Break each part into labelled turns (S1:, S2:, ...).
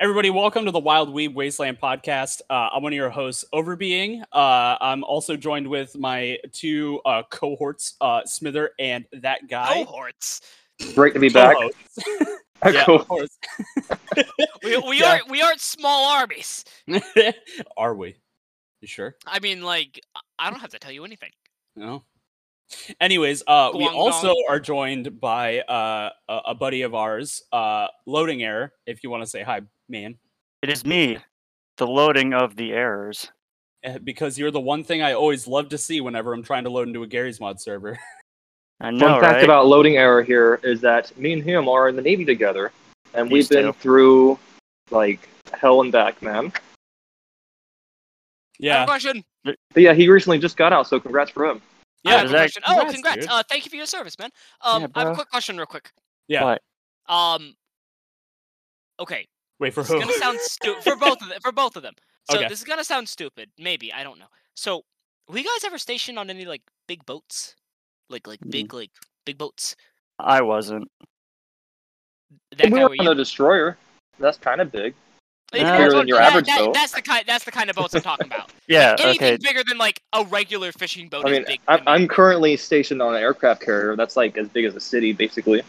S1: everybody. Welcome to the Wild Weeb Wasteland podcast. Uh, I'm one of your hosts, Overbeing. Uh, I'm also joined with my two uh, cohorts, uh, Smither and that
S2: Oh,
S1: guy.
S2: cohorts.
S3: Great to be back.
S1: Co-hosts. yeah,
S3: Cool.
S1: cohorts.
S2: We, we
S1: Yeah.
S2: aren't we aren't small armies.
S1: Are we? You sure?
S2: I mean, like I- I don't have to tell you anything.
S1: No. Anyways, uh, we
S2: Guangdong.
S1: also are joined by uh, a, a buddy of ours, uh, Loading Error. If you want to say hi, man,
S4: It is me, the loading of the errors.
S1: Uh, because you're the one thing I always love to see whenever I'm trying to load into a Gary's Mod server.
S4: I
S3: Fun
S4: know,
S3: fact
S4: right?
S3: about loading error here is that me and him are in the Navy together, and
S4: These
S3: we've been
S4: two.
S3: through like hell and back, man.
S2: I have a
S1: yeah,
S2: question.
S3: But yeah, he recently just got out, so congrats for him.
S2: I
S1: Yeah,
S2: have a
S4: Zach,
S2: question. Oh,
S1: congrats,
S2: congrats!
S1: dude.
S2: Uh, thank you for your service, man. Um, I have a
S4: bro.
S2: quick question, real quick.
S1: yeah.
S4: What?
S2: Um, okay,
S1: Wait for
S2: this
S1: who?
S2: is gonna sound stupid for both of them. For both of them. So
S1: Okay.
S2: this is gonna sound stupid. Maybe I don't know. So, were you guys ever stationed on any like big boats, like like
S4: Mm.
S2: big like big boats?
S4: I wasn't.
S2: That
S3: we
S2: guy
S3: were
S2: were
S3: on
S2: you?
S3: the destroyer. That's kind of big.
S2: Yeah,
S4: No.
S2: that's
S4: Bigger
S2: what-
S3: than your
S2: yeah,
S3: average
S2: that-
S3: boat.
S2: That's the kind. That's the kind of boats I'm talking about.
S4: Yeah,
S2: Anything
S4: okay.
S2: bigger than like a regular fishing boat
S3: I mean,
S2: is big.
S3: I'm,
S2: to me.
S3: I'm currently stationed on an aircraft carrier. That's like as big as a city, basically.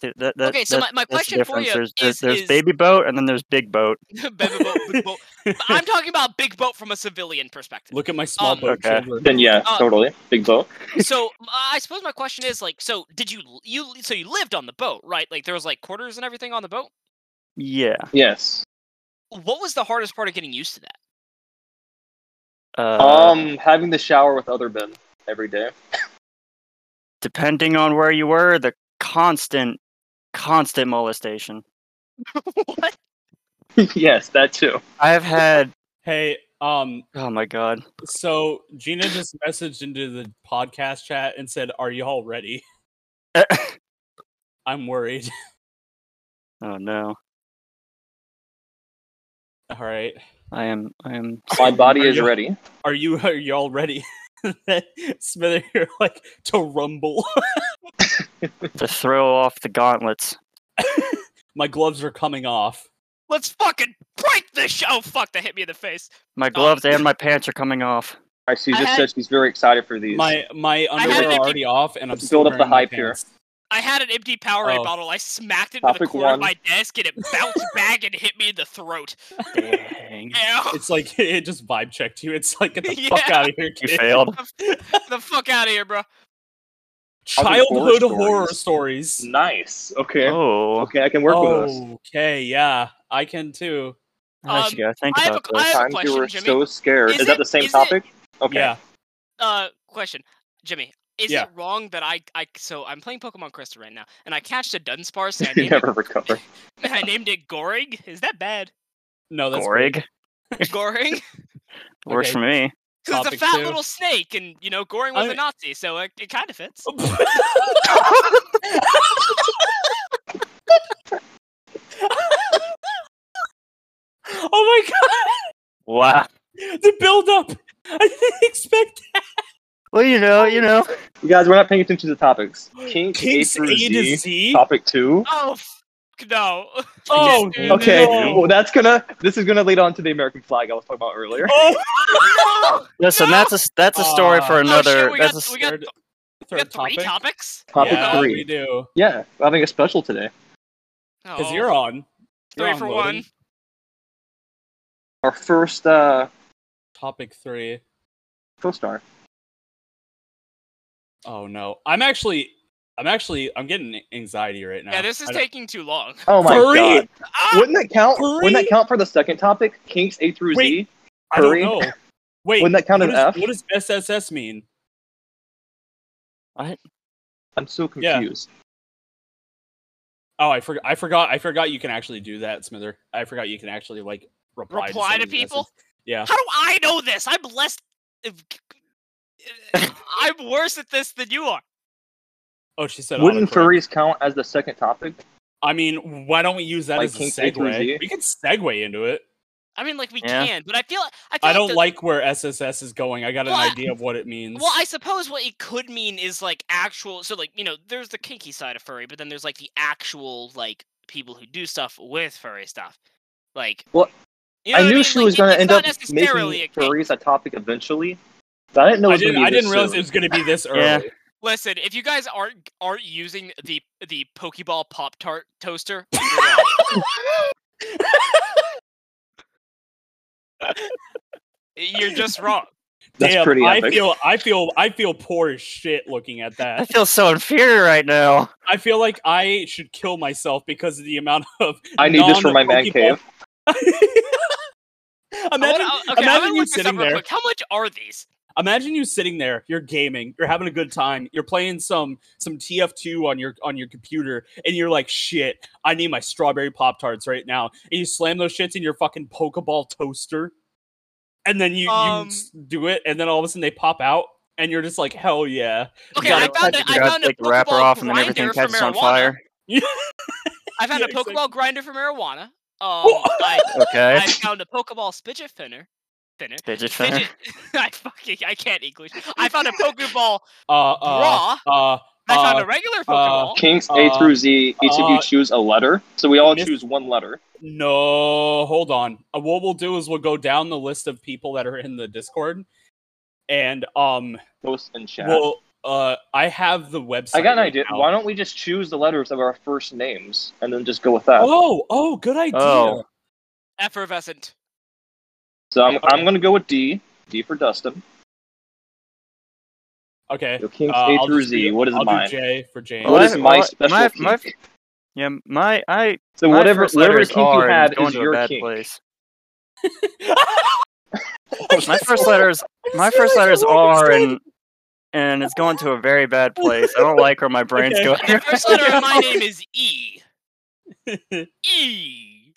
S4: th- that- that-
S2: Okay, so
S4: that-
S2: my- my
S4: that's the
S2: question for
S4: difference.
S2: you
S4: there's, there's,
S2: is-
S4: there's
S2: is-
S4: baby boat and then there's big boat.
S2: Baby boat, big boat. But I'm talking about big boat from a civilian perspective.
S1: Look at my small
S2: Um,
S1: boat.
S4: Okay.
S1: shoulder.
S3: Then yeah,
S2: Uh,
S3: totally big boat.
S2: So m- I suppose my question is like, so did you l- you so you lived on the boat, right? Like there was like quarters and everything on the boat.
S4: Yeah.
S3: Yes.
S2: What was the hardest part of getting used to that?
S4: Uh,
S3: um, having the shower with other men every day.
S4: depending on where you were, the constant, constant molestation.
S2: what?
S3: yes, that too.
S4: I have had.
S1: Hey, um,
S4: Oh my god.
S1: so Gina just messaged into the podcast chat and said, "Are y'all ready?" I'm worried.
S4: oh no.
S1: All right,
S4: I am. I am.
S3: My body is
S1: Yeah.
S3: ready.
S1: are you are y'all ready? Smither, you're like to rumble.
S4: To throw off the gauntlets.
S1: my gloves are coming off.
S2: Let's fucking break this show. Oh, fuck! That hit me in the face.
S4: My gloves and my pants are coming off.
S3: I see.
S2: I
S3: Just
S2: had-
S3: said she's very excited for these.
S1: My my
S2: had
S1: underwear
S2: it
S1: are
S2: be-
S1: already off, and I'm
S3: Let's
S1: still
S3: build up the
S1: wearing my
S3: hype here.
S1: pants.
S2: I had an empty Powerade
S1: Oh.
S2: bottle. I smacked it into the
S3: Topic
S2: corner
S3: one.
S2: of my desk, and it bounced back and hit me in the throat.
S4: Dang.
S2: Ow.
S1: It's like it just vibe checked you. It's like get the fuck
S2: Yeah.
S1: out of here,
S4: You
S1: kid.
S4: failed.
S2: the fuck out of here, bro.
S3: Childhood horror
S1: Childhood horror stories.
S3: Nice. Okay.
S4: Oh.
S3: Okay, I can work with this.
S1: Oh. Okay, yeah, I can too.
S4: I should go think
S2: Um, I have
S4: about
S2: a- I
S4: this.
S2: have-
S3: Times
S2: question,
S3: you were
S2: Jimmy.
S3: so scared.
S2: Is
S3: Is, that
S2: it-
S3: the same
S2: is it-
S3: topic? Okay.
S1: Yeah,
S2: uh question jimmy is
S1: Yeah.
S2: it wrong that I, I so i'm playing pokemon crystal right now and i catched a dunsparce and I
S3: You
S2: named,
S3: never recover.
S2: it, I named it goring is that bad
S1: no, that's great.
S4: Gorig
S2: goring
S4: works
S1: Okay.
S4: for me.
S2: because it's a
S1: Topic
S2: fat
S1: two.
S2: little snake and you know goring was
S1: I-
S2: a nazi so it, it kind of fits
S1: oh my
S4: Wow.
S1: god, the build up. I didn't expect
S4: Well, you know, you know.
S3: You guys, we're not paying attention to the topics. Kink,
S1: Kinks
S3: A through Z,
S1: Z.
S3: topic two.
S2: oh fuck, no
S1: Oh,
S2: Yes, dude.
S3: Okay,
S1: no.
S3: well that's gonna. This is gonna lead on to the American flag I was talking about earlier.
S1: Oh,
S2: no
S4: Listen, that's a s- that's a story
S1: Uh,
S4: for
S1: oh,
S4: another.
S2: we
S4: that's
S2: got-
S4: a s-
S2: we got
S1: third,
S2: we
S1: third
S2: got three
S1: topic.
S2: topics
S3: Topic
S1: yeah,
S3: three.
S1: we do.
S3: Yeah, we're having a special today.
S1: Because
S2: Oh,
S1: you're on. you're
S2: three
S1: on
S2: for
S1: loading.
S2: one
S3: Our first uh,
S1: Topic three.
S3: co-star.
S1: Oh no, I'm actually, I'm actually, I'm getting anxiety right now.
S2: yeah this is
S1: I don't-
S2: taking too long
S3: Oh my
S1: Three!
S3: god!
S2: Ah!
S3: Wouldn't that count?
S1: Three?
S3: Wouldn't that count for the second topic? Kinks A through
S1: Wait,
S3: Z.
S1: I don't
S3: Hurry.
S1: know. Wait,
S3: Wouldn't that count
S1: what
S3: as
S1: is-
S3: F?
S1: What does SSS mean?
S3: I'm so
S1: Yeah.
S3: confused.
S1: Oh, I forgot. I forgot. I forgot you can actually do that, Smither. I forgot you can actually like reply.
S2: reply to
S1: somebody's message.
S2: people
S1: Yeah.
S2: How do I know this? I'm less. I'm worse at this than you are.
S1: Oh, she said.
S3: Wouldn't
S1: autocorrect.
S3: furries count as the second topic?
S1: I mean, why don't we use that
S3: Like
S1: as a
S3: King K through Z?
S1: segue? We can segue into it.
S2: I mean, like we
S4: Yeah.
S2: can, but I feel I feel
S1: I don't
S2: the-
S1: like where SSS is going. I got an
S2: Well, I-
S1: idea of what it means.
S2: Well, I suppose what it could mean is like actual. So like you know, there's the kinky side of furry, but then there's like the actual like people who do stuff with furry stuff. Like,
S3: Well,
S2: you know
S3: I
S2: what
S3: knew
S2: mean?
S3: she
S2: Like,
S3: was
S2: it-
S3: going to
S2: it's
S3: end
S2: not
S3: up
S2: necessarily a
S3: making
S2: kink.
S3: furries a topic eventually. But I didn't know
S1: I
S3: it was
S1: didn't.
S3: gonna be
S1: I didn't
S3: this
S1: realize
S3: soon.
S1: it was going to be this early.
S4: Yeah.
S2: Listen, if you guys aren't aren't using the the Pokeball Pop Tart toaster, you're wrong. you're just wrong.
S3: That's
S1: Damn,
S3: pretty
S1: I
S3: epic.
S1: feel. I feel. I feel poor as shit looking at
S4: I
S1: that.
S4: feel so inferior right now.
S1: I feel like I should kill myself because of the amount of.
S3: I need this for my man
S1: non-Pokeball-
S3: cave.
S2: I wanna-
S1: imagine,
S2: I- okay, I'm
S1: imagine
S2: gonna
S1: you
S2: look this up
S1: sitting
S2: real
S1: there.
S2: quick. How much are these?
S1: Imagine you sitting there. You're gaming. You're having a good time. You're playing some some TF2 on your on your computer, and you're like, "Shit, I need my strawberry pop tarts right now." And you slam those shits in your fucking Pokeball toaster, and then you,
S2: Um,
S1: you s- do it, and then all of a sudden they pop out, and you're just like, "Hell yeah!"
S2: Okay,
S1: gotta
S2: I found a, I
S4: gotta
S2: found a
S4: take the wrapper
S2: Pokeball
S4: off and then everything
S2: grinder for
S4: catches on
S2: marijuana.
S4: fire.
S2: I found
S1: Yeah,
S2: a
S1: exactly.
S2: Pokeball grinder for marijuana. Um, I,
S4: Okay.
S2: I found a Pokeball spidget finner. Finner.
S4: Fidget spinner.
S2: Fidget. I fucking I can't English. I found a Pokeball
S1: Uh, uh,
S2: bra.
S1: uh,
S2: I found
S1: uh,
S2: a regular Pokeball.
S3: Kinks
S1: Uh,
S3: A through Z. Each of
S1: uh,
S3: you choose a letter, so we all
S1: miss-
S3: choose one letter.
S1: No, hold on. Uh, What we'll do is we'll go down the list of people that are in the Discord, and um,
S3: Post and chat.
S1: well, uh, I have the website.
S3: I got an
S1: right
S3: idea.
S1: now.
S3: Why don't we just choose the letters of our first names and then just go with that?
S1: Oh, oh, good idea.
S4: Oh.
S2: Effervescent.
S3: So I'm, I'm gonna go with D. D for Dustin.
S1: Uh, Okay.
S3: So Kinks
S1: uh,
S3: A
S1: I'll
S3: through
S1: just
S3: Z.
S1: do-
S3: what is
S1: I'll do
S3: mine?
S1: J for James.
S3: What is
S4: Well,
S3: my
S4: well,
S3: special
S4: my-
S3: kink?
S4: my- Yeah, my I
S3: so
S4: my
S3: whatever
S4: first
S3: whatever
S4: letters
S3: kink you
S4: are is
S3: had
S4: going
S3: is
S4: to a
S3: your
S4: bad
S3: kink.
S4: place.
S1: I
S4: My
S1: just
S4: first
S1: wanna-
S4: letters
S1: I
S4: my
S1: just
S4: first letters
S1: realized I wanted
S4: are
S1: to
S4: and and it's going to a very bad place. I don't like where my brain's
S1: Okay.
S4: going.
S2: The first letter of my name is E. E.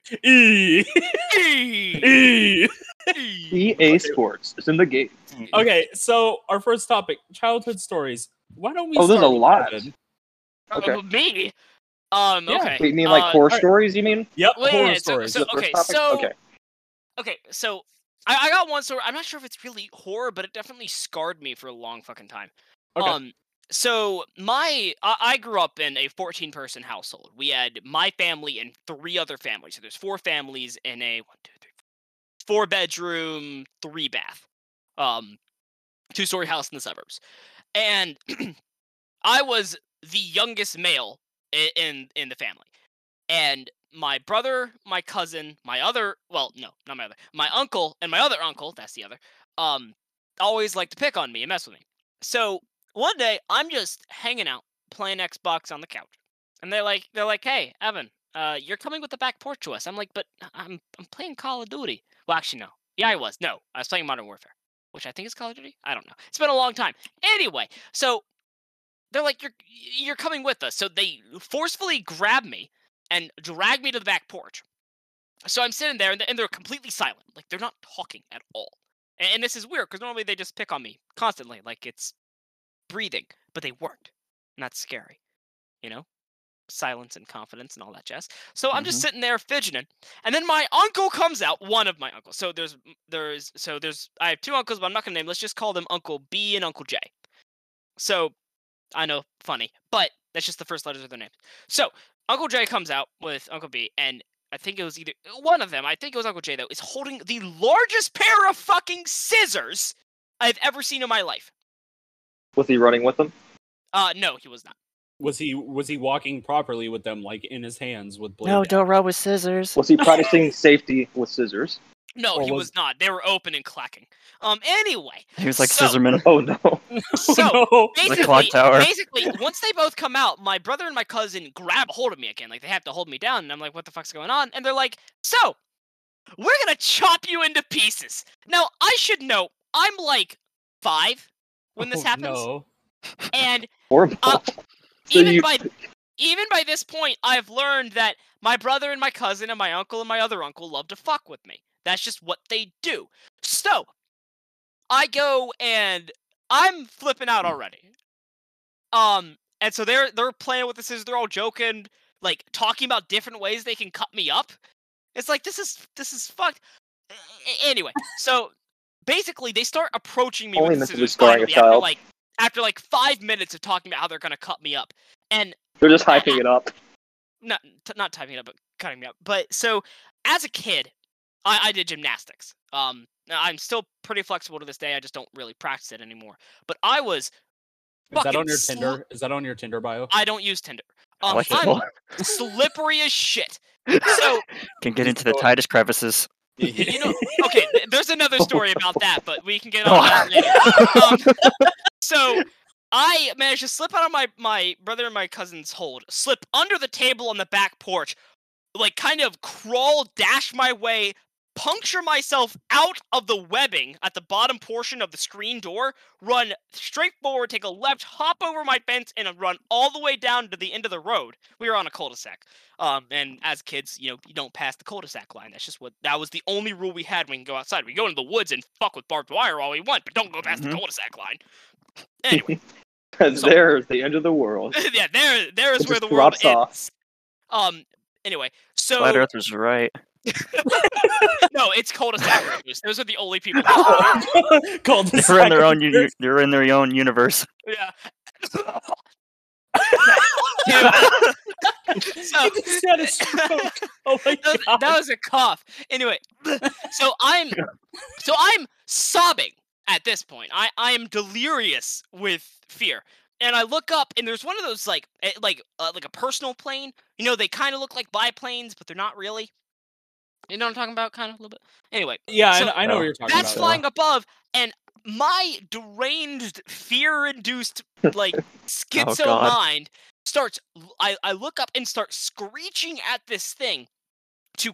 S1: say- E.
S2: E.
S1: E.
S2: E.
S3: EA Sports. It's in the game.
S1: Okay, so our first topic: childhood stories. Why don't we?
S3: Oh, there's
S1: start
S3: a
S1: with
S3: lot.
S1: Evan?
S3: Okay.
S2: Uh, Me. Um.
S1: Yeah,
S2: Okay.
S3: Wait, you mean like
S2: uh,
S3: horror
S1: alright.
S3: stories? You mean?
S1: Yep,
S2: Wait,
S1: horror
S2: wait, so-
S1: stories.
S2: so-
S3: Is it the first
S2: okay,
S3: topic?
S2: so-
S3: okay.
S2: Okay, so I, I got one story. I'm not sure if it's really horror, but it definitely scarred me for a long fucking time.
S1: Okay.
S2: Um, so my I, I grew up in a 14 person household. We had my family and three other families. So there's four families in a one, two, three, four bedroom, three bath, um, two story house in the suburbs, and I was the youngest male in in, in the family and my brother, my cousin, my other well, no, not my other, my uncle and my other uncle, that's the other, um, always like to pick on me and mess with me. So one day I'm just hanging out playing Xbox on the couch. And they're like they're like, Hey, Evan, uh, you're coming with the back porch to us. I'm like, but I- I'm I'm playing Call of Duty. Well actually no. Yeah, I was. No, I was playing Modern Warfare. Which I think is Call of Duty. I don't know. It's been a long time. Anyway, so they're like, You're you're coming with us. So they forcefully grab me and drag me to the back porch. So I'm sitting there, and they're, and they're completely silent. Like they're not talking at all. And, and this is weird because normally they just pick on me constantly, like it's breathing, but they weren't. And that's scary, you know? Silence and confidence and all that jazz. So I'm just sitting there fidgeting, and then my uncle comes out. One of my uncles. So there's there's so there's I have two uncles, but I'm not gonna name. Let's just call them Uncle B and Uncle J. So I know, funny, but that's just the first letters of their names. So Uncle Jay comes out with Uncle B, and I think it was either one of them. I think it was Uncle Jay though. Is holding the largest pair of fucking scissors I've ever seen in my life.
S3: Was he running with them?
S2: Uh, no, he was not.
S1: was he was he walking properly with them, like in his hands with blade?
S4: No,
S1: down?
S4: don't rub with scissors.
S3: Was he practicing safety with scissors?
S2: No,
S1: Or
S2: he
S1: was-
S2: was not. They were open and clacking. Um, anyway,
S4: He was like
S2: So-
S4: scissorman.
S3: Oh no.
S2: so
S1: no.
S4: The
S2: basically,
S4: clock tower.
S2: basically, once they both come out, my brother and my cousin grab hold of me again. Like they have to hold me down, and I'm like, "What the fuck's going on?" And they're like, "So, we're gonna chop you into pieces." Now, I should know, I'm like five when this
S1: Oh,
S2: happens,
S1: no.
S2: and
S3: Horrible.
S2: Uh,
S3: So
S2: even
S3: you-
S2: by even by this point, I've learned that my brother and my cousin and my uncle and my other uncle love to fuck with me. That's just what they do. So I go and I'm flipping out already. Um, and so they're they're playing with the scissors. They're all joking, like talking about different ways they can cut me up. It's like this is this is fucked. A- a- Anyway, so basically they start approaching me
S3: Only
S2: with the
S3: meant to be
S2: scissors
S3: scarring a
S2: finally after
S3: child.
S2: like after like five minutes of talking about how they're gonna cut me up, and
S3: They're just hyping it up.
S2: not t- not typing it up, but cutting me up. But so as a kid, I, I did gymnastics. Um, now, I'm still pretty flexible to this day. I just don't really practice it anymore. But I
S1: Is
S2: was.
S1: that
S2: fucking
S1: on your
S2: sli-
S1: Tinder? Is that on your Tinder bio?
S2: I don't use Tinder. Um,
S4: What the
S2: I'm
S4: fuck?
S2: slippery as shit. So
S4: Can get into the
S1: go-
S4: tightest crevices.
S2: you know, okay, th- there's another story about that, but we can get
S4: Oh.
S2: on that later. Um, so I managed to slip out of my my brother and my cousin's hold, slip under the table on the back porch, like kind of crawl, dash my way, puncture myself out of the webbing at the bottom portion of the screen door, run straight forward, take a left, hop over my fence, and then run all the way down to the end of the road. We were on a cul-de-sac. Um, and as kids, you know, you don't pass the cul-de-sac line. That's just what that was the only rule we had when we go outside. We go into the woods and fuck with barbed wire all we want, but don't go past
S4: Mhm.
S2: the cul-de-sac line. Anyway,
S3: Because
S2: So-
S3: there's the end of the world.
S2: yeah, there there is
S3: It
S2: where
S3: just
S2: the world
S3: drops off.
S2: ends. Um anyway, so
S4: Flat Earth was right.
S2: no, it's cul-de-sac rangers. Those are the only people
S1: Called
S4: They were in their own. Uni- they were in their own universe.
S2: Yeah.
S1: I
S2: so
S1: just had a stroke. Oh my
S2: that, was-
S1: god!
S2: that was a cough. Anyway, so I'm so I'm sobbing at this point. I I am delirious with fear. And I look up and there's one of those like eh, like uh, like a personal plane. You know, they kind of look like biplanes, but they're not really. You know what I'm talking about kind of a little bit. Anyway,
S1: yeah,
S2: so-
S1: I, I know what you're talking
S2: that's
S1: about.
S2: flying above and my deranged fear-induced like
S1: Oh,
S2: schizo
S4: God.
S2: mind starts l- I, I look up and start screeching at this thing to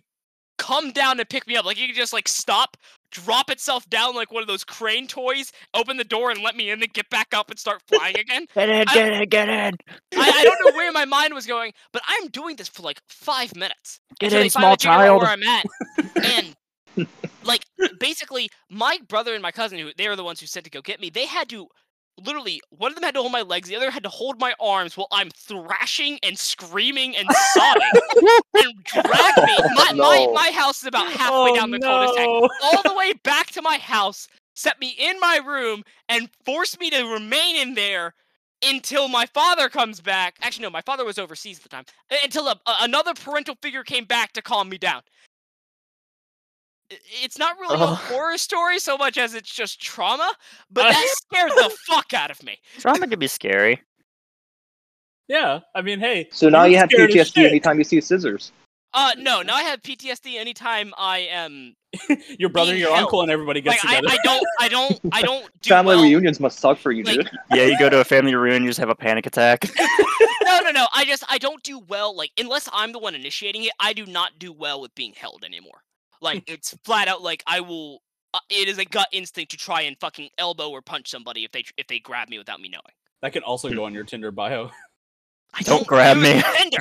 S2: come down and pick me up like you can just like stop drop itself down like one of those crane toys open the door and let me in then get back up and start flying again
S4: Get in!
S2: I-
S4: Get in! Get in!
S2: I, I don't know where my mind was going but i'm doing this for like five minutes
S4: Get
S2: until
S4: in,
S2: they finally
S4: small
S2: figured out
S4: child.
S2: Where I'm at, and like basically, my brother and my cousin, who they were the ones who said to go get me, they had to literally one of them had to hold my legs, the other had to hold my arms while I'm thrashing and screaming and sobbing and drag me. My,
S3: no.
S2: my my house is about halfway
S1: oh,
S2: down the cul-de-sac,
S1: no.
S2: all the way back to my house, set me in my room, and forced me to remain in there until my father comes back. Actually, no, my father was overseas at the time. Uh, Until a, a- another parental figure came back to calm me down. I- It's not really a
S1: Oh.
S4: Ugh.
S2: horror story so much as it's just trauma, but
S1: Uh,
S2: that scared the fuck out of me.
S4: Trauma can be scary.
S1: Yeah, I mean, hey,
S3: So now
S1: You're
S3: you have
S1: scared as
S3: PTSD
S1: shit.
S3: anytime you see scissors.
S2: Uh, no, now I have PTSD anytime I am
S1: your brother,
S2: Being
S1: your uncle,
S2: held.
S1: and everybody
S2: like
S1: gets
S2: I,
S1: together.
S2: I don't I don't I don't do
S3: Family
S2: well.
S3: reunions must suck for you,
S2: Like,
S3: dude.
S4: Yeah, you go to a family reunion, you just have a panic attack.
S2: no, no, no. I just I don't do well. Like unless I'm the one initiating it, I do not do well with being held anymore. Like it's flat out. Like I will. Uh, it is a gut instinct to try and fucking elbow or punch somebody if they tr- if they grab me without me knowing.
S1: that can also go on your Tinder bio.
S2: I
S4: Don't grab
S2: do
S4: me.
S2: Tender.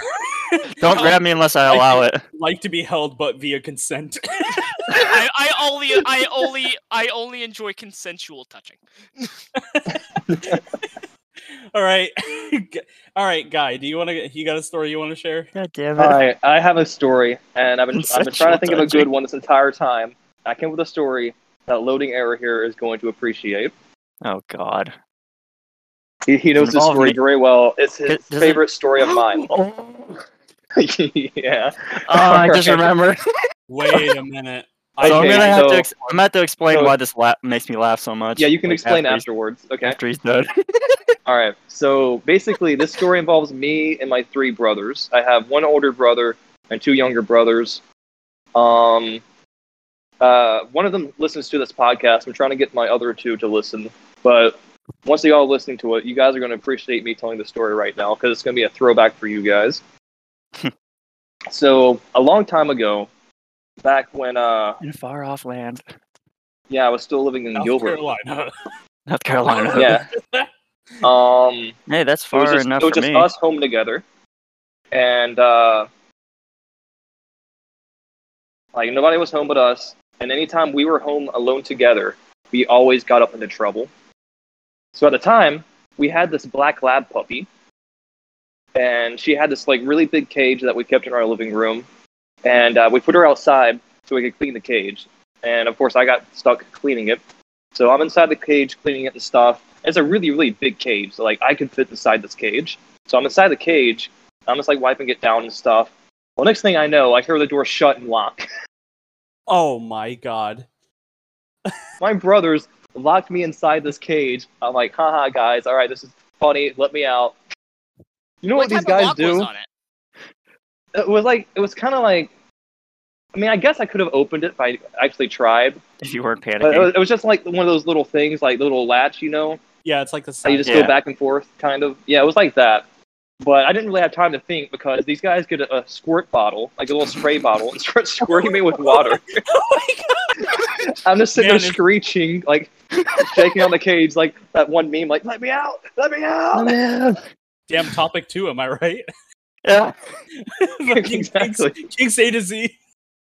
S4: Don't
S2: No,
S4: grab me unless I allow it.
S1: Like to be held, but via consent.
S2: I, I only I only I only enjoy consensual touching.
S1: All right, G- all right, guy. Do you want to? You got a story you want to share?
S4: God damn it.
S3: All right, I have a story, and I've been, I've been trying to think of a
S4: Sexual
S3: good one this entire time. I came up with a story that loading error here is going to appreciate.
S4: oh god.
S3: He, he knows this
S4: Involve
S3: story
S4: me.
S3: very well. It's
S4: Does
S3: his
S4: it-
S3: favorite story of mine.
S4: Oh, Uh,
S3: yeah.
S4: I
S3: Alright.
S4: just remember.
S1: Wait a minute.
S4: So I'm
S3: Okay,
S4: gonna have
S3: so-
S4: to. Ex- I'm gonna have to explain
S3: so-
S4: why this la- makes me laugh so much.
S3: Yeah, you can
S4: like,
S3: explain
S4: after he's-
S3: afterwards. Okay.
S4: After he's done.
S3: All right. So basically, this story involves me and my three brothers. I have one older brother and two younger brothers. Um, uh, one of them listens to this podcast. I'm trying to get my other two to listen, but once they all listen to it, you guys are going to appreciate me telling the story right now because it's going to be a throwback for you guys. so a long time ago, back when uh,
S4: In a far off land,
S3: yeah, I was still living in
S1: South
S3: Gilbert.
S1: Carolina.
S4: North Carolina.
S3: Yeah. Um.
S4: Hey, that's
S3: it
S4: far
S3: was just,
S4: enough
S3: it was
S4: for
S3: just
S4: me.
S3: us home together and uh like nobody was home but us and anytime we were home alone together we always got up into trouble so at the time we had this black lab puppy and she had this like really big cage that we kept in our living room and uh, we put her outside so we could clean the cage and of course i got stuck cleaning it so I'm inside the cage cleaning it and stuff. It's a really, really big cage. So, like I can fit inside this cage. So I'm inside the cage I'm just like wiping it down and stuff. Well, next thing I know, I hear the door shut and lock.
S1: Oh my god.
S3: My brothers locked me inside this cage. I'm like, haha, guys, all right, this is funny. Let me out. You know what,
S2: what
S3: these
S2: type of
S3: guys
S2: lock was
S3: do?
S2: on it?
S3: It was like, it was kind of like, I mean, I guess I could have opened it if I actually tried,
S4: If you weren't
S3: but it was,
S4: panicking,
S3: it was just like one of those little things, like the little latch, you know,
S1: Yeah, it's like the
S3: how you just
S4: Yeah.
S3: go back and forth, kind of. Yeah, it was like that. But I didn't really have time to think because these guys get a, a squirt bottle, like a little spray bottle, and start squirting me with water.
S1: oh my god.
S3: I'm just sitting
S1: Man,
S3: there
S1: it's-
S3: screeching, like shaking on the cage, like that one meme, like "Let me out, let me out."
S1: Damn topic two, am I right?
S4: yeah.
S1: Fucking
S3: Exactly.
S1: Kings, Kings A to Z.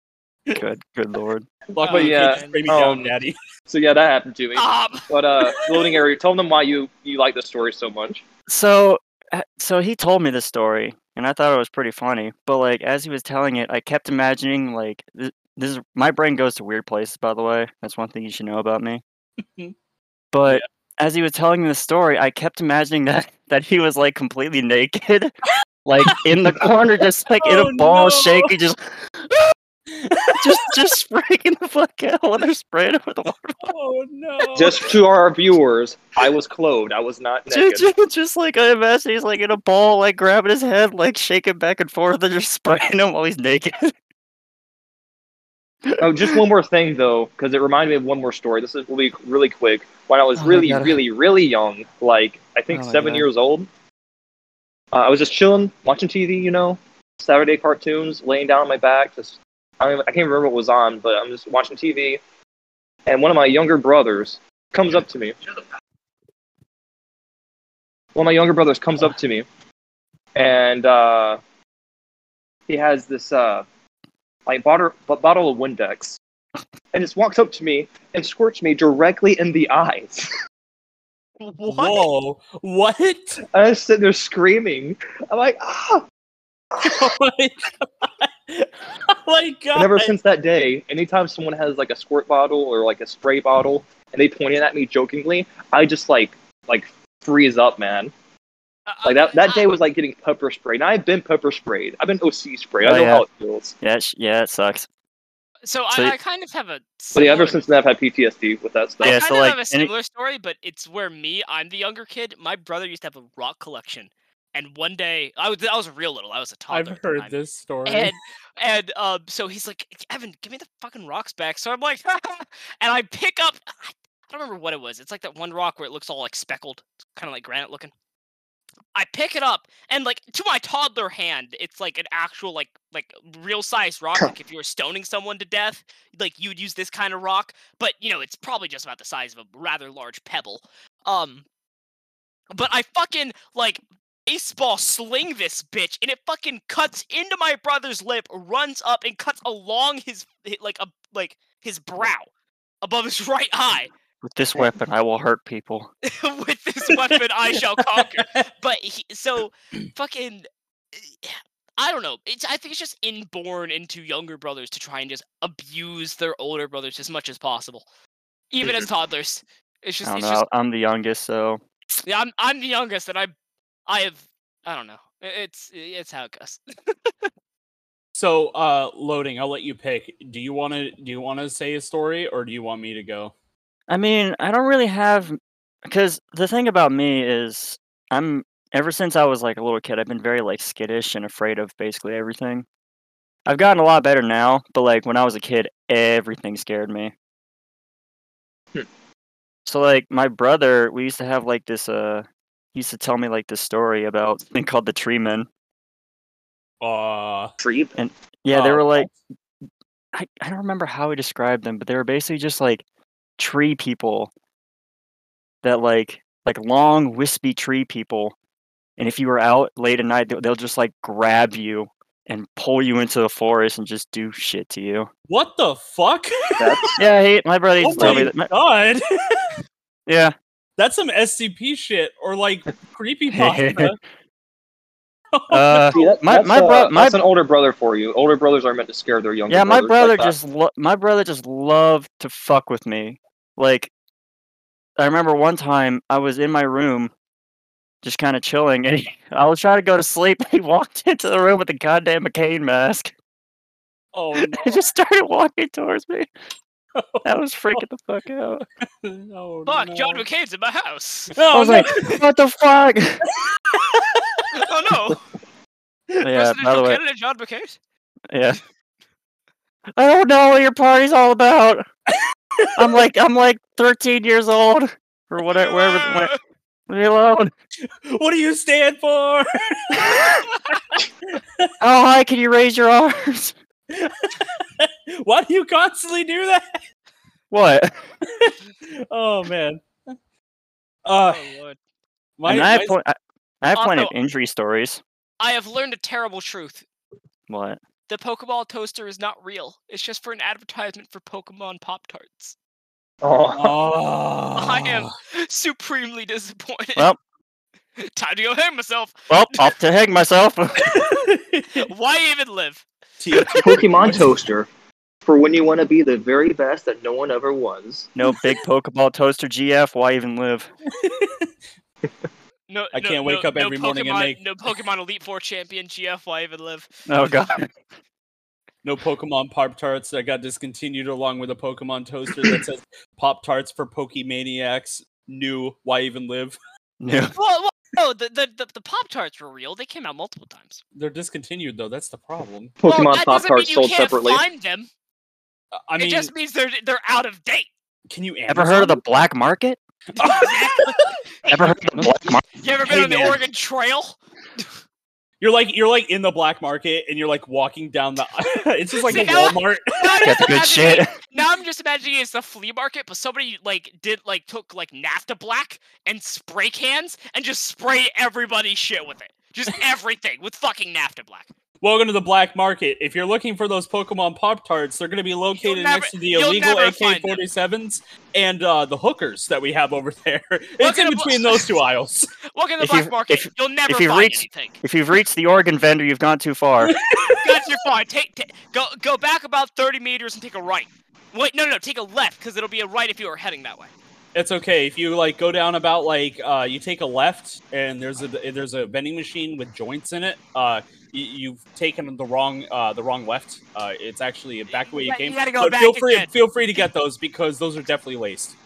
S4: Good, good lord.
S1: Lock
S2: But
S1: me in the
S3: yeah,
S1: cage, spray me
S3: um,
S1: down, daddy.
S3: So yeah, that happened to me.
S2: Stop.
S3: But uh, loading area, tell them why you you like the story so much.
S4: So, uh, so he told me this story, and I thought it was pretty funny. But like as he was telling it, I kept imagining like this. this is, my brain goes to weird places. By the way, that's one thing you should know about me.
S1: Mm-hmm.
S4: but as he was telling me the story, I kept imagining that that he was like completely naked, like in the corner, just like in
S1: Oh,
S4: a ball
S1: no.
S4: shaking, just. just just spraying the fuck out when they're spraying it with the water.
S1: Oh no.
S3: Just to our viewers, I was clothed. I was not
S4: Just,
S3: naked.
S4: just, just, like I imagine he's like in a ball, like grabbing his head, like shaking back and forth, and just spraying him while he's naked.
S3: oh, just one more thing though, because it reminded me of one more story. This is will be really quick. When I was
S4: Oh my
S3: really,
S4: God.
S3: really, really young, like I think
S4: Oh my
S3: seven
S4: God.
S3: years old, uh, I was just chilling, watching TV. You know, Saturday cartoons, laying down on my back. Just I, don't even- I can't remember what was on, but I'm just watching TV, and one of my younger brothers comes up to me. One of my younger brothers comes up to me, and uh, he has this uh, like bottle b- bottle of Windex, and just walks up to me and squirts me directly in the eyes.
S2: What?
S1: Whoa. What?
S3: And I sit there screaming. I'm like, ah!
S1: Oh my god. Oh my god.
S3: And ever since that day, anytime someone has like a squirt bottle or like a spray bottle, and they point it at me jokingly, I just like like freeze up, man.
S2: uh,
S3: Like that that day was like getting pepper sprayed. And I've been pepper sprayed. I've been OC sprayed. I
S4: Oh,
S3: know
S4: yeah.
S3: how it feels.
S4: Yeah, sh- yeah, it sucks.
S2: So,
S4: So
S2: I,
S4: you-
S2: I kind of have a.
S3: But yeah, ever
S2: similar-
S3: since then, I've had PTSD with that stuff.
S4: Yeah,
S2: I
S4: so,
S2: kind of
S4: like,
S2: have a
S4: and it-
S2: similar story, but it's where me, I'm the younger kid. My brother used to have a rock collection, and one day I was I was real little. I was a toddler.
S1: I've
S2: at the
S1: heard
S2: time.
S1: this story.
S2: And and um, so he's like, Evan, give me the fucking rocks back. So I'm like, and I pick up. I don't remember what it was. It's like that one rock where it looks all like speckled, kind of like granite looking. I pick it up and like to my toddler hand, it's like an actual like like real size rock. like if you were stoning someone to death, like you would use this kind of rock, but you know it's probably just about the size of a rather large pebble. Um, but I fucking like baseball sling this bitch, and it fucking cuts into my brother's lip, runs up and cuts along his hi- like a like his brow above his right eye.
S4: With this weapon, I will hurt people.
S2: with this weapon I shall conquer. But he, so fucking I don't know. It's I think it's just inborn into younger brothers to try and just abuse their older brothers as much as possible. Even as toddlers. It's just
S4: I don't
S2: it's
S4: know. I'm the youngest, so
S2: just yeah, I'm I'm the youngest and I I have I don't know. I- It's it's how it goes.
S1: so uh loading, I'll let you pick. Do you wanna do you wanna say a story or do you want me to go?
S4: I mean, I don't really have because the thing about me is I'm ever since I was like a little kid, I've been very like skittish and afraid of basically everything. I've gotten a lot better now, but like when I was a kid, everything scared me.
S3: Hmm.
S4: So like my brother, we used to have like this uh he used to tell me like this story about something called the tree men.
S1: Uh
S3: Creep.
S4: Yeah, they
S1: uh,
S4: were like Oh, I, I don't remember how he described them, but they were basically just like tree people that like like long wispy tree people. And if you were out late at night, they'll, they'll just like grab you and pull you into the forest and just do shit to you.
S1: what the fuck?
S3: That's
S4: Yeah, he, my brother used
S1: oh
S4: to tell me
S1: my
S4: that. my-
S1: god.
S4: yeah,
S1: That's some SCP shit or like creepy pasta.
S4: uh,
S3: See, that-
S4: My-
S3: that's,
S4: my
S3: uh,
S4: bro- my-
S3: that's an older brother for you. Older brothers are meant to scare their younger.
S4: yeah. My
S3: brothers
S4: brother
S3: like that.
S4: just lo- my brother just loved to fuck with me. Like, I remember one time I was in my room just kind of chilling. And he, I was trying to go to sleep. And he walked into the room with a goddamn McCain mask.
S1: Oh,
S4: and he just started walking towards me.
S1: no.
S4: That was freaking the fuck out.
S1: no, Oh,
S2: Fuck,
S1: no.
S2: John McCain's in my house.
S1: No,
S4: I was
S1: no.
S4: like, what the fuck?
S2: oh no,
S4: yeah, by the
S2: presidential
S4: way,
S2: candidate John McCain.
S4: yeah. I don't know what your party's all about. I'm like, I'm like 13 years old or whatever. Wherever, where, leave me alone.
S1: what do you stand for?
S4: How high Oh, can you raise your arms?
S1: Why do you constantly do that?
S4: What?
S1: Oh man. Uh,
S2: Oh, Lord.
S1: my,
S4: and I have,
S1: my-
S4: pl- I, I have plenty of
S2: Also-
S4: injury stories.
S2: I have learned a terrible truth.
S4: What?
S2: The Pokeball toaster is not real. It's just for an advertisement for Pokemon Pop Tarts.
S3: Oh,
S1: Oh.
S2: I am supremely disappointed.
S4: Ah. Well.
S2: Time to go hang myself.
S4: Well, off to hang myself.
S2: Why even live?
S1: TFT
S3: Pokemon
S1: boys.
S3: Toaster for when you want to be the very best that no one ever was.
S4: no big Pokeball toaster GF. Why even live?
S2: No,
S1: I
S2: no-
S1: can't wake
S2: no-
S1: up
S2: no
S1: every morning and
S2: Pokemon-
S1: make-
S2: no Pokemon Elite Four champion GF. Why even live?
S4: Oh god.
S1: No Pokemon Pop Tarts that got discontinued, along with a Pokemon toaster that says Pop Tarts for Pokemaniacs. New, why even live?
S4: No.
S2: Well, well no, the the, the, the Pop Tarts were real. They came out multiple times.
S1: They're discontinued though. That's the problem.
S2: Well,
S3: Pokemon
S2: that
S3: Pop
S2: doesn't mean
S3: Tarts
S2: you
S3: sold
S2: can't
S3: separately.
S2: Find them.
S1: Uh, I mean,
S2: it just means they're they're out of date.
S1: can you
S4: Ever heard of the black market?
S1: the?
S4: Ever heard of the black market?
S2: You ever been
S1: Hey,
S2: on
S1: man.
S2: the Oregon Trail?
S1: you're like you're like in the black market, and you're like walking down the. it's just like
S2: See,
S1: a
S2: now-
S1: Walmart.
S2: Now I'm
S4: Got
S2: just
S4: the good
S2: imagining-
S4: shit.
S2: Now I'm just imagining it's the flea market, but somebody like did like took like NAFTA black and spray cans and just sprayed everybody's shit with it. Just everything with fucking NAFTA black.
S1: Welcome to the black market. If you're looking for those Pokemon Pop Tarts, they're going to be located
S2: never-
S1: next to the
S2: you'll
S1: illegal
S2: never find them.
S1: AK-47s and uh, the hookers that we have over there. It's
S2: Welcome
S1: in
S2: to bl-
S1: between those two aisles.
S2: Look at the
S4: If
S2: black
S4: you-
S2: market.
S4: if-
S2: You'll never
S4: you
S2: find
S4: reach-
S2: anything.
S4: If you've reached the Oregon vendor, you've gone too far.
S2: That's your fine. Take, ta- go go back about thirty meters and take a right. Wait, no, no, take a left because it'll be a right if you are heading that way.
S1: It's okay if you like go down about like uh, you take a left and there's a there's a vending machine with joints in it. Uh, you, you've taken the wrong uh, the wrong left. Uh, it's actually back the way you
S2: You
S1: came.
S2: gotta go
S1: But feel
S2: back
S1: free
S2: again.
S1: feel free to get those because those are definitely laced.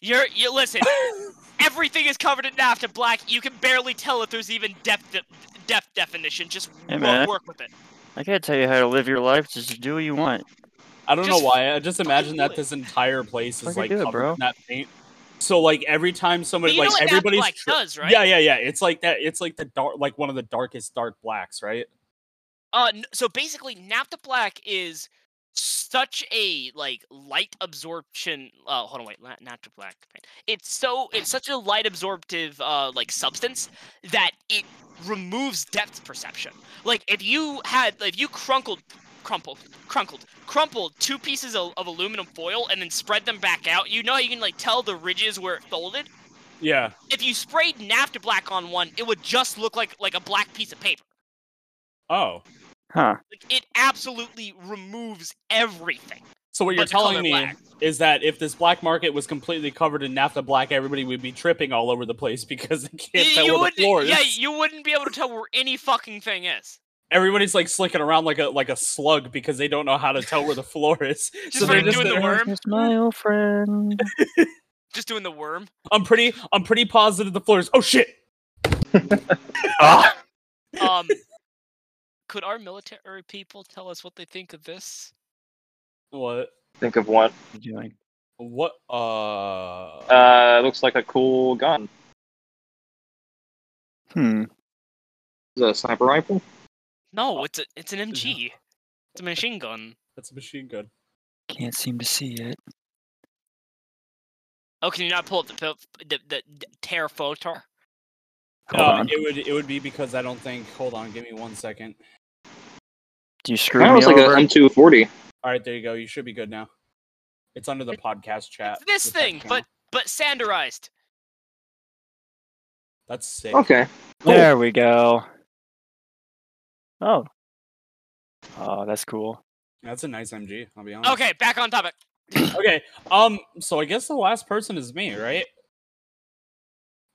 S2: You're you listen. everything is covered in NAFTA black. You can barely tell if there's even depth de- depth definition. Just
S4: Hey,
S2: wo-
S4: man.
S2: work with it.
S4: I can't tell you how to live your life. Just do what you want.
S1: I don't
S2: Just
S1: know why. I just imagine
S2: do
S1: that
S2: it.
S1: this entire place is
S4: Fucking
S1: like
S4: do it,
S1: covered
S4: bro.
S1: in that paint. So like every time
S2: But
S1: somebody
S2: you know
S1: like
S2: what NAFTA
S1: everybody's
S2: black
S1: tri-
S2: does, right?
S1: yeah yeah yeah it's like that it's like the dark like one of the darkest dark blacks right
S2: Uh, n- so basically, NAFTA black is such a like light absorption. Uh, hold on, wait, not NAFTA black. right. It's so it's such a light absorptive uh like substance that it removes depth perception. Like if you had if you crunkled. Crumpled, crunkled, crumpled two pieces of, of aluminum foil and then spread them back out. You know how you can like tell the ridges where it folded.
S1: yeah
S2: If you sprayed NAFTA black on one, it would just look like like a black piece of paper.
S1: oh
S4: Huh.
S2: Like it absolutely removes everything.
S1: so what you're
S2: but the color
S1: telling me
S2: black.
S1: is that if this black market was completely covered in naphtha black everybody would be tripping all over the place because they
S2: Y-
S1: can't tell
S2: you
S1: where the floor
S2: would,
S1: is
S2: yeah, you wouldn't be able to tell where any fucking thing is.
S1: everybody's like slicking around like a like a slug because they don't know how to tell where the floor is
S2: Just
S1: so they're
S2: fucking
S1: just
S2: doing the
S1: there-
S2: worm,
S4: Just my old friend.
S2: just doing the worm.
S1: I'm pretty I'm pretty positive the floor is oh shit
S4: Ah,
S2: Um, could our military people tell us what they think of this?
S1: what
S3: Think of one.
S4: what you doing?
S1: what uh
S3: Uh, looks like a cool gun.
S4: Hmm.
S3: Is it a sniper rifle?
S1: Oh.
S2: No, it's a, it's an MG. It's a machine gun.
S1: That's a machine gun.
S4: Can't seem to see it.
S2: Oh, can you not pull up the pho- the, the, the tear photo? Oh,
S4: Hold
S1: uh,
S4: on.
S1: It would it would be because I don't think. Hold on, give me one second.
S4: Do you screw
S3: Mine
S4: me
S3: looks like
S4: over?
S3: an M240.
S1: All right, there you go. You should be good now. It's under the
S2: It-
S1: podcast chat.
S2: It's this
S1: the chat
S2: thing,
S1: channel.
S2: but but sanderized.
S1: that's sick.
S3: Okay.
S4: There we go. Oh. Oh, that's cool.
S1: That's a nice MG. I'll be honest.
S2: Okay, back on topic.
S1: Okay. Um. So I guess the last person is me, right?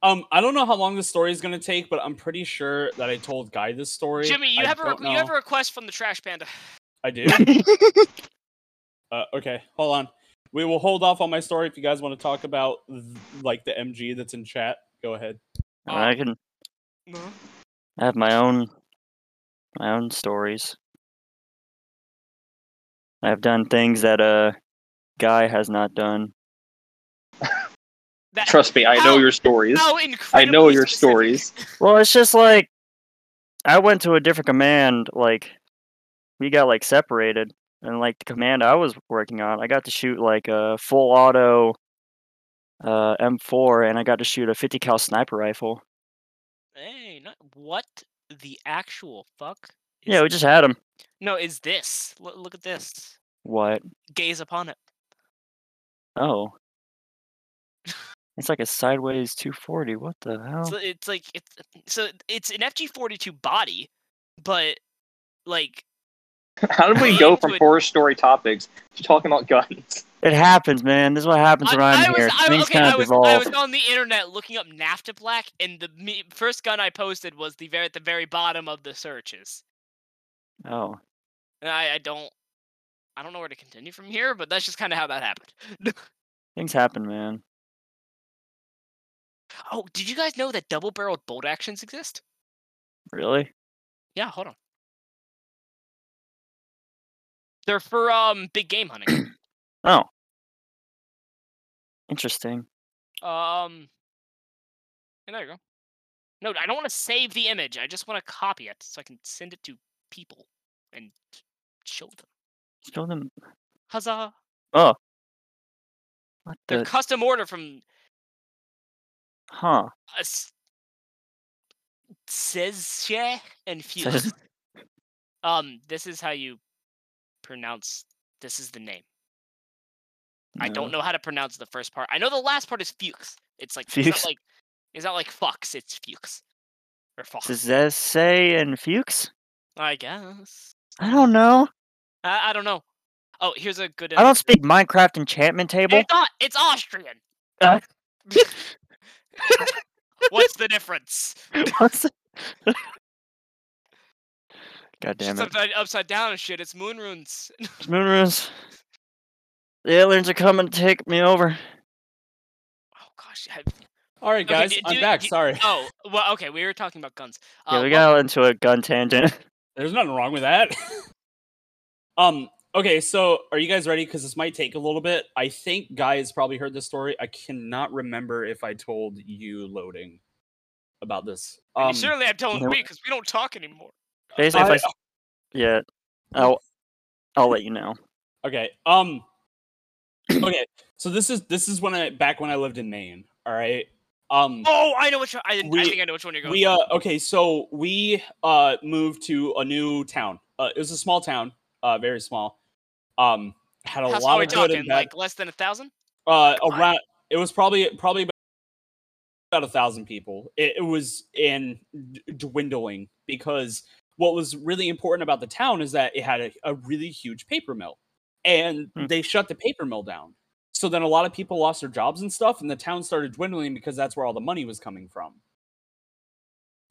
S1: Um, I don't know how long this story is gonna take, but I'm pretty sure that I told Guy this story.
S2: Jimmy, you
S1: I
S2: have a
S1: don't
S2: requ- you have a
S1: know.
S2: request from the trash panda.
S1: I do. Uh, okay, hold on. We will hold off on my story if you guys want to talk about th- like the MG that's in chat. Go ahead.
S4: I can I have my own my own stories. I've done things that uh guy has not done.
S2: That,
S3: Trust me, I know
S2: Ow.
S3: your stories.
S2: how
S3: I know
S2: incredibly
S3: your
S2: specific.
S3: stories.
S4: Well, it's just like I went to a different command. Like we got like separated, and like the command I was working on, I got to shoot like a full auto uh, M4, and I got to shoot a 50 cal sniper rifle.
S2: Hey, not, what the actual fuck?
S4: Yeah, we just had him.
S2: No, is this? Look, look at this.
S4: What?
S2: Gaze upon it.
S4: Oh, it's like a sideways 240. What the hell?
S2: So it's like it's so it's an FG42 body, but like
S3: How did we go
S2: Into
S3: from
S2: it.
S3: horror story topics to talking about guns?
S4: It happens, man. This is what happens
S2: I,
S4: around
S2: I
S4: here.
S2: was I,
S4: Things
S2: okay,
S4: kind
S2: I
S4: of
S2: was I
S4: evolve.
S2: was on the internet looking up NAFTA black, and the me, first gun I posted was the very at the very bottom of the searches,
S4: Oh,
S2: and I, I don't. I don't know where to continue from here, but that's just kind of how that happened.
S4: things happen, man.
S2: oh, did you guys know that double-barreled bolt actions exist?
S4: Really?
S2: Yeah, hold on. They're for um big game hunting.
S4: Oh, interesting.
S2: um, and there you go. No, I don't want to save the image. I just want to copy it so I can send it to people and show them.
S4: Show them
S2: Huzzah!
S4: What
S2: They're
S4: the?
S2: custom order from
S4: Huh.
S2: us. Sezche and
S4: Says-
S2: Fuse. um, this is how you pronounce. This is the name. I
S4: Mm.
S2: don't know how to pronounce the first part. I know the last part is Fuchs. It's like It's
S4: Fuchs.
S2: not like it's not like Fox. It's Fuchs or Fox.
S4: Does that say in Fuchs?
S2: I guess.
S4: I don't know.
S2: I, I don't know. Oh, here's a good.
S4: I don't
S2: answer.
S4: speak Minecraft enchantment table.
S2: It's, au- it's Austrian.
S4: Uh.
S2: What's the difference?
S4: What's it- God damn
S2: Shit's
S4: it.
S2: upside, upside down and shit. It's moon runes.
S4: Moon runes. The aliens are coming to take me over.
S2: Oh gosh. have-
S1: All right,
S2: Okay,
S1: guys,
S2: do-
S1: I'm
S2: do-
S1: back.
S2: do-
S1: Sorry,
S2: Oh well. Okay, we were talking about guns.
S4: yeah,
S2: Uh,
S4: we
S2: well,
S4: got into a gun tangent.
S1: there's nothing wrong with that. um. Okay, so are you guys ready? Because this might take a little bit. I think Guy has probably heard this story. I cannot remember if I told you loading about this.
S2: and
S1: Um,
S2: surely I'm telling
S4: no-
S2: we because we don't talk anymore.
S4: Basically, if
S2: uh
S4: I
S1: I-
S4: s- yeah, I'll I'll let you know.
S1: Okay. Um. okay. So this is this is when I back when I lived in Maine. All right. Um.
S2: Oh, I know which one. I, didn't, I
S1: We-
S2: think I know which one you're going.
S1: We uh. Okay. So we uh moved to a new town. Uh, it was a small town. Uh, very small. Um, had a
S2: How small
S1: lot
S2: are we
S1: of good and
S2: talking?
S1: bad.
S2: Like less than a thousand?
S1: uh,
S2: God.
S1: around. It was probably probably about a thousand people. It, it was in d- dwindling because what was really important about the town is that it had a, a really huge paper mill and
S4: Hmm.
S1: they shut the paper mill down so then a lot of people lost their jobs and stuff and the town started dwindling because that's where all the money was coming from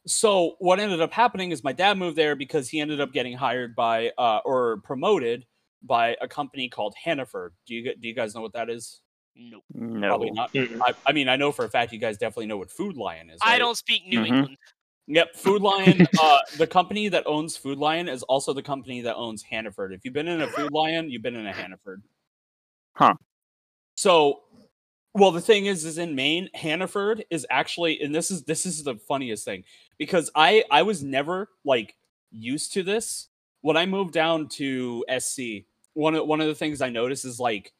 S1: so what ended up happening is my dad moved there because he ended up getting hired by uh, or promoted by a company called Hannaford. Do you g- do you guys know what that is?
S2: No,
S4: No,
S1: Probably not. I, I mean, I know for a fact you guys definitely know what Food Lion is.
S2: I
S1: right?
S2: don't speak New
S4: Mhm.
S2: England.
S1: Yep, Food Lion. uh, the company that owns Food Lion is also the company that owns Hannaford. If you've been in a Food Lion, you've been in a Hannaford.
S4: Huh.
S1: So, well, the thing is, is in Maine, Hannaford is actually, and this is this is the funniest thing because I I was never like used to this when I moved down to SC. One of one of the things I noticed is like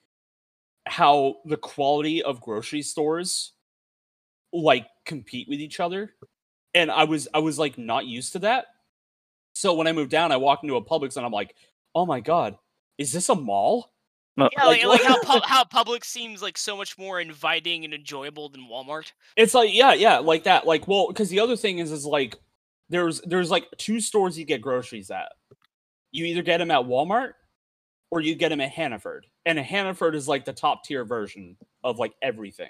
S1: how the quality of grocery stores like compete with each other and I was I was like not used to that. So when I moved down, I walked into a Publix and I'm like, oh my god, is this a mall?
S4: no,
S2: Yeah, like,
S1: Like,
S2: like how
S1: what?
S2: pub- how Publix seems like so much more inviting and enjoyable than Walmart.
S1: It's like yeah, yeah, like that. Like well, because the other thing is is like there's there's like two stores you get groceries at. You either get them at Walmart or you get them at Hannaford, and Hannaford is like the top tier version of like everything.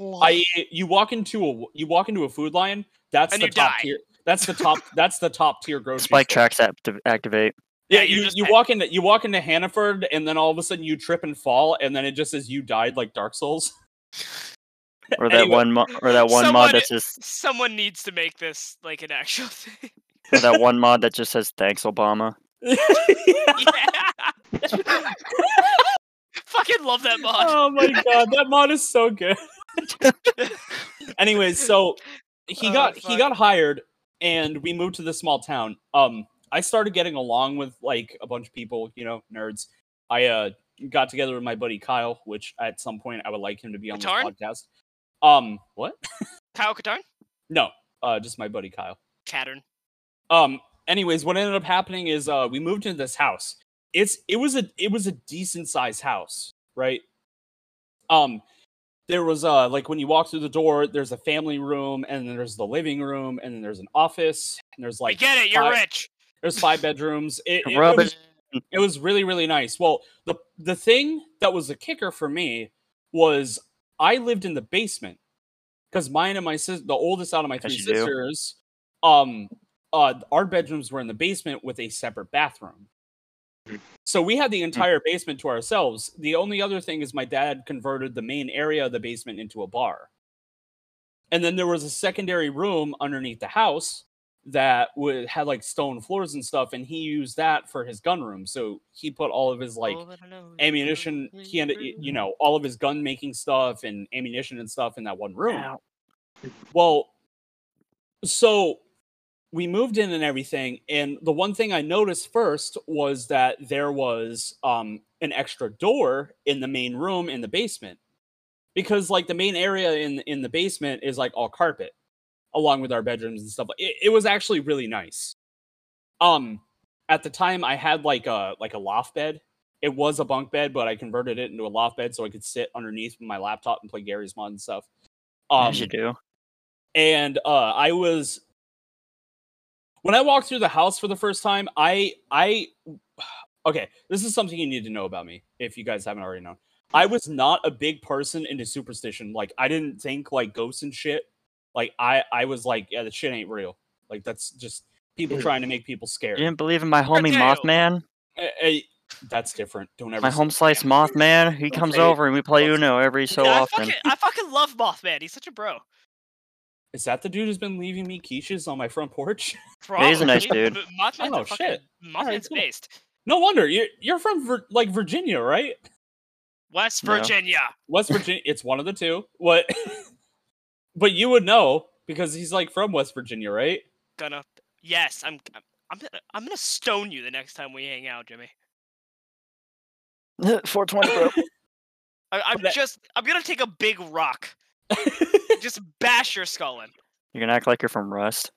S1: I you walk into a you walk into a food line. That's
S2: And
S1: the
S2: you
S1: top
S2: die.
S1: tier. That's the top. that's the top tier grocery.
S4: Spike
S1: store.
S4: tracks activ- activate.
S1: Yeah,
S2: Yeah, you're
S1: you,
S2: just
S1: you
S2: dead.
S1: walk into you walk into Hannaford, and then all of a sudden you trip and fall, and then it just says you died like Dark Souls.
S4: Or that
S1: Anyway.
S4: one mo- or that one
S2: Someone-
S4: mod that just
S2: Someone needs to make this like an actual thing.
S4: or that one mod that just says thanks Obama.
S2: yeah. Fucking love that mod.
S1: oh my god, that mod is so good. Anyways, so he
S2: Oh,
S1: got he
S2: fuck.
S1: got hired, and we moved to this small town. Um, I started getting along with like a bunch of people, you know, nerds. I uh got together with my buddy Kyle, which at some point I would like him to be on this
S2: Katarn?
S1: podcast. Um, what?
S2: Kyle Katarn?
S1: No, uh, just my buddy Kyle.
S2: Cattern.
S1: Um. Anyways, what ended up happening is uh, we moved into this house. It's it was a it was a decent sized house, right? Um, there was uh like when you walk through the door, there's a family room, and then there's the living room, and then there's an office, and there's
S2: I
S1: like
S2: get it. You're
S1: five-
S2: rich.
S1: there's five bedrooms. It, it- it
S4: Rub
S1: was-
S4: it.
S1: it was really really nice well the the thing that was the kicker for me was i lived in the basement because mine and my sis the oldest out of my
S4: Yes,
S1: three
S4: you do.
S1: sisters um uh our bedrooms were in the basement with a separate bathroom so we had the entire basement to ourselves the only other thing is my dad converted the main area of the basement into a bar and then there was a secondary room underneath the house that would had like stone floors and stuff, and he used that for his gun room. So he put all of his like
S2: Oh, I don't know, it's
S1: ammunition,
S2: probably
S1: he ended, y-
S2: true.
S1: you know, all of his gun making stuff and ammunition and stuff in that one room.
S4: Ow.
S1: Well, so we moved in and everything, and the one thing I noticed first was that there was um, an extra door in the main room in the basement, because like the main area in in the basement is like all carpet, along with our bedrooms and stuff. It, it was actually really nice. Um, at the time, I had like a like a loft bed. It was a bunk bed, but I converted it into a loft bed so I could sit underneath my laptop and play Gary's Mod and stuff. Um,
S4: As you do.
S1: and uh i was when i walked through the house for the first time i i okay this is something you need to know about me if you guys haven't already known i was not a big person into superstition like i didn't think like ghosts and shit like i i was like yeah the shit ain't real like that's just people
S3: Mm.
S1: trying to make people
S4: You
S1: scared
S4: didn't believe in my homie
S2: Potato.
S4: Mothman?
S1: Eh, eh, that's different don't ever
S4: My
S1: say
S4: home slice
S1: that.
S4: Mothman? He
S1: Don't
S4: comes
S1: say it.
S4: over and we play
S1: Don't say
S4: Uno every so
S2: Dude, I
S4: often.
S2: Fucking, I fucking love Mothman. He's such a bro.
S1: is that the dude who's been leaving me quiches on my front porch
S2: Probably.
S4: a nice dude.
S2: M- Mothman's
S1: Oh,
S2: a fucking,
S1: shit.
S2: Mothman's
S1: Alright, cool.
S2: based.
S1: no wonder you're, you're from Vir- like virginia right
S2: West
S4: No.
S2: Virginia.
S1: West Virginia. it's one of the two. What? but you would know because he's like from West Virginia, right?
S2: Gonna. Yes, I'm. I'm- I'm gonna, I'm gonna stone you the next time we hang out, Jimmy.
S4: 420, bro.
S2: I, I'm
S1: that-
S2: just. I'm gonna take a big rock, just bash your skull in.
S4: You're gonna act like you're from Rust.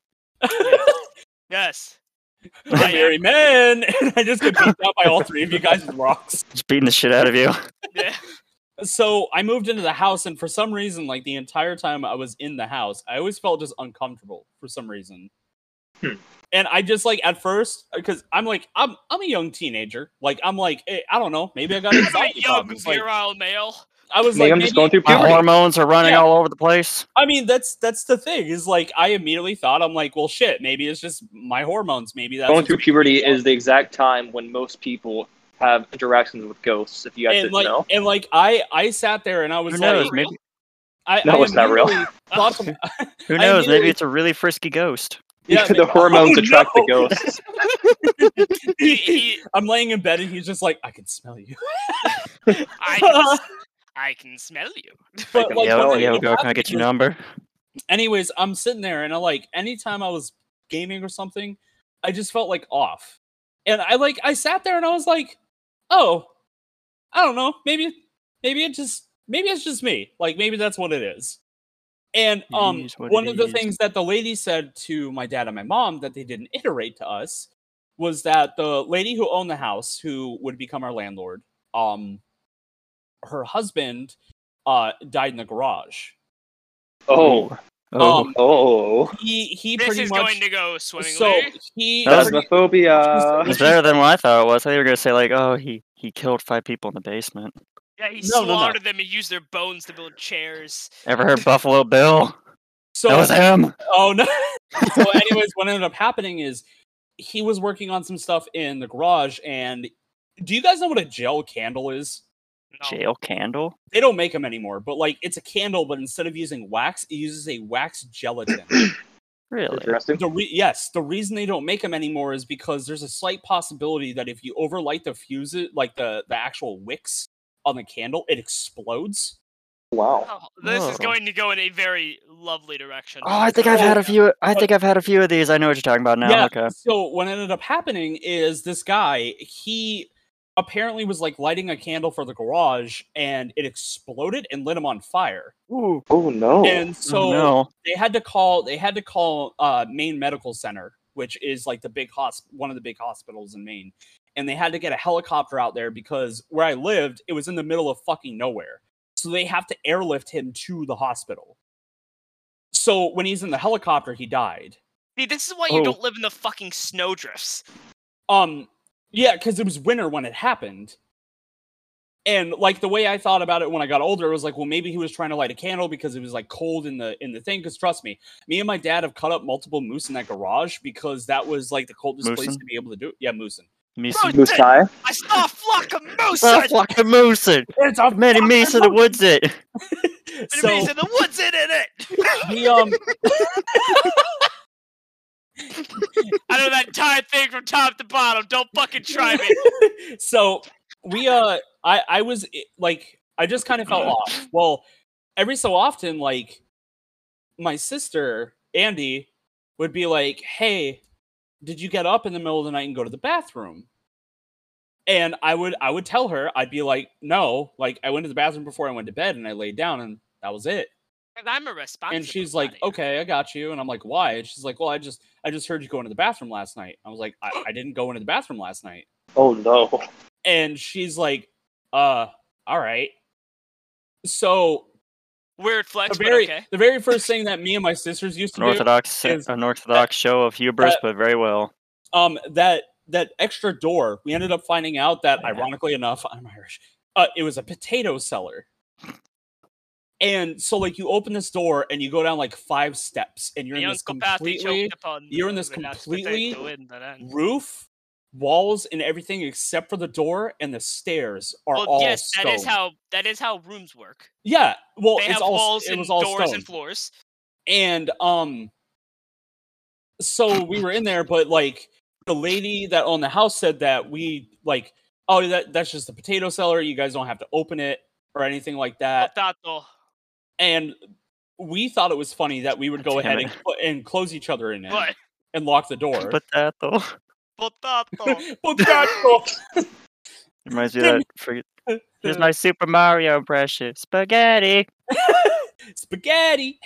S2: Yes. I
S1: I'm
S2: am.
S1: Mary Man, and I just get beat out by all three of you guys with rocks.
S4: Just beating the shit out of you.
S2: Yeah.
S1: So I moved into the house, and for some reason, like the entire time I was in the house, I always felt just uncomfortable for some reason.
S3: Hmm.
S1: And I just like at first because I'm like I'm I'm a young teenager, like I'm like eh, I don't know, maybe I got
S2: I'm a
S1: anxiety
S2: young
S1: problems. Like,
S2: virile male.
S1: I was
S3: Maybe
S1: like
S3: I'm just
S1: maybe-
S3: going through
S4: My
S3: puberty.
S4: hormones are running
S1: Yeah.
S4: all over the place.
S1: I mean, that's that's the thing is like I immediately thought I'm like, well, shit, maybe it's just my hormones. Maybe that's
S3: Going through
S1: what's
S3: puberty
S1: going on.
S3: is the exact time when most people have interactions with ghosts. If you guys
S1: and
S3: didn't
S1: like
S3: know,
S1: and like I I sat there and I was
S4: Who knows?
S1: like,
S4: Maybe,
S1: I,
S3: No,
S1: I
S3: it's not real.
S1: immediately thought to-
S4: who
S1: I
S4: knows? Maybe
S1: immediately-
S4: it's a really frisky ghost.
S1: yeah,
S3: the
S1: maybe-
S3: hormones
S1: oh,
S3: attract
S1: no.
S3: the ghosts.
S2: He- he-
S1: I'm laying in bed and he's just like, I can smell you.
S2: I, can, s- I can smell you.
S1: But like,
S4: yo,
S1: what
S4: yo,
S1: ended
S4: girl,
S1: up
S4: can I get your
S1: happening
S4: number?
S1: is- Anyways, I'm sitting there and I like anytime I was gaming or something, I just felt like off, and I like I sat there and I was like, oh, I don't know, maybe maybe it just maybe it's just me, like maybe that's what it is. And
S4: It
S1: um,
S4: is what
S1: one
S4: it
S1: of the
S4: is.
S1: things that the lady said to my dad and my mom that they didn't iterate to us was that the lady who owned the house, who would become our landlord, um, her husband uh died in the garage.
S3: Oh,
S4: Oh,
S1: Um,
S3: oh,
S1: he he
S2: This
S1: pretty
S2: is
S1: much
S2: going to go swimmingly.
S1: so he
S4: That's-
S1: pretty-
S3: phasmophobia.
S4: it's better than what I thought it was. I thought you were gonna say like, oh, he he killed five people in the basement.
S2: Yeah, he
S1: No, no, no.
S2: slaughtered them and used their bones to build chairs.
S4: Ever heard Buffalo Bill?
S1: So
S4: that was him.
S1: Oh no. so, anyways, what ended up happening is he was working on some stuff in the garage, and do you guys know what a gel candle is?
S2: No.
S4: Jail candle.
S1: They don't make them anymore, but like it's a candle, but instead of using wax, it uses a wax gelatin.
S4: Really?
S3: Interesting.
S1: the re- yes, the reason they don't make them anymore is because there's a slight possibility that if you overlight the fuse, like the the actual wicks on the candle, it explodes.
S3: Wow.
S2: Oh, this is
S4: Oh.
S2: going to go in a very lovely direction.
S4: Oh, I think I've had a few. I think I've had a few of these. I know what you're talking about now.
S1: oh. Yeah.
S4: Okay.
S1: So what ended up happening is this guy, he apparently was like lighting a candle for the garage and it exploded and lit him on fire.
S4: Ooh.
S3: Oh no.
S1: And so
S4: oh, no.
S1: they had to call they had to call uh Maine Medical Center, which is like the big hosp one of the big hospitals in Maine. And they had to get a helicopter out there because where I lived, it was in the middle of fucking nowhere. So they have to airlift him to the hospital. So when he's in the helicopter, he died.
S2: See, this is why you
S4: Oh.
S2: don't live in the fucking snowdrifts.
S1: Um, yeah, because it was winter when it happened. And like the way I thought about it when I got older was like, well, maybe he was trying to light a candle because it was like cold in the in the thing. Because trust me, me and my dad have cut up multiple moose in that garage because that was like the coldest place
S4: Moosin'?
S1: to be able to do. It. Yeah, moosin.
S4: Me
S2: Bro,
S4: some-
S3: Moose Sai?
S2: I saw a flock of moose
S4: Oh,
S2: in it,
S4: fucking moose it.
S1: It's a
S4: Many meese in the woods it.
S2: and it means in the woods in it.
S1: he um
S2: I know that entire thing from top to bottom. Don't fucking try me.
S1: so we uh i i was i- like i just kind of fell off well every so often like my sister andy would be like hey did you get up in the middle of the night and go to the bathroom and i would i would tell her i'd be like no like i went to the bathroom before i went to bed and i laid down and that was it
S2: And I'm a responsible.
S1: and she's like
S2: body.
S1: okay i got you and i'm like why and she's like well i just i just heard you go into the bathroom last night i was like i, I didn't go into the bathroom last night
S3: Oh no.
S1: and she's like uh all right so
S2: weird flex,
S1: the very
S2: but okay.
S1: the very first thing that me and my sisters used to
S4: An orthodox,
S1: is-
S4: an orthodox show of hubris,
S1: that-
S4: but very well.
S1: do um that that extra door we ended up finding out that
S4: Yeah.
S1: ironically enough i'm irish uh, it was a potato cellar and so like you open this door and you go down like five steps and you're in
S2: Leon's
S1: this
S2: completely
S1: completely
S2: choked upon
S1: you're in
S2: the
S1: this
S2: last
S1: completely
S2: potato in the land.
S1: roof walls and everything except for the door and the stairs are
S2: Well,
S1: all
S2: yes, that is
S1: stone.
S2: how that is how rooms work.
S1: yeah well
S2: they
S1: it's
S2: have
S1: all
S2: walls
S1: it
S2: and
S1: was all
S2: doors
S1: stone.
S2: and floors.
S1: and um so we were in there but like the lady that owned the house said that we like oh that that's just the potato cellar you guys don't have to open it or anything like that
S2: Potato.
S1: and we thought it was funny that we would go
S4: Damn
S1: ahead
S4: it.
S1: and, cl- and close each other in it
S2: What?
S1: and lock the door
S4: But that though
S2: Potato.
S1: But that-
S4: reminds me of
S1: Damn
S4: that. Free- Here's my Super Mario impression. Spaghetti.
S1: spaghetti.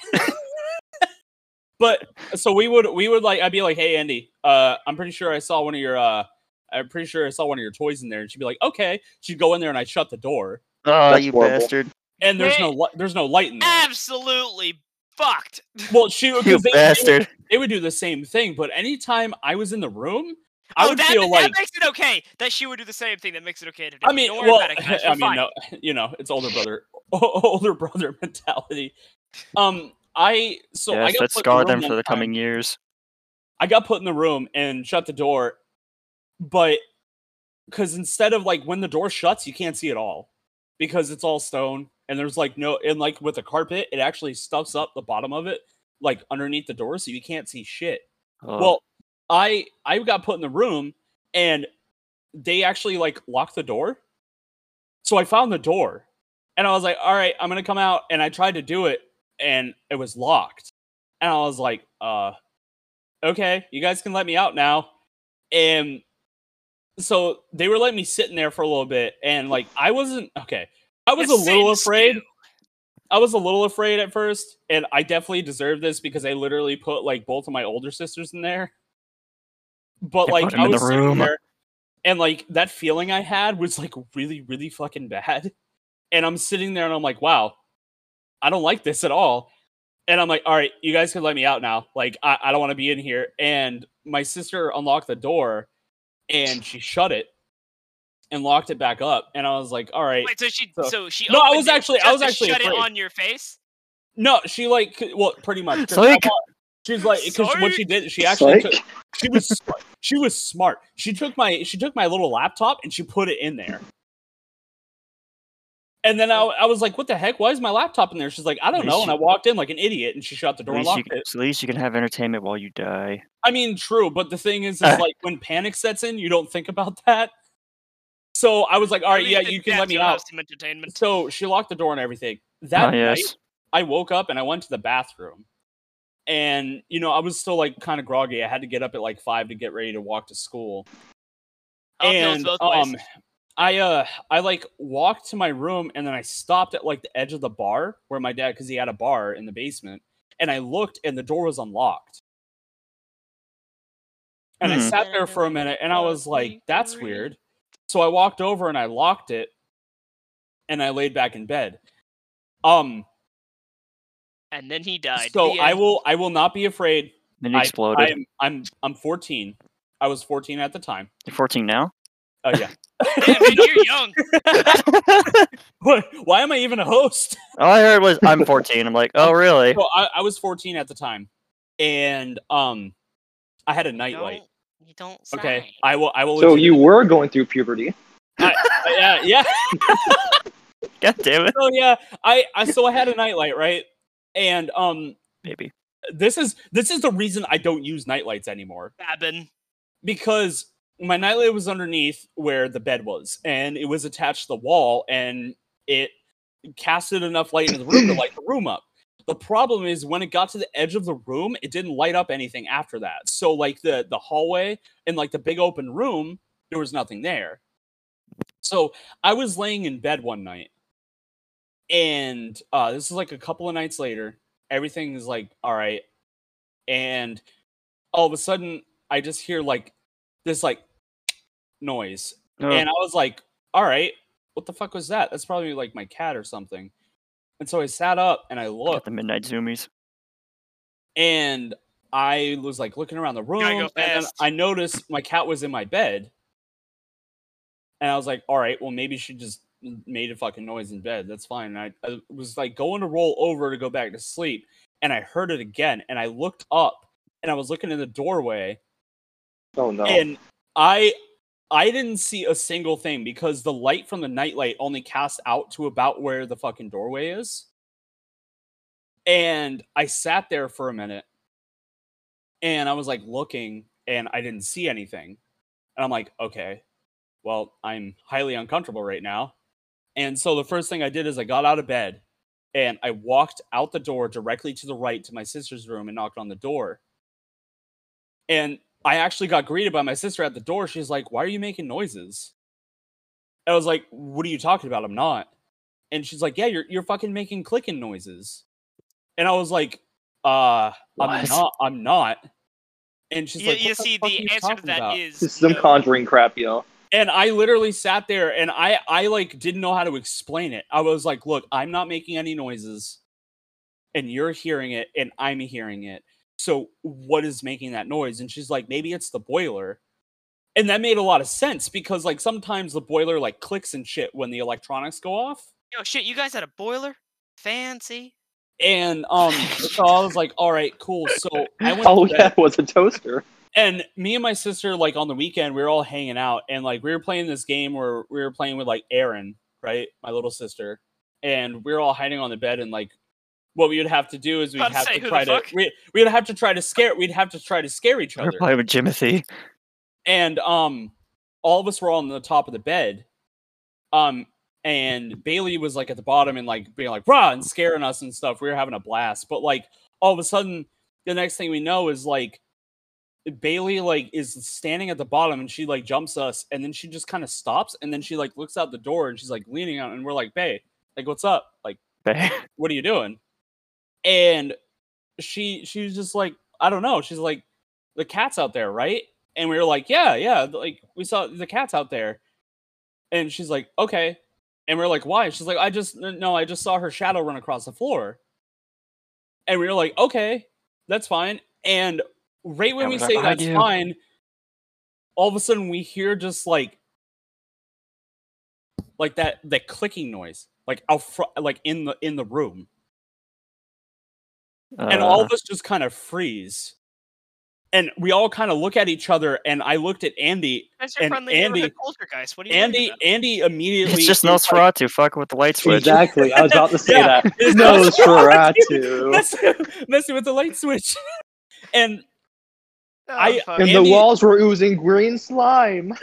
S1: but so we would we would like I'd be like, hey Andy, uh, I'm pretty sure I saw one of your uh, I'm pretty sure I saw one of your toys in there, and she'd be like, okay. She'd go in there and I'd shut the door,
S4: Oh,
S3: That's
S4: you
S3: horrible.
S4: bastard!
S1: and there's no li- there's no light in
S2: Ah.
S1: there.
S2: Absolutely fucked.
S1: Well, she would
S4: You
S1: they, they,
S4: bastard!
S1: they would do the same thing, but anytime I was in the room, I
S2: oh,
S1: would
S2: that,
S1: feel
S2: that
S1: like
S2: makes it okay that she would do the same thing. That makes it okay to do.
S1: I mean,
S2: Don't worry
S1: well,
S2: about it, guys. We're
S1: I mean,
S2: fine.
S1: no, you know, it's older brother, older brother mentality. Um, I so I
S4: yes,
S1: got
S4: that
S1: put in
S4: scarred
S1: room
S4: them for
S1: one
S4: the
S1: time.
S4: coming years.
S1: I got put in the room and shut the door, but because instead of like when the door shuts, you can't see it all because it's all stone and there's like no and like with the carpet, it actually stuffs up the bottom of it like underneath the door, so you can't see shit.
S4: Oh,
S1: Well, I I got put in the room and they actually like locked the door, so I found the door and I was like, all right, I'm gonna come out and I tried to do it and it was locked and I was like, uh, okay, you guys can let me out now. And so they were letting me sit in there for a little bit, and like I wasn't okay. I was
S2: The
S1: a little
S2: Satan's
S1: afraid.
S2: stew.
S1: I was a little afraid at first, and I definitely deserved this because I literally put like both of my older sisters in there. But
S4: You
S1: like
S4: put 'em
S1: I
S4: in the
S1: was sitting
S4: room.
S1: there, and like that feeling I had was like really, really fucking bad. And I'm sitting there, and I'm like, wow, I don't like this at all. And I'm like, all right, you guys can let me out now. Like, I, I don't want to be in here. And my sister unlocked the door and she shut it. and locked it back up. And I was like, all right.
S2: Wait, so she
S1: So-
S2: so she
S1: No, I
S2: opened
S1: was
S2: it
S1: actually- I
S2: just
S1: was
S2: to
S1: actually
S2: shut it
S1: afraid.
S2: on your face.
S1: No, she like c- well, pretty much. 'cause I
S4: Psych.
S1: thought- She's like because what she
S2: Psych.
S1: did, she actually
S3: Psych.
S1: took, she was smart. she was smart. She took my she took my little laptop and she put it in there. And then I, I was like, "What the heck? Why is my laptop in there?" She's like, "I don't
S4: At
S1: know."
S4: least
S1: And I
S4: you-
S1: walked in like an idiot, and she shut the
S4: At
S1: door and
S4: least, you
S1: locked
S4: can,
S1: it.
S4: at least you can have entertainment while you die.
S1: I mean, true, but the thing is, is like when panic sets in, you don't think about that. So I was like, "All
S2: At
S1: right,
S2: least
S1: yeah,
S2: in
S1: you can
S2: death
S1: let me
S2: you'll have
S1: out."
S2: some entertainment.
S1: So she locked the door and everything.
S4: Ah,
S1: That night,
S4: yes.
S1: I woke up and I went to the bathroom. And you know, I was still like kind of groggy. I had to get up at like five to get ready to walk to school.
S2: Uphills
S1: and
S2: both ways.
S1: um I uh I like walked to my room and then I stopped at like the edge of the bar where my dad cuz he had a bar in the basement and I looked and the door was unlocked. And I
S4: Hmm.
S1: sat there for a minute and I was like that's weird. So I walked over and I locked it and I laid back in bed. Um
S2: and then he died.
S1: so
S2: Uh, The
S1: I
S2: end.
S1: will I will not be afraid.
S4: Then you
S1: I-
S4: exploded.
S1: I'm I'm I'm 14. I was 14 at the time.
S4: You're 14 now?
S1: Oh yeah.
S2: Damn, man, you're young.
S1: What- Why am I even a host?
S4: All I heard was, I'm 14. I'm like, oh, really?
S1: Well, I, I was 14 at the time, and um, I had a nightlight.
S2: Don't- You don't.
S1: Okay,
S2: say.
S1: I will. I will.
S3: So
S1: legit- Uh,
S3: you were going through puberty.
S1: yeah, yeah.
S4: God damn it,
S1: So yeah, I, I so I had a nightlight, right? And um,
S4: baby.
S1: this is this is the reason I don't use nightlights anymore.
S2: Babin.
S1: because my nightlight was underneath where the bed was, and it was attached to the wall, and it casted enough light into the room to light the room up. The problem is when it got to the edge of the room, it didn't light up anything after that. So like the the hallway and like the big open room, there was nothing there. So I was laying in bed one night, and uh, this is like a couple of nights later. Everything is like all right, and all of a sudden I just hear like this like noise,
S4: Oh,
S1: and I was like, all right, what the fuck was that? That's probably like my cat or something. And so I sat up and I
S4: got
S1: looked
S4: the midnight zoomies.
S1: and I was like looking around the room.
S2: go
S1: and then
S2: fast.
S1: I noticed my cat was in my bed. And I was like, all right, well, maybe she just m- made a fucking noise in bed. That's fine. And I, I was like going to roll over to go back to sleep. And I heard it again. And I looked up and I was looking in the doorway
S3: Oh no.
S1: and i i didn't see a single thing because the light from the nightlight only cast out to about where the fucking doorway is and i sat there for a minute and i was like looking and i didn't see anything and i'm like okay well i'm highly uncomfortable right now and so the first thing i did is i got out of bed and i walked out the door directly to the right to my sister's room and knocked on the door and I actually got greeted by my sister at the door. She's like, Why are you making noises? I was like, What are you talking about? I'm not. And she's like, Yeah, you're you're fucking making clicking noises. And I was like, uh, I'm
S4: What?
S1: not, I'm not. And she's
S2: You,
S1: like,
S2: you
S1: "What
S2: see,
S1: fuck are
S2: the
S1: you
S2: answer to
S1: talking
S2: that
S1: about?"
S2: is
S3: this is some
S2: no.
S3: conjuring crap, yo.
S1: and I literally sat there and I I like didn't know how to explain it. I was like, look, I'm not making any noises and you're hearing it and I'm hearing it. So what is making that noise? And she's like, maybe it's the boiler. And that made a lot of sense because like sometimes the boiler like clicks and shit when the electronics go off.
S2: Yo, shit, you guys had a boiler? Fancy.
S1: And um so I was like, all right, cool. So I went
S3: Oh
S1: to bed.
S3: yeah, it was a toaster.
S1: and me and my sister like on the weekend we were all hanging out and like we were playing this game where we were playing with like Erin, right, my little sister, and we were all hiding on the bed and like what we would have to do is we'd
S2: About to
S1: have
S2: say,
S1: to
S2: who the
S1: try to
S2: fuck?
S1: we we would have to try to scare we'd have to try to scare each
S4: We're
S1: other
S4: playing with Jimothy.
S1: and um all of us were on the top of the bed um and bailey was like at the bottom and like being like rah and scaring us and stuff we were having a blast but like all of a sudden the next thing we know is like bailey like is standing at the bottom and she like jumps us and then she just kind of stops and then she like looks out the door and she's like leaning out and we're like babe like what's up like what are you doing and she she was just like i don't know she's like the cat's out there right and we were like yeah yeah like we saw the cat's out there and she's like okay and we are like why she's like i just n- no i just saw her shadow run across the floor and we were like okay that's fine and right when
S4: That
S1: we
S4: was our
S1: say that's
S4: idea.
S1: fine all of a sudden we hear just like like that that clicking noise, like out front, like in the in the room, and all
S4: Uh,
S1: of us just kind of freeze, and we all kind of look at each other. And I looked at Andy.
S2: That's your
S1: And
S2: friendly
S1: Andy-
S2: neighborhood poltergeist. What do you mean
S1: Andy.
S2: about?
S1: Andy immediately.
S4: it's just
S1: is like-
S4: Nosferatu. fuck with the light switch.
S5: Exactly. I was about to say
S1: Yeah.
S5: that.
S1: is
S5: Nosferatu.
S1: messing, messing with the light switch. And
S2: Oh,
S1: I-
S2: fuck.
S5: And the
S1: Andy-
S5: walls were oozing green slime.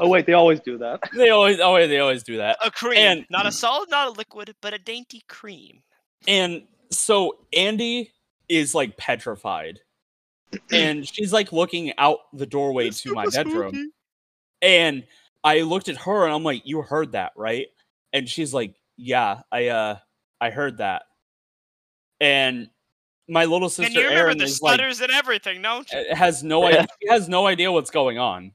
S5: oh wait, they always do that.
S1: they always, always, they always do that.
S2: a cream,
S1: and-
S2: not a solid, not a liquid, but a dainty cream.
S1: And so Andy is like petrified, and she's like looking out the doorway to my bedroom. And I looked at her and I'm like, "You heard that, right?" And she's like, "Yeah, I uh, I heard that." And my little sister
S2: And you remember
S1: Erin
S2: the
S1: is like,
S2: sputters and everything, don't you?
S1: uh, has no idea, she has no idea what's going on.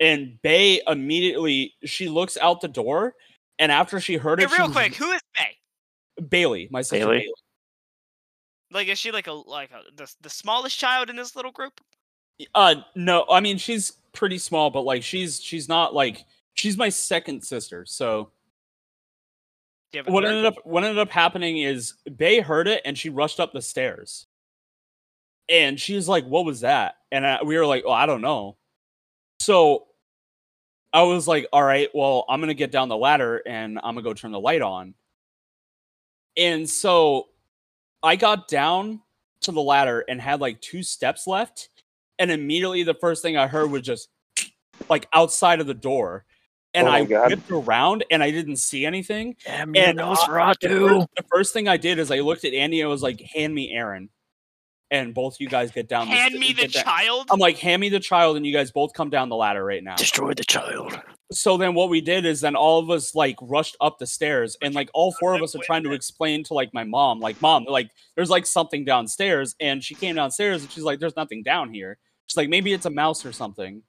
S1: And Bay immediately she looks out the door, and after she heard
S2: Hey,
S1: it, she
S2: real
S1: was-
S2: quick, who is May?
S1: Bailey, my sister
S4: Bailey?
S1: Bailey.
S2: Like, is she like a like a, the the smallest child in this little group?
S1: Uh, no, I mean she's pretty small, but like she's she's not like she's my second sister. So
S2: Do you have a
S1: what
S2: third?
S1: ended up what ended up happening is Bay heard it and she rushed up the stairs, and she's like, "What was that?" And I, we were like, "Oh, I don't know." So I was like, "All right, well, I'm gonna get down the ladder and I'm gonna go turn the light on." And so I got down to the ladder and had like two steps left, and immediately the first thing I heard was just like outside of the door. And
S3: Oh my
S1: I
S3: God.
S1: whipped around and I didn't see anything.
S4: Damn
S1: and, uh, The
S4: Nosferatu.
S1: first, the first thing I did is I looked at Andy and I was like, "Hand me Aaron," and both Um, you guys get down.
S2: Hand
S1: st-
S2: me the
S1: get Um, down-
S2: child.
S1: I'm like, "Hand me the child," and you guys both come down the ladder right now.
S4: Destroy the child.
S1: So then, what we did is then all of us like rushed up the stairs, and like all four of us are
S2: Wait,
S1: trying to
S2: wait.
S1: explain to like my mom, like, "Mom, like there's like something downstairs," and she came downstairs and she's like, "There's nothing down here." She's like, "Maybe it's a mouse or something,"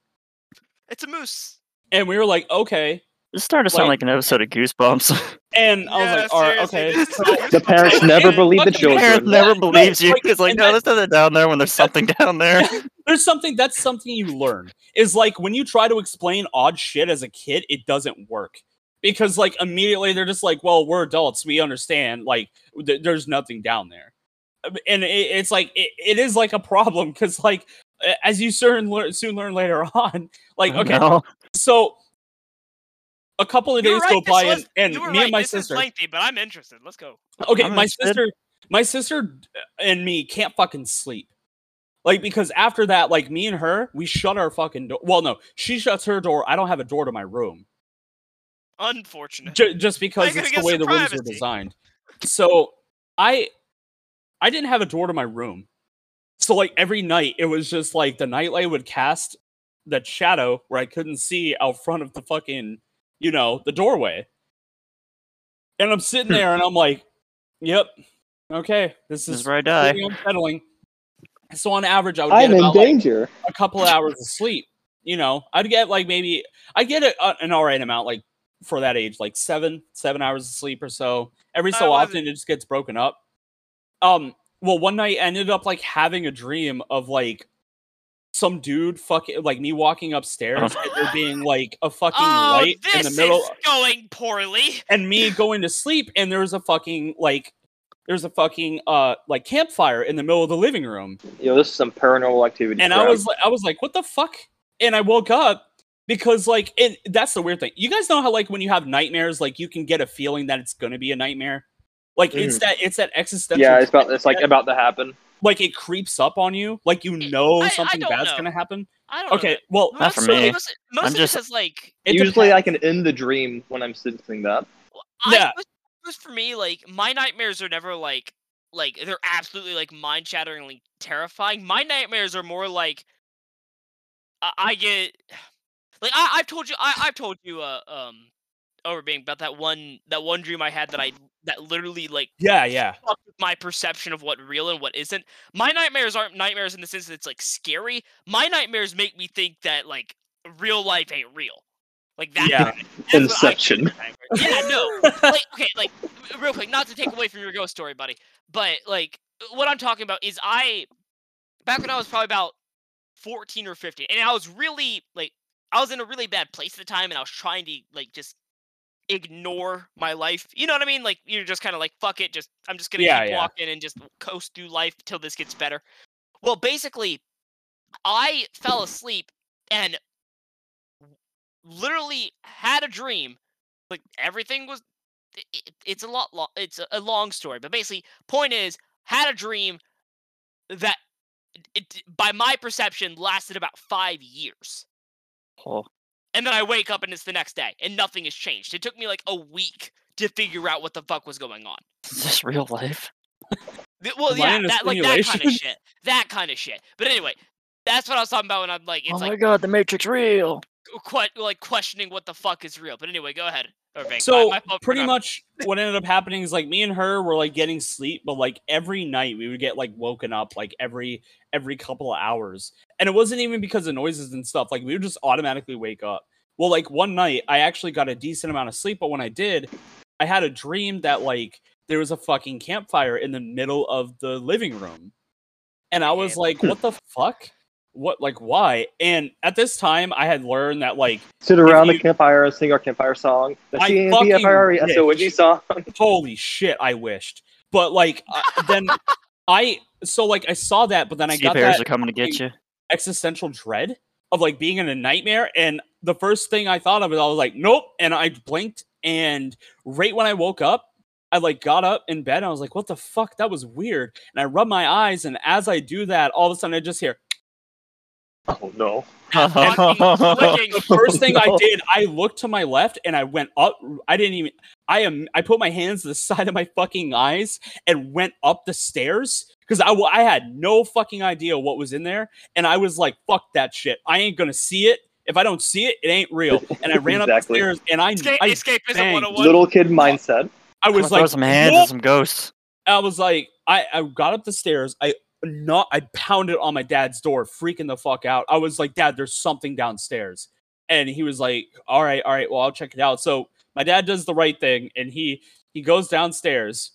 S2: It's a moose.
S1: and we were like, "Okay,"
S4: This started to sound
S1: Like-
S4: like an episode of Goosebumps.
S1: and I was
S2: Yeah,
S1: like, "All right,
S2: seriously,
S1: okay."
S2: this is
S1: So-
S2: not-
S5: The parents
S1: And-
S5: never
S1: and
S5: believe the
S1: fucking
S5: children.
S4: Parent never
S1: No,
S4: believes you
S1: like,
S4: because like
S1: and
S4: no,
S1: that-
S4: there's nothing down there when there's something down there.
S1: there's something that's something you learn is like when you try to explain odd shit as a kid, it doesn't work because like immediately they're just like, well, we're adults, we understand. Like, th- there's nothing down there, Um, and it, it's like it, it is like a problem because like a- as you soon learn, soon learn later on, like okay,
S4: No.
S1: so a couple of
S2: You were
S1: days
S2: right,
S1: go
S2: this
S1: by
S2: was-
S1: and, and
S2: you
S1: me
S2: were
S1: and
S2: right,
S1: my
S2: this
S1: sister
S2: Is lengthy, but I'm interested. Let's go.
S1: okay
S4: I'm
S1: my
S4: interested.
S1: sister my sister and me can't fucking sleep like because after that like me and her we shut our fucking door well no she shuts her door i don't have a door to my room
S2: Unfortunate.
S1: ju- just because
S2: gotta
S1: it's the
S2: get
S1: way
S2: some
S1: the rooms were
S2: privacy.
S1: designed so i i didn't have a door to my room so like every night it was just like the nightlight would cast that shadow where i couldn't see out front of the fucking you know the doorway and i'm sitting
S4: Hmm.
S1: there and i'm like yep okay this
S4: This is
S1: is
S4: where I die.
S1: pretty unsettling. So on average, I would
S5: I'm
S1: get
S5: in
S1: about like,
S5: danger.
S1: a couple of hours of sleep. You know, I'd get like maybe I get a, a- an all right amount, like for that age, like seven seven hours of sleep or so. Every
S2: I
S1: so
S2: wasn't-
S1: often, it just gets broken up. Um, well, one night I ended up like having a dream of like some dude fucking like me walking upstairs and there being like a fucking
S2: oh,
S1: light
S2: this
S1: in the middle
S2: is going poorly.
S1: and me going to sleep and there was a fucking like there's a fucking uh like campfire in the middle of the living room
S3: Yo, this is some paranormal activity.
S1: and I
S3: crap.
S1: was like, I was like, what the fuck? And I woke up because like, and that's the weird thing. You guys know how like when you have nightmares, like you can get a feeling that it's gonna be a nightmare. Like it's that it's that existential.
S3: Mm. yeah, it's about it's like about to happen.
S1: like it creeps up on you. Like you know
S2: I- I
S1: something
S2: don't
S1: bad's
S2: know.
S1: gonna happen.
S2: I don't
S1: Okay, well,
S2: know.
S4: Not for
S2: Most of it-
S4: me.
S2: Most, most
S4: I'm
S2: of
S4: just-
S2: it is like
S1: it
S3: Usually, I
S1: depends.
S3: can end the dream when I'm sensing that.
S2: I,
S1: Yeah.
S2: most- most for me, like my nightmares are never like like they're absolutely like mind shatteringly terrifying. My nightmares are more like I, I get like I, I've told you I, I've told you uh um over being about that one that one dream I had that I that literally like
S1: Yeah, yeah.
S2: fucked with my perception of what real and what isn't. My nightmares aren't nightmares in the sense that it's like scary. My nightmares make me think that like real life ain't real. Like that.
S1: Yeah.
S2: kind of- that's what I
S3: Inception.
S2: think of nightmares. Yeah, no like okay, like r- real quick, not to take away from your ghost story, buddy, but like what I'm talking about is I back when I was probably about 14 or 15, and I was really like I was in a really bad place at the time, and I was trying to like just ignore my life. You know what I mean? Like you're just kind of like fuck it. Just I'm just gonna
S1: Yeah,
S2: keep
S1: yeah.
S2: walking and just coast through life till this gets better. Well, basically, I fell asleep and literally had a dream. Like everything was. i- i- It's a lot. Lo- it's a- a long story, but basically, point is, had a dream that, it, by my perception, lasted about five years.
S4: Oh,
S2: And then I wake up and it's the next day and nothing has changed. It took me like a week to figure out what the fuck was going on.
S4: is this real life?
S2: Th- Well,
S1: Am I
S2: yeah,
S1: in a
S2: that, like that kind of
S1: simulation?
S2: shit. That kind of shit. But anyway, that's what I was talking about when I'm like, it's
S4: oh
S2: like
S4: my god, the Matrix real.
S2: que- like questioning what the fuck is rell. But anyway, go ahead. Or Vic, my-
S1: So
S2: my fault for
S1: pretty
S2: interrupting.
S1: much what ended up happening is like me and her were like getting sleep, but like every night we would get like woken up like every every couple of hours. And it wasn't even because of noises and stuff. Like we would just automatically wake up. Well, like one night I actually got a decent amount of sleep, but when I did, I had a dream that like there was a fucking campfire in the middle of the living room. And I was
S2: Damn.
S1: like, what the fuck? What like why? And at this time I had learned that like
S5: Sit around
S1: you-
S5: the campfire, sing our campfire song. The
S1: I
S3: E
S1: fucking
S5: T-A-M-P-F-I-R-E-S-O-N-G
S1: wish.
S5: song.
S1: holy shit i wished but like I- then i so like i saw that but then i got
S4: Seafarers
S1: that
S4: are coming to get you.
S1: existential dread of like being in a nightmare and the first thing i thought of is i was like nope and i blinked and right when i woke up i like got up in bed and i was like what the fuck that was weird and i rubbed my eyes and as i do that all of a sudden i just hear
S5: Oh no.
S2: That fucking clicking-
S1: first thing i
S4: Oh, no.
S1: did i looked to my left and i went up i didn't even i am i put my hands to the side of my fucking eyes and went up the stairs because I, wa- I had no fucking idea what was in there and i was like fuck that shit i ain't gonna see it if i don't see it it ain't real and i ran up the
S5: Exactly.
S1: stairs and i
S2: escape,
S1: i,
S2: escapism
S1: banged.
S2: 101.
S5: Little kid mindset.
S1: I
S4: Come on,
S1: was
S4: throw
S1: like
S4: some hands
S1: "Whoa!"
S4: and some ghosts.
S1: I was like, I, I got up the stairs. I not I pounded on my dad's door, freaking the fuck out. I was like, Dad, there's something downstairs. And he was like, All right, all right, well, I'll check it out. So my dad does the right thing and he he goes downstairs.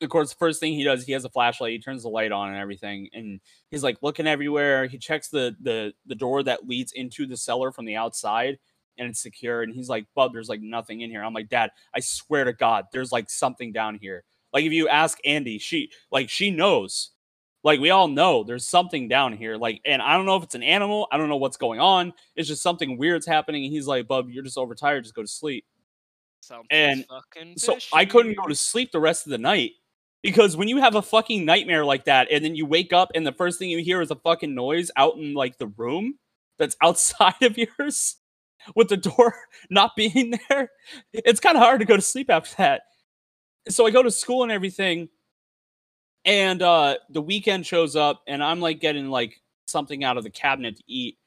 S1: Of course, the first thing he does, he has a flashlight, he turns the light on and everything, and he's like looking everywhere. He checks the the the door that leads into the cellar from the outside and it's secure. And he's like, Bub, there's like nothing in here. I'm like, Dad, I swear to God, there's like something down here. Like if you ask Andy, she like she knows. Like we all know there's something down here. Like, and I don't know if it's an animal. I don't know what's going on. It's just something weird's happening. And he's like, Bub, you're just overtired, just go to sleep.
S2: Something's
S1: and
S2: fucking
S1: So I couldn't go to
S2: fishy.
S1: sleep the rest of the night. Because when you have a fucking nightmare like that, and then you wake up and the first thing you hear is a fucking noise out in like the room that's outside of yours with the door not being there, it's kind of hard to go to sleep after that. So I go to school and everything, and uh the weekend shows up and i'm like getting like something out of the cabinet to eat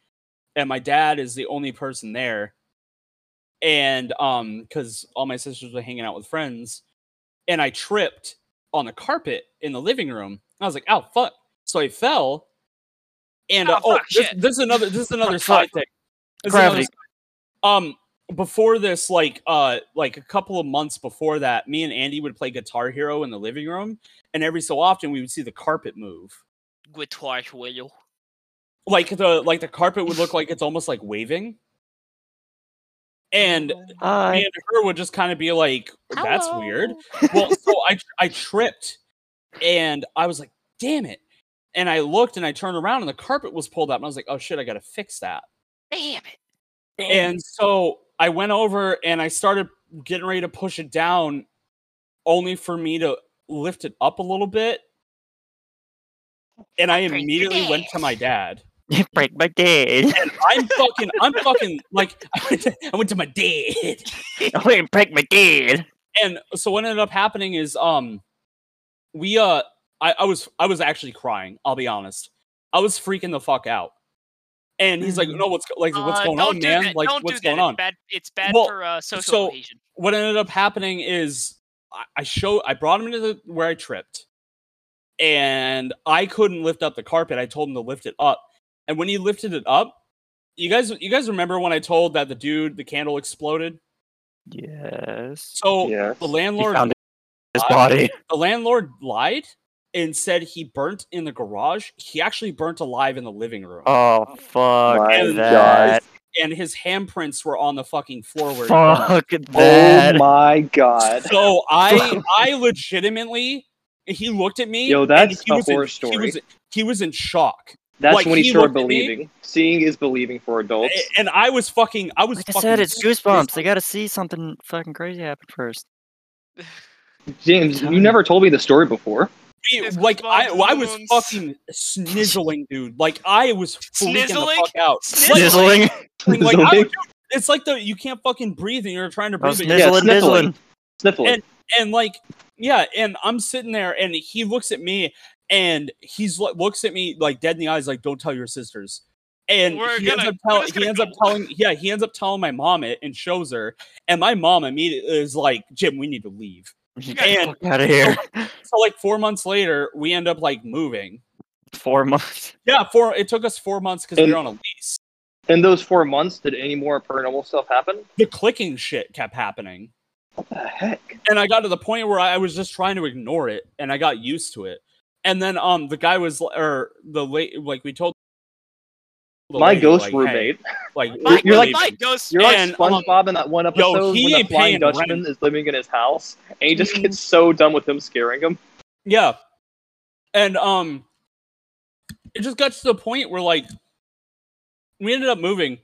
S1: and my dad is the only person there and um because all my sisters were hanging out with friends and i tripped on the carpet in the living room i was like oh fuck so i fell and uh,
S2: Oh,
S1: oh,
S2: fuck,
S1: this,
S2: shit.
S1: this is another this is another
S4: Fuck,
S1: side
S4: fuck.
S1: thing This is another
S4: Gravity.
S1: side- um before this like uh like a couple of months before that me and andy would play guitar hero in the living room and every so often we would see the carpet move
S2: With twice wheel.
S1: like the like the carpet would look like it's almost like waving and
S2: Oh
S1: me
S4: Hi.
S1: and her would just kind of be like that's weird well so i i tripped and i was like damn it and i looked and i turned around and the carpet was pulled up and i was like oh shit i gotta fix that
S2: Damn it.
S1: and so I went over and I started getting ready to push it down, only for me to lift it up a little bit. And I
S2: Break your
S1: immediately went to my dad.
S4: Break my day.
S1: I'm fucking, I'm fucking like, I went to, I went to my dad.
S4: I wouldn't break my dad.
S1: and so what ended up happening is um we uh I, I was I was actually crying, I'll be honest. I was freaking the fuck out. And he's like, no, what's go- like what's
S2: Uh,
S1: going
S2: don't
S1: on,
S2: do
S1: man?
S2: that,
S1: Like
S2: don't
S1: what's
S2: do that.
S1: going on?
S2: It's bad, it's bad
S1: Well,
S2: for uh, social
S1: so-
S2: cohesion.
S1: what ended up happening is I, I show I brought him to the where I tripped, and I couldn't lift up the carpet. I told him to lift it up, and when he lifted it up, you guys you guys remember when I told that the dude the candle exploded?
S4: Yes.
S1: So
S5: Yeah.
S1: Oh, the
S4: He
S1: landlord
S4: found his
S1: I-
S4: body.
S1: the landlord lied and said he burnt in the garage. He actually burnt alive in the living room.
S4: Oh fuck
S5: My
S1: And
S4: that.
S1: and his handprints were on the fucking floor. Where he fell.
S4: Fuck that.
S5: Oh my god.
S1: So I, I legitimately, he looked at me.
S3: Yo,
S1: and
S3: that's
S1: he
S3: a
S1: was in-
S3: horror
S1: He
S3: story.
S1: was, he was in shock,
S3: That's
S1: Like,
S3: when he,
S1: he
S3: started
S1: looked at me- Eh.
S3: believing. Seeing is believing for adults.
S1: A- and I was fucking. I was.
S4: Like I
S1: fucking
S4: said, it's
S1: pissed.
S4: goosebumps. They gotta see something fucking crazy happen first.
S3: James, you never told me the story before.
S1: Be-
S2: It's
S1: like I,
S2: goosebumps,
S1: I was
S2: goosebumps.
S1: fucking snizzling, dude. Like I was freaking the
S2: Snizzling?
S1: fuck out.
S2: Snizzling?
S1: Like,
S4: Snizzling,
S1: Like, like, I
S3: Snizzling?
S1: would- it's like the you can't fucking breathe and you're trying to
S4: I
S1: breathe.
S4: was
S1: but you
S4: Oh, snizzling,
S3: sniffling.
S4: nizzling.
S3: Sniffling.
S1: And- and like yeah and i'm sitting there and he looks at me and he's lo- looks at me like dead in the eyes like don't tell your sisters and
S2: We're
S1: he
S2: gonna-
S1: ends up
S2: we're
S1: telling
S2: just
S1: he
S2: gonna
S1: ends up
S2: go.
S1: telling yeah he ends up telling my mom it and shows her and my mom immediately is like jim we need to leave And-
S4: out of here.
S1: so like four months later we end up like moving
S4: Four months.
S1: yeah four it took us four months because we
S3: And-
S1: were on a lease
S3: In those four months, did any more paranormal stuff happen?
S1: the clicking shit kept happening
S3: What the heck?
S1: and I got to the point where I was just trying to ignore it, and I got used to it. And then um, the guy was l- or the late like we told the
S3: My
S1: lady,
S3: ghost
S1: like, hey,
S3: roommate.
S1: like
S2: My,
S1: you're like
S2: my ghost.
S3: You're like
S1: And, um,
S3: SpongeBob in that one
S1: yo,
S3: episode
S1: he
S3: when the
S1: ain't
S3: Flying
S1: paying
S3: Dutchman
S1: rent. Mm.
S3: is living in his house, and he just gets so done with him scaring him.
S1: yeah, and um, it just got to the point where like we ended up moving,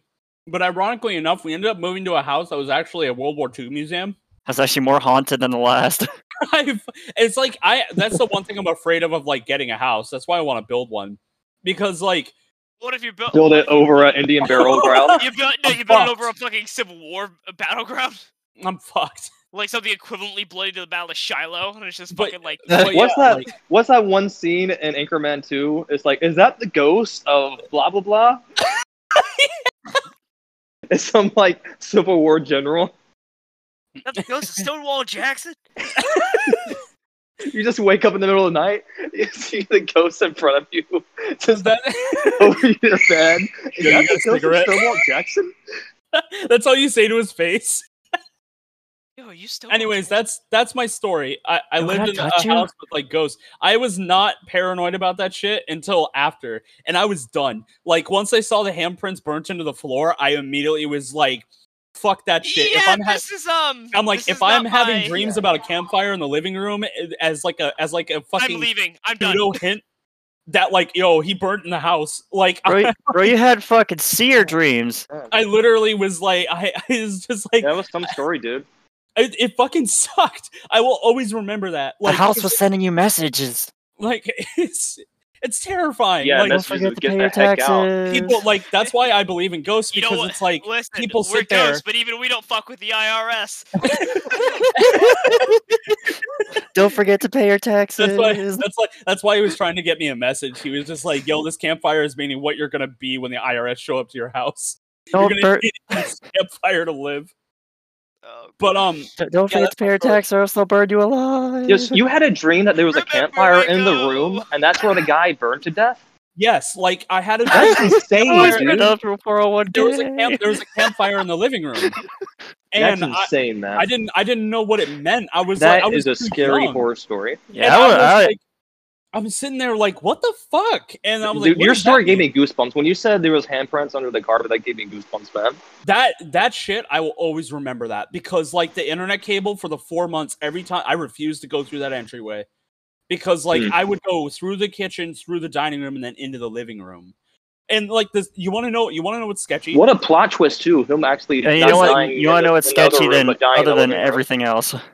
S1: but ironically enough, we ended up moving to a house that was actually a World War II museum.
S4: That's actually more haunted than the last.
S1: I've, it's like I that's the one thing I'm afraid of of like getting a house. That's why I want to build one because like
S2: What if you built?
S3: Build it over an Indian burial ground.
S2: You built, no,
S1: I'm
S2: you built it over a
S1: fucked.
S2: fucking Civil War battleground,
S1: I'm fucked.
S2: like something equivalently bloody to the Battle of Shiloh, and it's just
S1: But-
S2: fucking like
S1: But
S3: What's
S1: yeah,
S3: that?
S1: like-
S3: What's that one scene in Anchorman 2? It's like, is that the ghost of blah blah blah? it's some like Civil War general.
S2: that's the ghost of Stonewall Jackson.
S3: You just wake up in the middle of the night, you see the ghost in front of you, just
S1: that
S3: over your bed. Is
S1: Yo, you got a
S3: that the ghost of
S1: cigarette?
S3: Stonewall Jackson?
S1: That's all you say to his face.
S2: Yo, are you still?
S1: Anyways, that's that's my story. I, I
S4: Yo, can I
S1: lived in a
S4: touch you?
S1: house with like ghosts. I was not paranoid about that shit until after, and I was done. Like once I saw the handprints burnt into the floor, I immediately was like, "Fuck that shit."
S2: Yeah,
S1: if I'm ha-
S2: this is um.
S1: I'm like,
S2: this
S1: if
S2: is
S1: I'm
S2: not
S1: having
S2: my-
S1: dreams about a campfire in the living room i- as like a as like a
S2: I'm
S1: fucking oh,
S2: leaving. I'm done.
S1: pseudo hint that like yo he burnt in the house like
S4: Bro,
S1: I,
S4: you- bro, you had fucking seer dreams.
S1: I literally was like I, I was just like
S3: That was some story, dude.
S1: it, it fucking sucked. I will always remember that.
S4: The
S1: Like
S4: house
S1: it's-
S4: was sending you messages.
S1: like it's it's terrifying.
S3: Yeah,
S4: Don't
S1: like
S3: messages
S4: forget
S3: would
S4: to
S3: get
S4: pay
S3: the
S4: your
S3: heck out.
S4: taxes.
S1: people like that's why I believe in ghosts
S2: You know
S1: because
S2: what?
S1: it's like
S2: Listen,
S1: people
S2: we're
S1: sit there-
S2: ghosts, but even we don't fuck with the IRS.
S4: Don't forget to pay your taxes.
S1: that's why that's like that's why he was trying to get me a message. He was just like, "Yo, this campfire is meaning what you're gonna be when the IRS show up to your house. you're
S4: don't
S1: gonna
S4: bur-
S1: need this campfire to live."
S2: Oh,
S1: But um,
S4: d- don't
S1: yeah,
S4: forget to pay your taxes or else they'll burn you alive.
S3: Yes, you had a dream that there was a
S2: Remember
S3: campfire
S2: my
S3: in the
S2: ghost.
S3: room, and that's where the guy burned to death.
S1: yes, like I had a
S3: That's insane,
S1: Oh,
S4: Always
S3: dude.
S4: been up for 401k.
S1: there was a camp there was a campfire in the living room,
S3: That's
S1: and I,
S3: insane, man.
S1: I didn't I didn't know what it meant. I was like,
S3: That
S1: I was
S3: is a
S1: too
S3: scary
S1: young.
S3: horror story.
S4: yeah,
S1: And
S4: I
S1: I
S4: would-
S1: was
S4: I would-
S1: like, I'm sitting there like, what the fuck? And I was like,
S3: Dude,
S1: what
S3: your
S1: does
S3: story
S1: that
S3: gave
S1: mean?
S3: me goosebumps. When you said there was handprints under the carpet, that gave me goosebumps, man.
S1: that that shit. I will always remember that because like the internet cable for the four months, every time I refused to go through that entryway because like
S3: Hmm.
S1: I would go through the kitchen, through the dining room, and then into the living room. And like this, you want to know? You want to know what's sketchy?
S3: What a plot twist, too. Him actually.
S4: and you
S3: not
S4: know what?
S3: dying
S4: You want
S3: in
S4: to know what's
S3: another
S4: sketchy
S3: room,
S4: then,
S3: but dying in
S4: other
S3: the
S4: than
S3: living room.
S4: everything else?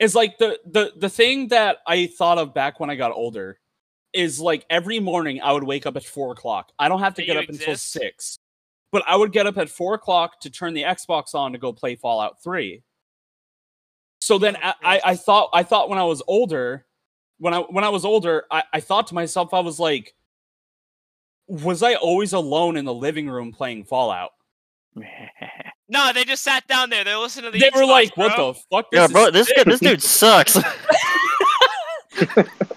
S1: is like the the the thing that I thought of back when I got older is like every morning I would wake up at four o'clock. I don't have to
S2: Do
S1: get
S2: you
S1: up until
S2: exist?
S1: six, but I would get up at four o'clock to turn the Xbox on to go play Fallout Three. So then
S2: Oh,
S1: I, I, I thought I thought when I was older, when I when I was older, I, I thought to myself I was like, was I always alone in the living room playing Fallout?
S2: No, they just sat down there. They're listening to the.
S1: They were
S2: Xbox,
S1: like,
S2: bro.
S1: what the fuck?
S4: yeah,
S1: is
S4: bro, this
S1: sick.
S4: guy, this dude sucks.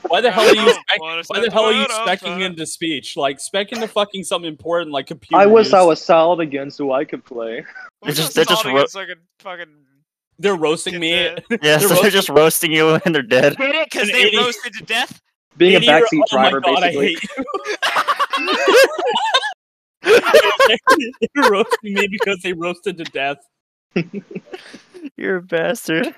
S1: Why the hell are you? expecting Why the hell are you
S2: expecting
S1: specking into speech? Like spec into fucking something important like computer.
S3: I wish I
S1: use.
S3: was solid again so I could play.
S4: It's just- they're just ro-
S2: fucking.
S1: They're roasting me.
S2: Did
S4: yeah, so they're
S1: roasting-
S4: just roasting you and they're dead.
S2: it because
S1: An
S2: they
S1: 80
S2: roasted to death.
S3: Being a
S1: Idiot,
S3: backseat
S1: oh my
S3: driver,
S1: God, I
S3: basically.
S1: hate you. They're roasting me because they roasted to death.
S4: You're a bastard.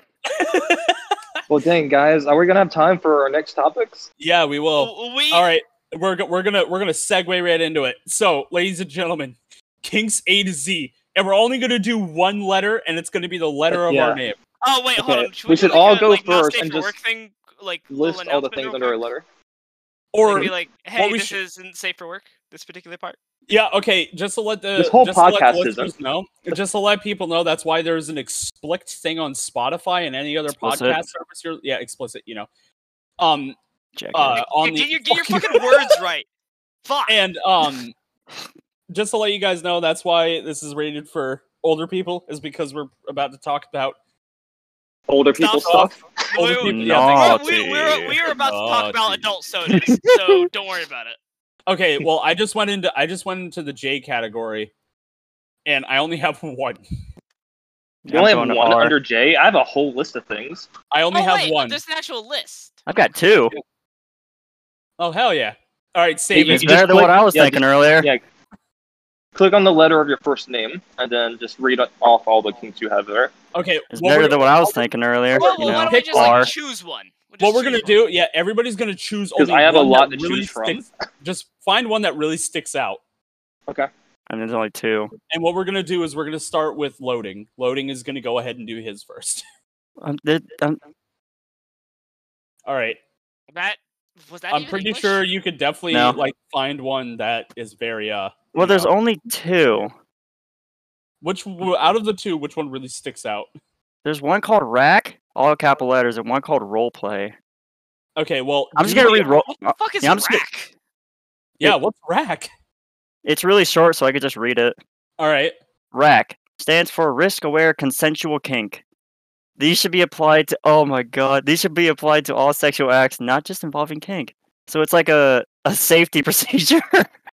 S3: Well, dang guys, are we gonna have time for our next topics?
S1: Yeah, we
S3: Oh.
S1: will.
S2: W- Oh, we
S1: All right, we're go- we're gonna we're gonna segue right into it. So, ladies and gentlemen, Kinks A to Z, and we're only gonna do one letter, and it's gonna be the letter of
S3: Yeah.
S1: our name.
S2: Oh wait, hold
S3: Okay,
S2: on.
S3: we
S2: do,
S3: should
S2: like,
S3: all
S2: a,
S3: go
S2: like, not
S3: first
S2: safe
S3: and
S2: for work
S3: just
S2: thing, like little
S3: List all the
S2: announcement
S3: things
S2: real
S3: under a
S2: quick?
S3: letter.
S1: Or
S2: Like, be like, hey,
S1: we
S2: this
S1: should-
S2: isn't safe for work. This particular part.
S1: Yeah, okay. Just to let the
S3: This whole
S1: just to let the
S3: podcast
S1: listeners
S3: isn't.
S1: know, just to let people know, that's why there's an explicit thing on Spotify and any other
S4: Explicit.
S1: podcast service. You're, yeah, explicit. You know, um,
S4: Jackass.
S1: uh, on
S2: Dude,
S1: the
S2: get, your, get your
S1: fuck you.
S2: fucking words right. Fuck.
S1: and um, just to let you guys know, that's why this is rated for older people is because we're about to talk about
S3: Older
S2: Stop
S3: people
S1: off.
S3: stuff.
S1: older
S2: Wait,
S1: people.
S2: wait,
S1: yeah,
S2: We're, we, we're, we are about to talk about
S1: Naughty.
S2: adult sodas, so don't worry about it.
S1: Okay, well, I just went into I just went into the J category, and I only have one.
S4: Yeah,
S3: You
S4: I'm
S3: only
S4: going
S3: have
S4: to
S3: one
S4: R.
S3: under J. I have a whole list of things.
S1: I only
S2: oh,
S1: have
S2: wait,
S1: one.
S2: There's an actual list.
S4: I've got two.
S1: Oh hell yeah! All right, save
S3: you
S1: it.
S4: It's
S3: just
S4: better than
S3: click-
S4: what I was
S3: yeah,
S4: thinking earlier.
S3: Yeah. Click on the letter of your first name and then just read off all the kinks you have there.
S1: Okay,
S4: It's
S1: what
S4: better
S1: we're-
S4: than what I was
S1: what we're-
S4: thinking earlier.
S2: Well,
S4: You
S2: well, why
S4: know,
S2: don't we
S1: pick
S2: just like,
S4: R.
S2: choose one? We'll just
S1: what we're
S2: choose
S1: gonna
S2: one.
S1: do yeah everybody's gonna choose
S3: 'Cause
S1: only
S3: I have a
S1: one
S3: lot
S1: that
S3: to
S1: really
S3: choose from.
S1: sticks- just find one that really sticks out
S4: And there's only two.
S1: and what we're gonna do is we're gonna start with loading loading is gonna go ahead and do his first
S4: Um, there- um,
S1: all right
S2: That was that.
S1: i'm
S2: even
S1: pretty
S2: English?
S1: sure you could definitely
S4: No.
S1: like find one that is very uh
S4: well, there's
S1: Yeah.
S4: only two.
S1: which w- out of the two which one really sticks out
S4: There's one called Rack, all capital letters, and one called Role Play.
S1: okay well
S4: I'm just
S1: do
S4: gonna
S1: the-
S4: read Role.
S2: What the fuck is
S4: Uh, Yeah, I'm just gonna-
S2: rack?
S1: yeah what's rack
S4: It's really short, so I could just read it.
S1: all right
S4: RAC stands for Risk Aware Consensual Kink. These should be applied to oh my god, these should be applied to all sexual acts, not just involving kink. So it's like a, a safety procedure.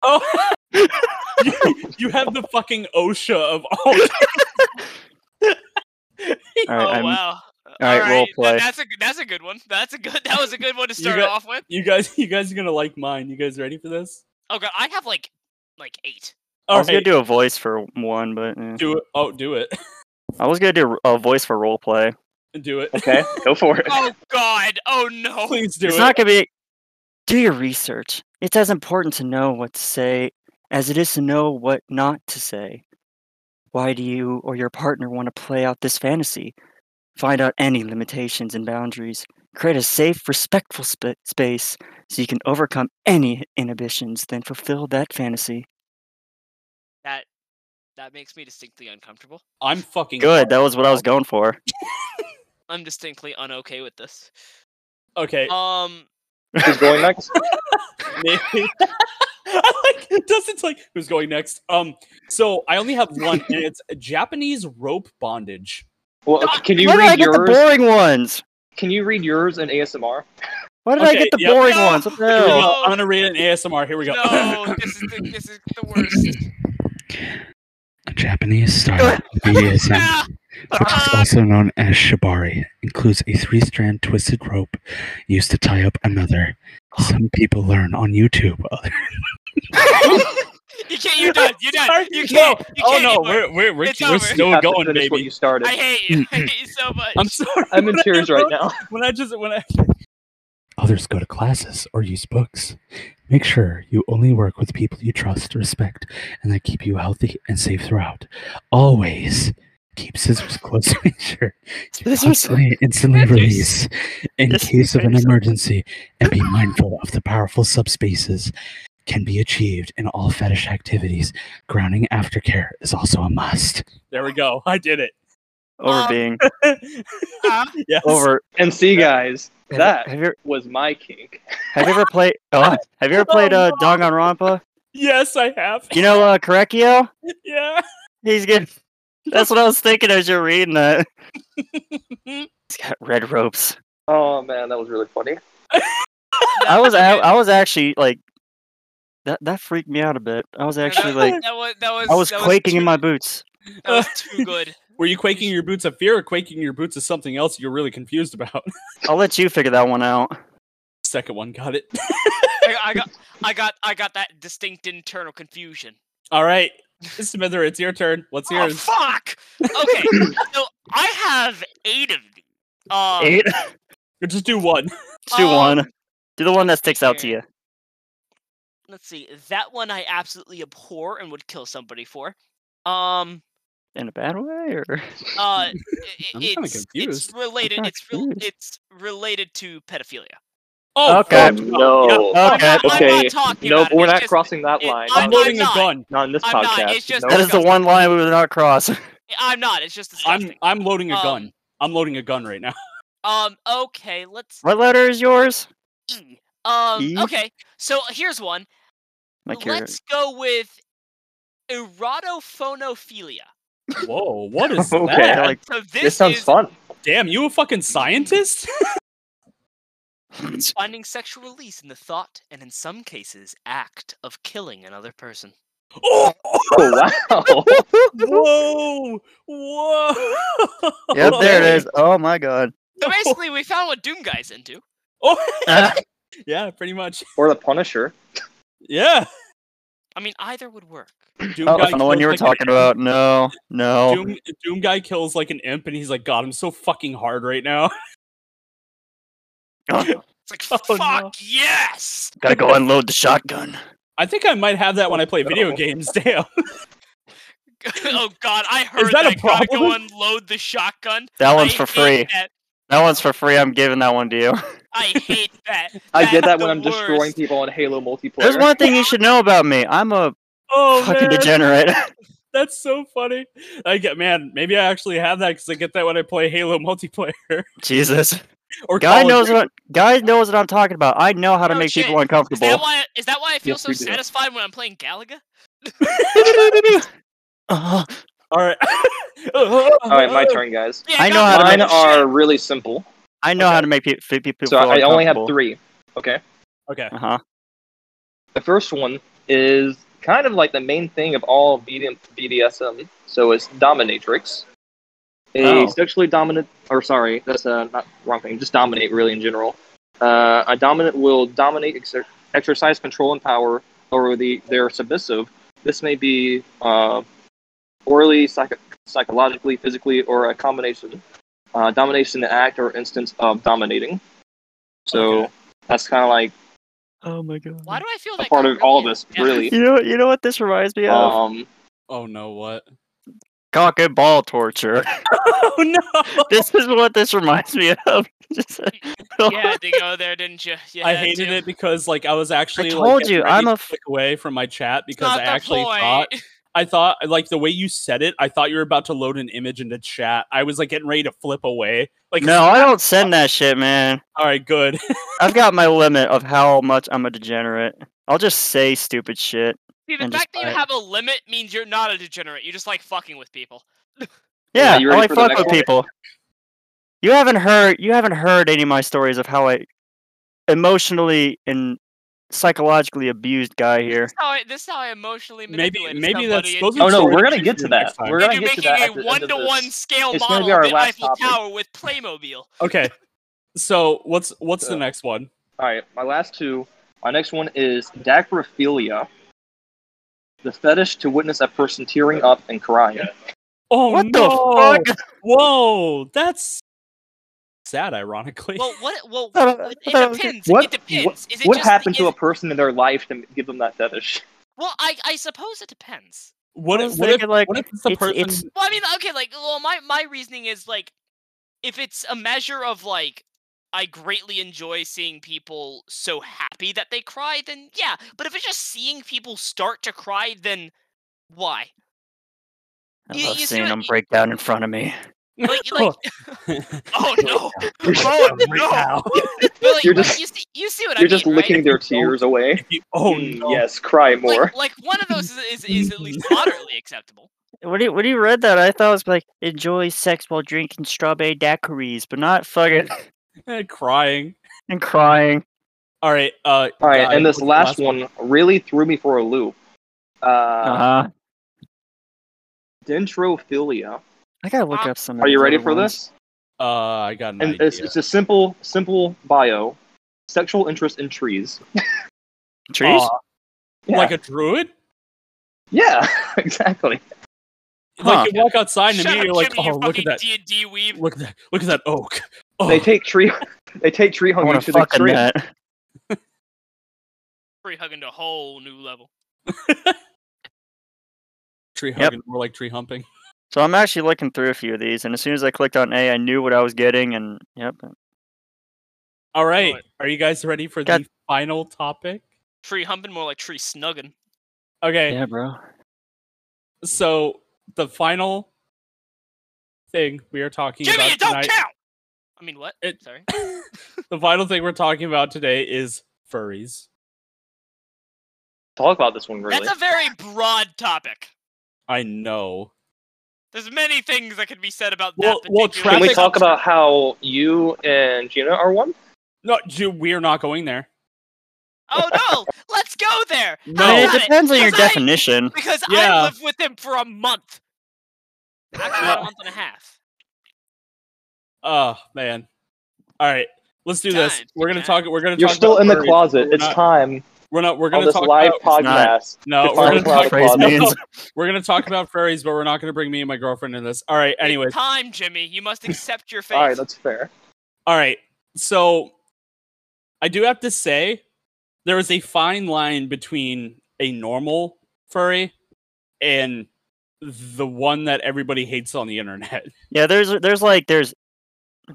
S1: oh you, you have the fucking osha of all
S4: all right,
S2: oh
S4: I'm-
S2: wow. All
S4: right, role
S2: th-
S4: play.
S2: That's a good- that's a good one. That's a good. That was a good one to
S1: You
S2: start
S1: got-
S2: off with.
S1: you guys you guys are gonna like mine you guys ready for this
S2: Oh god, I have like like eight.
S4: I
S1: All
S4: was gonna
S1: right,
S4: do a voice for one, but eh.
S1: do it oh do it
S4: I was gonna do a voice for role play.
S1: do it
S3: Okay, go for it.
S2: Oh god. Oh no.
S1: Please do
S4: it's
S1: it.
S4: not gonna be. Do your research. It's as important to know what to say as it is to know what not to say. Why do you or your partner want to play out this fantasy? Find out any limitations and boundaries. Create a safe, respectful sp- space so you can overcome any inhibitions, then fulfill that fantasy.
S2: That that makes me distinctly uncomfortable.
S1: I'm fucking
S4: Good, that was what I was going for.
S2: I'm distinctly unokay with this.
S1: Okay.
S2: Um.
S3: Who's going next?
S1: maybe- I like Dustin's like who's going next. Um, so I only have one, and it's a Japanese rope bondage.
S3: Well,
S2: Ah,
S3: can you
S4: Why did I
S3: read
S4: get the
S3: yours?
S4: boring ones?
S3: Can you read yours in ASMR?
S4: Why did I
S1: Okay,
S4: get the
S1: yeah.
S4: boring ones? What the
S1: Here we
S4: hell?
S1: go.
S2: No.
S1: I'm gonna read it in ASMR. Here we go.
S2: No, this is the, this is the worst.
S6: A Japanese style of BDSM,
S2: Ah,
S6: which is also known as shibari, includes a three-strand twisted rope used to tie up another. Some people learn on YouTube.
S2: you can't. You're done. You're done.
S1: Sorry,
S2: You
S1: no.
S2: can't. You
S1: oh
S2: can't
S1: no,
S2: anymore.
S1: we're we're we're,
S2: It's
S1: we're
S2: over.
S3: You
S1: still
S3: have to
S1: going,
S3: finish what
S1: baby.
S3: you started.
S2: I hate you. I hate you so much.
S1: I'm sorry.
S3: I'm in
S1: when I
S3: tears
S1: wrote-
S3: right now.
S1: When I just when I
S6: Others go to classes or use books. Make sure you only work with people you trust, respect, and that keep you healthy and safe throughout. Always keep scissors close to make sure you
S4: Scissors.
S6: constantly instantly release in
S4: Just in
S6: case of an
S4: case.
S6: emergency and be mindful of the powerful subspaces can be achieved in all fetish activities. Grounding aftercare is also a must.
S1: there we go. I did it.
S4: Over
S2: Um,
S4: being
S1: Yes.
S4: over.
S3: And see, guys,
S4: have-
S3: that
S4: have you
S3: was my kink.
S4: Have you ever played? Oh, have you ever played
S1: Oh,
S4: uh, Danganronpa?
S1: Yes, I have.
S4: You know, uh, Correcchio.
S1: Yeah.
S4: He's good. That's what I was thinking as you're reading that. He's got red ropes.
S3: Oh man, that was really funny.
S4: I was, I, I was actually like, that that freaked me out a bit. I was actually
S2: that,
S4: like,
S2: that was that was,
S4: I was
S2: that
S4: quaking in
S2: too-
S4: my boots.
S2: That was too good.
S1: Were you quaking your boots of fear or quaking your boots of something else you're really confused about?
S4: I'll let you figure that one out.
S1: Second one, got it.
S2: I, I got I got I got that distinct internal confusion.
S1: All right, Smither, it's your turn. What's
S2: Oh,
S1: yours?
S2: fuck! Okay, so I have eight of these. Um,
S4: Eight.
S1: Just do one.
S4: Just do
S2: um,
S4: one. Do the one that sticks out to you.
S2: Let's see. That one I absolutely abhor and would kill somebody for. Um.
S4: In a bad way, or
S2: Uh. i- i-
S1: I'm kinda
S2: it's it's
S1: confused.
S2: related.
S4: kinda
S2: It's rel
S4: confused.
S2: it's related to pedophilia.
S1: Oh,
S4: Okay.
S1: fuck.
S3: no.
S2: I'm not,
S4: okay,
S2: I'm
S3: Okay,
S2: not talking
S3: Nope,
S2: about it.
S3: Um, we're
S2: it's
S3: not
S2: just-
S3: crossing that
S2: it-
S3: line.
S1: I'm
S2: I'm
S1: loading a
S2: not.
S1: gun.
S3: not in this
S2: I'm not,
S3: podcast.
S2: it's just-
S3: Nope.
S4: that is the one line we would not cross.
S2: I'm not. It's just
S1: I'm
S2: disgusting.
S1: I'm loading a
S2: Um,
S1: gun. I'm loading a gun right now.
S2: Um. Okay. Let's.
S4: What letter is yours?
S2: E. Um.
S4: E?
S2: Okay. So here's one.
S4: Like your
S2: Let's go with erotophonophilia.
S1: Whoa, what is
S3: Okay.
S1: that?
S4: like
S2: So this,
S3: this sounds
S2: is
S3: fun.
S1: Damn, you a fucking scientist?
S2: finding sexual release in the thought and, in some cases, act of killing another person.
S1: oh,
S3: Oh wow.
S1: whoa, whoa.
S4: Yep, there it is. Oh my god.
S2: So basically, we found what Doom Guy's into.
S4: Uh-huh. Ah,
S1: Oh. yeah, pretty much.
S3: or the Punisher.
S1: Yeah.
S2: I mean, either would work.
S1: Doom
S4: Oh, the one
S1: kills
S4: you were
S1: like an
S4: talking
S1: imp.
S4: about. Oh. No, no.
S1: Doom, Doom guy kills like an imp, and he's like, "God, I'm so fucking hard right now."
S2: It's like,
S1: Oh, no.
S2: fuck yes!
S4: Gotta go unload the shotgun.
S1: I think I might have that when I play video games. Damn.
S2: oh god, I heard
S1: that a
S2: Gotta go
S1: problem?
S2: unload the shotgun.
S4: That
S2: I
S4: one's for
S2: hate
S4: free.
S2: that.
S4: That one's for free. I'm giving that one to you.
S2: I hate that.
S3: I did
S2: That's
S3: that when
S2: the
S3: I'm destroying
S2: worst.
S3: people on Halo multiplayer.
S4: There's one thing you should know about me. I'm a
S1: Oh man,
S4: fucking degenerate.
S1: that's so funny. I get man. Maybe I actually have that because I get that when I play Halo multiplayer.
S4: Jesus.
S1: or
S4: Guy
S1: Call of
S4: knows
S1: Duty.
S4: what guy knows what I'm talking about. I know how to
S2: Oh,
S4: make
S2: shit.
S4: people
S2: Is that
S4: uncomfortable.
S2: why? Is that why I feel
S3: Yes,
S2: so
S3: we do.
S2: satisfied when I'm playing Galaga?
S4: Uh,
S1: All right.
S3: All right, my turn, guys.
S2: Yeah,
S4: I know
S2: God,
S4: how to
S2: what
S3: Mine
S2: the
S4: make-
S2: shit?
S3: are really simple.
S4: I know how to make pe- fe- people
S3: So
S4: feel
S3: I only have
S4: uncomfortable.
S3: three. Okay.
S1: Okay.
S4: Uh-huh.
S3: The first one is kind of like the main thing of all BDM BDSM. So it's dominatrix. A
S4: Oh.
S3: sexually dominant, or sorry, that's uh, not wrong thing. Just dominate, really, in general. Uh, a dominant will dominate, exer- exercise control and power over the their submissive. This may be uh, orally, psych- psychologically, physically, or a combination. Uh, domination, in the act or instance of dominating. So
S1: Okay.
S3: that's kind of like
S4: Oh my god.
S2: Why do I feel
S3: a
S2: like
S3: part
S2: I'm
S3: of all
S2: really
S3: this,
S2: in-
S3: really.
S4: You know, you know what this reminds me of?
S3: Um,
S1: Oh no, what?
S4: Cock and ball torture.
S1: Oh no!
S4: this is what this reminds me of. Just-
S2: Yeah, had to go there, didn't you? You
S1: I
S2: had
S1: hated
S2: to.
S1: it because like I was actually like,
S4: told
S1: getting
S4: you,
S1: ready
S4: I'm
S1: to
S4: a f-
S1: click away from my chat because
S2: Not
S1: I
S2: the
S1: actually
S2: point.
S1: thought I thought like the way you said it, I thought you were about to load an image into chat. I was like getting ready to flip away. Like
S4: no, I don't send that shit, man.
S1: all right, good.
S4: I've got my limit of how much I'm a degenerate. I'll just say stupid shit.
S2: See, the
S4: and just
S2: fact that you
S4: buy it.
S2: have a limit means you're not a degenerate. You just like fucking with people.
S3: Yeah,
S4: Yeah,
S3: you
S4: I
S3: ready
S4: like
S3: for the
S4: fuck
S3: next
S4: with
S3: one?
S4: people. You haven't heard you haven't heard any of my stories of how I emotionally and psychologically abused guy here.
S2: This is how I, this is how I emotionally
S1: Maybe
S2: manipulated
S1: maybe
S2: somebody
S1: that's
S2: into-
S1: those are
S3: Oh, no,
S1: stories
S3: we're gonna
S1: for
S3: get to
S1: next
S3: that.
S1: time.
S3: We're
S2: into
S3: gonna get to
S2: making
S3: that at the
S2: a
S3: end of
S2: one-to-one
S3: this.
S2: scale
S3: It's gonna
S2: model
S3: be our
S2: of the
S3: last
S2: Eiffel
S3: topic.
S2: Tower with Playmobil.
S1: Okay. So what's what's the
S3: Uh,
S1: next one?
S3: All right, my last two. My next one is dacrophilia, the fetish to witness a person tearing up and crying.
S1: Oh
S4: what
S1: no!
S4: the fuck?
S1: Whoa, that's sad. Ironically,
S2: Well, what? Well,
S4: I thought- I
S2: it
S4: thought it was-
S2: depends.
S3: What-
S2: it depends. is it
S3: what
S2: just,
S3: happened to
S2: is-
S3: a person in their life to give them that fetish?
S2: Well, I, I suppose it depends.
S1: what,
S4: I
S1: if,
S4: was
S1: what, if,
S4: thinking, like,
S1: what if it's the
S4: it's-
S1: person?
S4: it's-
S2: Well, I mean, okay, like, well, my my reasoning is like, if it's a measure of like, I greatly enjoy seeing people so happy that they cry, then yeah. But if it's just seeing people start to cry, then why?
S4: I
S2: You-
S4: love
S2: you see
S4: seeing
S2: what-
S4: them break down in front of me.
S2: Like, like, oh no!
S1: oh no!
S2: But, like,
S3: You're
S2: like,
S3: just-
S2: you see, you see what
S3: You're
S2: I mean,
S3: just licking
S2: right?
S3: their tears away.
S1: Oh
S3: Mm,
S1: no!
S3: Yes, cry more.
S2: Like, like one of those is, is, is at least moderately acceptable.
S4: When you when you read that, I thought it was like enjoy sex while drinking strawberry daiquiris, but not fucking
S1: Eh, Crying.
S4: and crying.
S1: All right. Uh,
S3: All right,
S1: guy,
S3: and
S1: what's
S3: this
S1: the
S3: last, one, really threw me for a loop. Uh,
S4: Uh huh.
S3: Dentrophilia.
S4: I gotta look
S2: Uh,
S4: up some. of
S3: Are you
S4: these
S3: ready
S4: other
S3: for
S4: ones.
S3: this?
S1: Uh, I got an
S3: And
S1: idea.
S3: it's, it's a simple, simple bio. Sexual interest in trees.
S4: Trees?
S1: Aw,
S3: Yeah.
S1: Like a druid?
S3: Yeah, exactly.
S1: Like you walk outside and
S2: Shut
S1: immediately
S2: up,
S1: you're like,
S2: Jimmy,
S1: oh,
S2: you
S1: look at
S2: fucking
S1: that,
S2: D&D weeb.
S1: look at that, look at that oak. Oh,
S3: They take tree. They take tree
S4: I
S3: hungry
S4: want
S3: to
S4: to
S3: the
S4: fuck a
S3: tree.
S4: nut.
S2: Free hugging to a whole new level.
S1: tree
S4: Yep.
S1: hugging, more like tree humping.
S4: So I'm actually looking through a few of these, and as soon as I clicked on A, I knew what I was getting, and yep,
S1: All right, are you guys ready for
S4: Got-
S1: the final topic?
S2: Tree humping more like tree snugging.
S1: Okay,
S4: yeah, bro.
S1: so the final thing we are talking
S2: Jimmy,
S1: about
S2: it don't
S1: tonight,
S2: count. I mean, what?
S1: It-
S2: Sorry.
S1: the final thing we're talking about today is furries.
S3: Talk about this one really.
S2: That's a very broad topic.
S1: I know.
S2: There's many things that could be said about
S1: Well-
S2: that.
S1: well,
S2: particular
S3: Can we
S1: traffic-
S3: talk about how you and Gina are one?
S1: No, Ju- we are not going there.
S2: Oh no, let's go there. How
S1: No.
S4: I mean,
S2: about
S4: it depends on your
S2: 'Cause I-
S4: definition.
S2: Because
S1: Yeah.
S2: I lived with him for a month. Actually, about a month and a half.
S1: Oh man. All right, let's do this.
S2: Time,
S1: We're gonna
S2: time.
S1: talk. We're gonna.
S3: You're
S1: talk
S3: still
S1: about
S3: in the
S1: furries.
S3: closet.
S1: We're
S3: It's
S1: not-
S3: time
S1: We're not. We're
S3: on
S1: gonna
S3: this
S1: talk
S3: live
S1: about.
S3: podcast.
S1: No,
S3: to
S1: we're
S3: find
S1: gonna
S4: Define
S3: out
S1: talk.
S3: about
S4: closet. Phrase
S3: the
S4: means.
S1: We're gonna talk about furries, but we're not gonna bring me and my girlfriend in this. All right.
S2: It's
S1: Anyways.
S2: time, Jimmy. You must accept your fate.
S3: All right, that's fair.
S1: All right. So I do have to say there is a fine line between a normal furry and the one that everybody hates on the internet.
S4: Yeah, there's there's like there's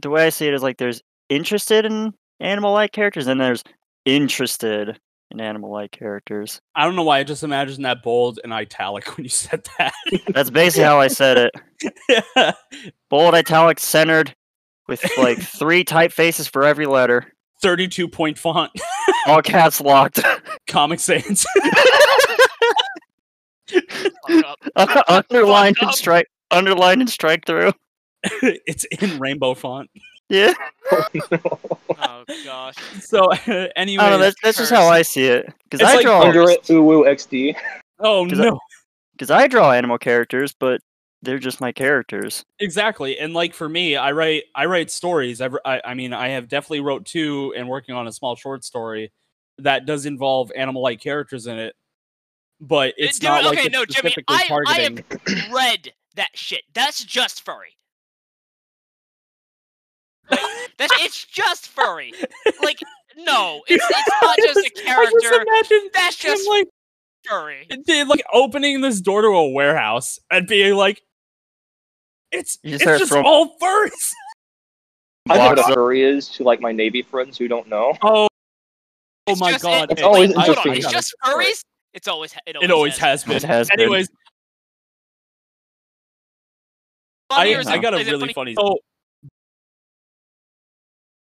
S4: the way I see it is like there's interested in animal like characters, and there's interested in animal like characters.
S1: I don't know why I just imagined that bold and italic when you said
S4: That's basically how I said it.
S1: that.
S4: Bold, italic, centered, with like three typefaces for every letter,
S1: 32 point font,
S4: all caps locked.
S1: Comic Sans.
S2: Fuck up.
S4: underlined and
S2: up.
S4: strike underlined and strike through.
S1: it's in rainbow font.
S4: Yeah.
S2: Oh gosh.
S1: So, anyway.
S4: I don't know, Oh, that's, that's just how I see it. Because
S1: It's
S4: I
S1: like
S4: draw
S3: Under it, uwu xd.
S1: oh,
S4: Does that-
S1: no.
S4: because I draw animal characters, but they're just my characters.
S1: exactly and like for me i write i write stories I've, I, I mean i have definitely wrote two and working on a small short story that does involve animal like characters in it but it's
S2: Dude,
S1: not like
S2: okay,
S1: it's
S2: no, Jimmy,
S1: specifically
S2: I, I
S1: targeting
S2: have read that shit. That's just furry. Like, that's, it's just furry. Like, no, it's, it's not just a
S1: I just
S2: character.
S1: imagine
S2: That's
S1: him,
S2: just
S1: like
S2: furry.
S1: they- like opening this door to a warehouse and being like it's
S4: You
S1: it's
S4: start
S1: just
S4: throwing-
S1: all furries
S3: I know what
S4: Blocks
S3: a
S4: up.
S3: furry is to like my Navy friends who don't know.
S1: oh oh
S2: It's
S1: my
S2: just-
S1: god
S2: it-
S3: It's always
S2: wait, hold on,
S3: interesting.
S2: It's just furries. It's always ha- it always,
S1: it always
S2: has.
S1: has been
S4: It has been.
S1: anyways
S2: Funny
S1: I,
S2: or is
S1: I
S2: it-
S1: got a
S2: is it
S1: really funny.
S2: funny
S1: So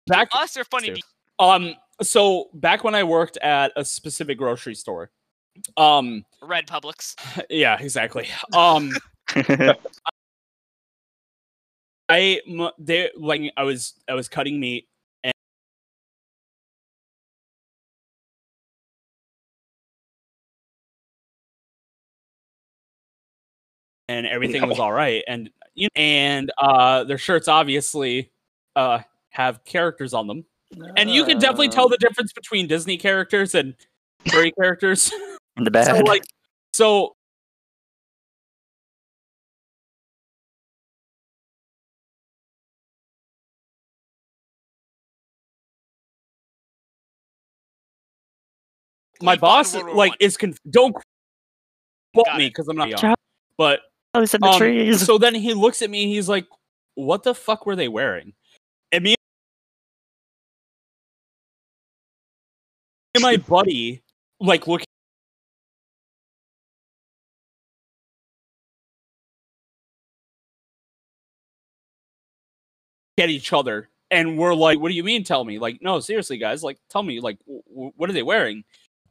S1: back
S2: to us or funny to you?
S1: um so back when I worked at a specific grocery store. Um
S2: Red Publix.
S1: yeah, exactly. Um I m- they like I was I was cutting meat and and everything was all right and you and uh their shirts obviously uh have characters on them and you can definitely tell the difference between Disney characters and furry characters
S4: in the bad.
S1: so like so my
S2: Like, fucking
S1: boss
S2: World War
S1: like
S2: One.
S1: is conf- don't quote
S2: Got
S1: me
S2: it.
S1: because I'm not young.
S4: Shut-
S1: But
S4: oh, he's in the
S1: um,
S4: trees.
S1: so then he looks at me. He's like, "What the fuck were they wearing?" And me and my buddy like look at each other and we're like what do you mean tell me like no seriously guys like tell me like w- w- what are they wearing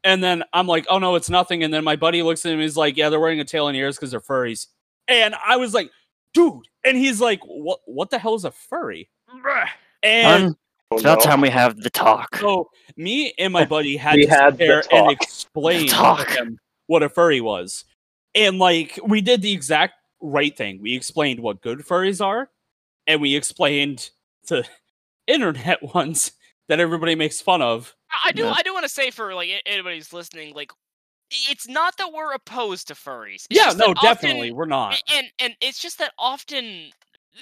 S1: and then i'm like oh no it's nothing and then my buddy looks at him he's like yeah they're wearing a tail and ears because they're furries and i was like dude and he's like what what the hell is a furry and
S4: Hun,
S3: Oh,
S4: it's about
S3: no.
S4: time we have the talk.
S1: so me and my buddy had
S3: We
S1: to
S3: had
S1: sit
S3: the
S1: there and
S3: talk.
S1: explain to
S4: Talk.
S1: him what a furry was. And like we did the exact right thing. We explained what good furries are, and we explained to internet ones that everybody makes fun of.
S2: I- I do.
S4: Yeah.
S2: I do want to say for like a- anybody who's listening, like it's not that we're opposed to furries. It's
S1: yeah,
S2: just that
S1: no,
S2: often-
S1: definitely, we're not.
S2: a- and and it's just that often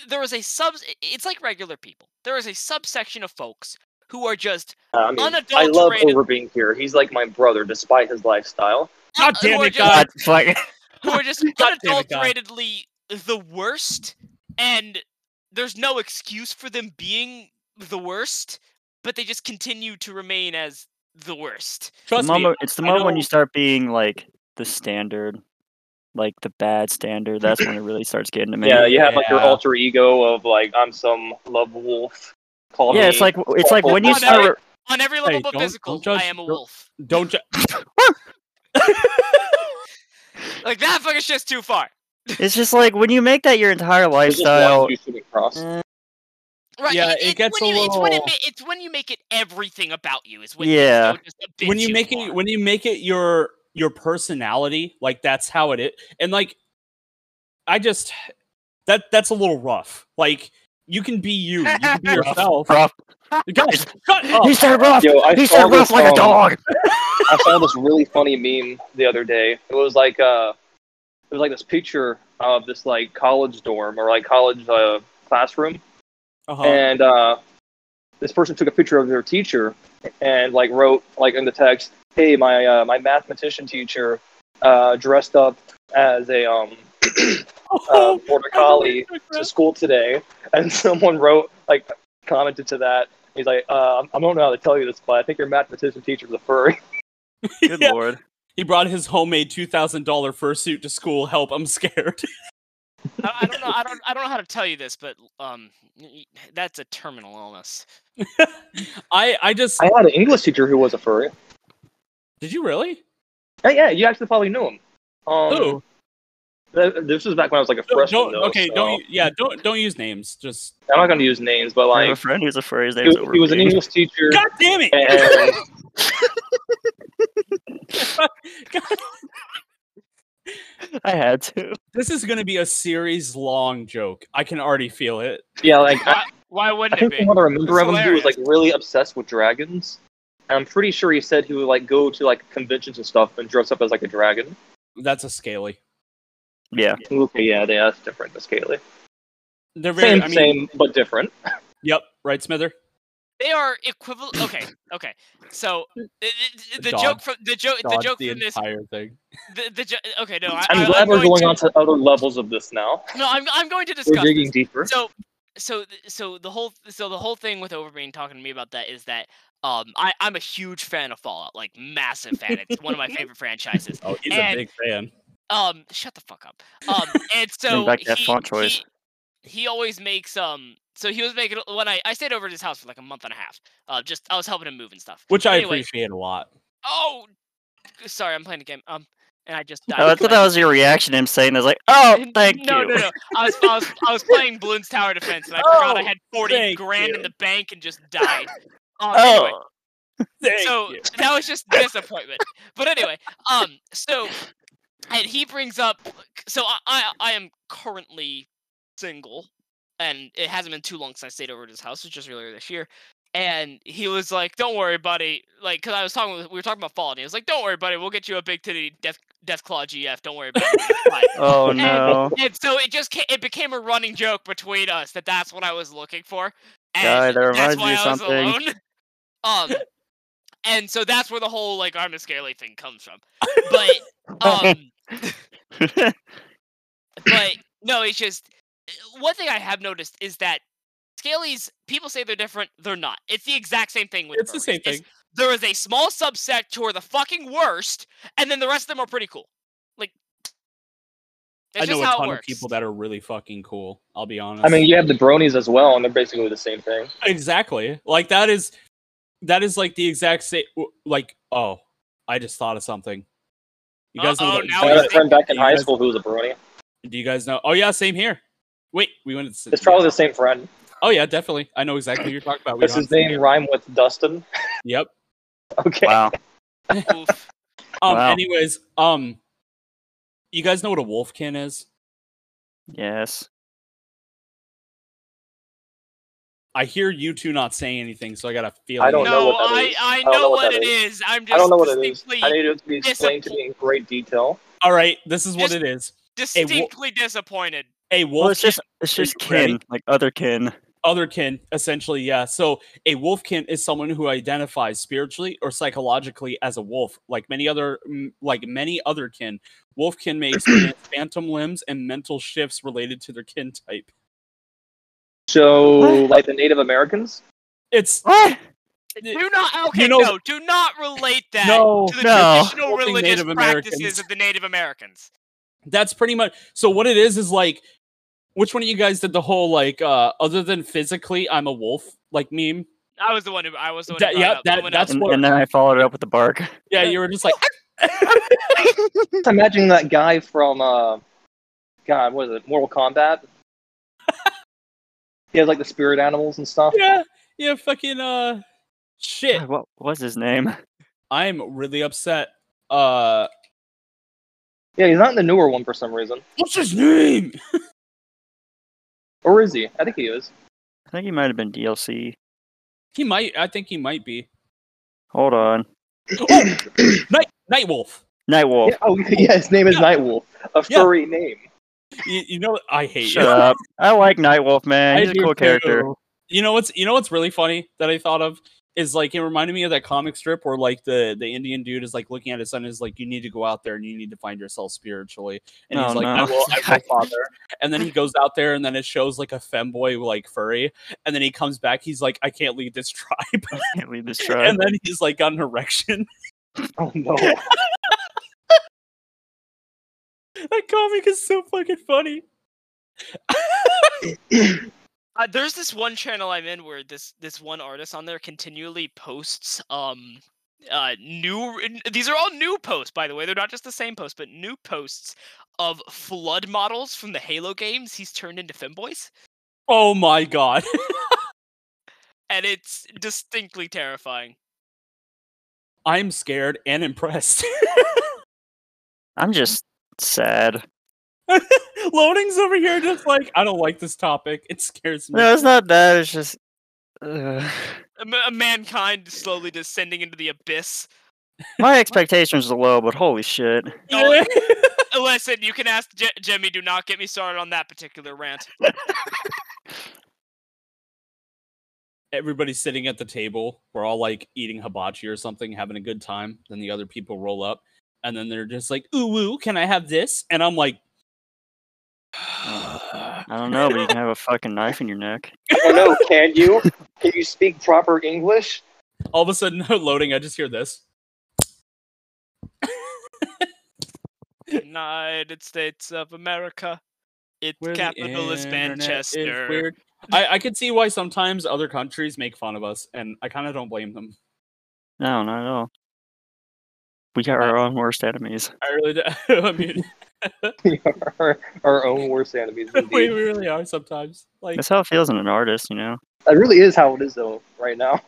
S2: there is a sub. It's like regular people. There is a subsection of folks who are just
S3: I mean, I love
S2: unadulterated.
S3: over being here. He's like my brother, despite his lifestyle.
S1: God
S2: who
S1: damn
S2: are
S1: it,
S2: just-
S1: God.
S4: God, fuck.
S2: who are just
S1: God damn it, God.
S2: unadulteratedly the worst, and there's no excuse for them being the worst, but they just continue to remain as the worst.
S4: The
S1: Trust me.
S4: moment, it's the
S1: I
S4: moment when
S1: know-
S4: you start being like the standard, like the bad standard. That's when it really starts getting to me.
S3: Yeah, you have like your
S1: Yeah.
S3: alter ego of like I'm some love wolf. Call
S4: Yeah,
S3: me.
S4: it's like it's like when you
S2: Well, now
S4: start.
S2: On every level
S1: Hey,
S2: but
S1: don't- don't
S2: physical,
S1: judge-
S2: I am a
S1: don't-
S2: wolf.
S1: Don't ju-
S2: Like that fucking shit's too far.
S4: It's just like when you make that your entire
S3: There's just
S4: lifestyle.
S3: lines you shouldn't cross.
S4: eh,
S2: Right.
S1: Yeah,
S2: it,
S1: it
S2: it's
S1: gets
S2: when
S1: a
S2: you, it's when it
S1: little-
S2: ma- it's when you make it everything about you is when you
S4: Yeah.
S2: go just a bit
S1: when you
S2: too
S1: make
S2: far.
S1: it when you make it your your personality like that's how it is and like i just that that's a little rough like you can be you you can be
S4: Rough.
S1: yourself
S4: Rough.
S1: guys shut up
S4: He said rough.
S3: oh, Yo, I
S4: he
S3: saw
S4: said rough
S3: this,
S4: like a
S3: um,
S4: dog.
S3: I saw this really funny meme the other day. It was like uh, it was like this picture of this like college dorm or like college uh, classroom,
S1: Uh-huh.
S3: and uh, this person took a picture of their teacher and like wrote like in the text, "Hey, my uh, my mathematician teacher uh, dressed up as a um
S4: Oh,
S1: Oh
S3: uh, border collie to school today," and someone wrote like commented to that. He's like, uh, I don't know how to tell you this, but I think your mathematician teacher's a furry.
S4: Good
S1: Yeah.
S4: lord.
S1: he brought his homemade $2000 fursuit to school help i'm scared
S2: I, I don't know. I don't. I don't know how to tell you this, but um, y- y- that's a terminal illness.
S1: i i just
S3: I had an English teacher who was a furry.
S1: did you really
S3: Yeah, yeah, you actually probably knew him. Um,
S1: Who?
S3: th- This was back when I was like a
S1: Don't-
S3: freshman.
S1: don't,
S3: though,
S1: okay
S3: so
S1: don't u- yeah don't don't use names just
S3: I'm not going to use names, but
S4: I have a
S3: like
S4: friend who's a furry. His
S3: he,
S4: name's
S3: was- he was an
S4: Overbeard.
S3: English teacher,
S1: god damn it
S3: and
S1: God-
S4: I had to.
S1: this is gonna be a series long joke i can already feel it
S3: yeah, like I,
S2: Why
S3: I
S2: wouldn't it
S3: think
S2: be?
S3: from what I remember of him, he was
S2: hilarious.
S3: like really obsessed with dragons. And I'm pretty sure he said he would like go to like conventions and stuff and dress up as like a dragon.
S1: that's a scaly
S4: Yeah.
S3: Okay, yeah, they that's different. That's Kaylee.
S1: they're very
S3: Same,
S1: i mean
S3: same, but different.
S1: Yep. Right, Smither.
S2: They are equivalent. Okay. Okay. So th- th- th- the,
S1: Dog.
S2: joke from the joke the
S1: Dodged
S2: joke
S1: the
S2: from this
S1: entire thing.
S2: the, the jo- okay no I,
S3: I'm
S2: I,
S3: glad
S2: I'm
S3: we're going,
S2: to,
S3: on to other levels of this now.
S2: no I'm I'm going to discuss
S3: We're
S2: this.
S3: digging deeper.
S2: so so th- so the whole so the whole thing with Overbean talking to me about that is that um I I'm a huge fan of Fallout like massive fan it's one of my favorite franchises
S1: Oh, he's
S2: And-
S1: a big fan.
S2: um shut the fuck up um and so
S4: back to that
S2: he,
S4: font choice.
S2: he he always makes um so he was making when I I stayed over at his house for like a month and a half uh just I was helping him move and stuff
S1: Which I
S2: Anyway.
S1: appreciate a lot.
S2: oh sorry I'm playing a game um and I just died
S4: I thought that was your reaction to him saying that. I was like, oh,
S2: N-
S4: thank
S2: no,
S4: you.
S2: No, no, I was, I was, I was playing Bloons Tower Defense, and I forgot I
S1: Oh,
S2: had forty
S1: thank
S2: grand
S1: you.
S2: in the bank and just died. Um, anyway,
S4: Oh,
S1: Thank
S2: so
S1: you.
S2: that was just disappointment. But anyway, um, so and he brings up, so I, I, I am currently single, and it hasn't been too long since I stayed over at his house, which was earlier this year. And he was like, "Don't worry, buddy." Like, cause I was talking, with, we were talking about Fallout. And he was like, "Don't worry, buddy. We'll get you a big titty death, death claw GF. Don't worry about it. It's fine."
S4: oh
S2: And-
S4: no.
S2: and so it just ca- it became a running joke between us that that's what I was looking for. And
S4: God, that
S2: that's
S4: reminds
S2: why
S4: me of
S2: I was
S4: something.
S2: alone. Um, and so that's where the whole like I'm a scaly thing comes from. But um, but no, it's just eh, one thing I have noticed is that scalies people say they're different, they're not. It's the exact same thing with
S1: It's the
S2: furries.
S1: same thing.
S2: there is a small subsect who are the fucking worst, and then the rest of them are pretty cool. Like that's
S1: I know
S2: just
S1: a
S2: how
S1: ton
S2: it
S1: of
S2: works.
S1: people that are really fucking cool. I'll be honest.
S3: I mean, you have the bronies as well, and they're basically the same thing.
S1: exactly. Like that is, that is like the exact same. Like, oh, I just thought of something. You guys know
S2: Uh-oh,
S1: that-
S2: now he's
S3: I had a
S2: thinking-
S3: friend back in
S1: you
S3: high
S1: guys-
S3: school who was a brony.
S1: Do you guys know? Oh yeah, same here. Wait, we went. To,
S3: It's probably the same friend.
S1: Oh yeah, definitely. I know exactly who you're talking about. We
S3: Does
S1: don't have
S3: his
S1: to-
S3: name rhyme with Dustin?
S1: Yep.
S3: Okay.
S4: Wow.
S2: Oof.
S1: Um.
S4: Wow.
S1: Anyways, um, you guys know what a wolfkin is?
S4: Yes.
S1: I hear you two not saying anything, so I got a feeling.
S3: I don't
S2: no,
S3: know what that
S2: I,
S3: is.
S2: I
S3: don't
S2: know
S3: know
S2: what,
S3: what
S2: it
S3: that
S2: is. I'm just
S3: I don't know what it is.
S2: distinctly,
S3: I need it to be explained to me in great detail.
S1: All right, this is what it is. wo-
S2: distinctly disappointed.
S1: A
S4: Well,
S1: wolf
S4: it's just it's
S1: are
S4: just
S1: you ready?
S4: kin, like other kin.
S1: other kin essentially yeah so a wolfkin is someone who identifies spiritually or psychologically as a wolf like many other mm, like many other kin wolfkin may experience phantom limbs and mental shifts related to their kin type
S3: So,
S4: What?
S3: like the Native Americans,
S1: it's
S4: What?
S2: Do not okay.
S1: know-
S2: no, do not relate that
S1: No,
S2: to the
S4: no.
S2: traditional
S1: Well, the
S2: religious
S1: Native
S2: practices
S1: Americans.
S2: of the Native Americans.
S1: that's pretty much so what it is is like which one of you guys did the whole like uh other than physically i'm a wolf like meme
S2: I was the one who I was the one.
S1: That-
S2: who brought it
S1: yep,
S2: up. Someone
S1: that-
S2: else-
S1: That's
S4: And,
S1: what-
S4: and then I followed it up with the bark.
S1: yeah you were just like
S3: just imagine that guy from, uh, God, what is it, Mortal Kombat? he has like the spirit animals and stuff.
S1: yeah yeah fucking uh shit
S4: What was his name?
S1: i'm really upset uh
S3: Yeah, he's not in the newer one for some reason,
S1: what's his name
S3: or is he? I think he is.
S4: I think he might have been DLC.
S1: He might. I think he might be.
S4: Hold on.
S1: Oh, Night Nightwolf.
S4: Nightwolf.
S3: Yeah,
S5: Oh, yeah, his name is
S1: Yeah.
S5: Nightwolf.
S3: a
S1: Yeah.
S3: furry name.
S1: You, you know I hate
S4: Shut
S1: you.
S4: up. I like Nightwolf, man.
S1: I
S4: He's a
S1: do
S4: cool character.
S1: too. You know what's you know what's really funny that I thought of is like it reminded me of that comic strip where like the the Indian dude is like looking at his son and is like you need to go out there and you need to find yourself spiritually and he's
S4: Oh,
S1: like I
S4: no.
S1: will I will father and then he goes out there and then it shows like a femboy like furry and then he comes back he's like I can't lead this tribe
S4: Can't leave this
S1: and
S4: tribe.
S1: then he's like got an erection
S5: Oh no.
S1: that comic is so fucking funny
S2: Uh, there's this one channel I'm in where this this one artist on there continually posts um uh new n- these are all new posts by the way they're not just the same posts but new posts of flood models from the Halo games he's turned into femboys
S1: oh my god
S2: and it's distinctly terrifying.
S1: I'm scared and impressed.
S4: I'm just sad.
S1: Loading's over here just like, I don't like this topic. It scares me.
S4: No, it's not that. It's just. Ugh.
S2: M- uh, mankind slowly descending into the abyss.
S4: My expectations are low, but holy shit.
S1: Yeah.
S2: Uh, Listen, you can ask Je- Jemmy. Do not get me started on that particular rant.
S1: Everybody's sitting at the table. We're all like eating hibachi or something, having a good time. Then the other people roll up and then they're just like, ooh, ooh, can I have this? And I'm like,
S4: I don't know, but you can have a fucking knife in your neck.
S3: Oh no, can you? Can you speak proper English?
S1: all of a sudden, loading, I just hear this.
S2: United States of America. Its
S1: Where the
S2: capital is
S1: internet
S2: Manchester.
S1: weird. I, I can see why sometimes other countries make fun of us, and I kind of don't blame them.
S4: No, not at all. We got our own worst enemies.
S1: I really do. I mean,
S3: We are our own worst enemies,
S1: we, we
S3: indeed.
S1: really are sometimes. Like,
S4: That's how it feels in an artist, you know?
S3: That really is how it is, though, right now.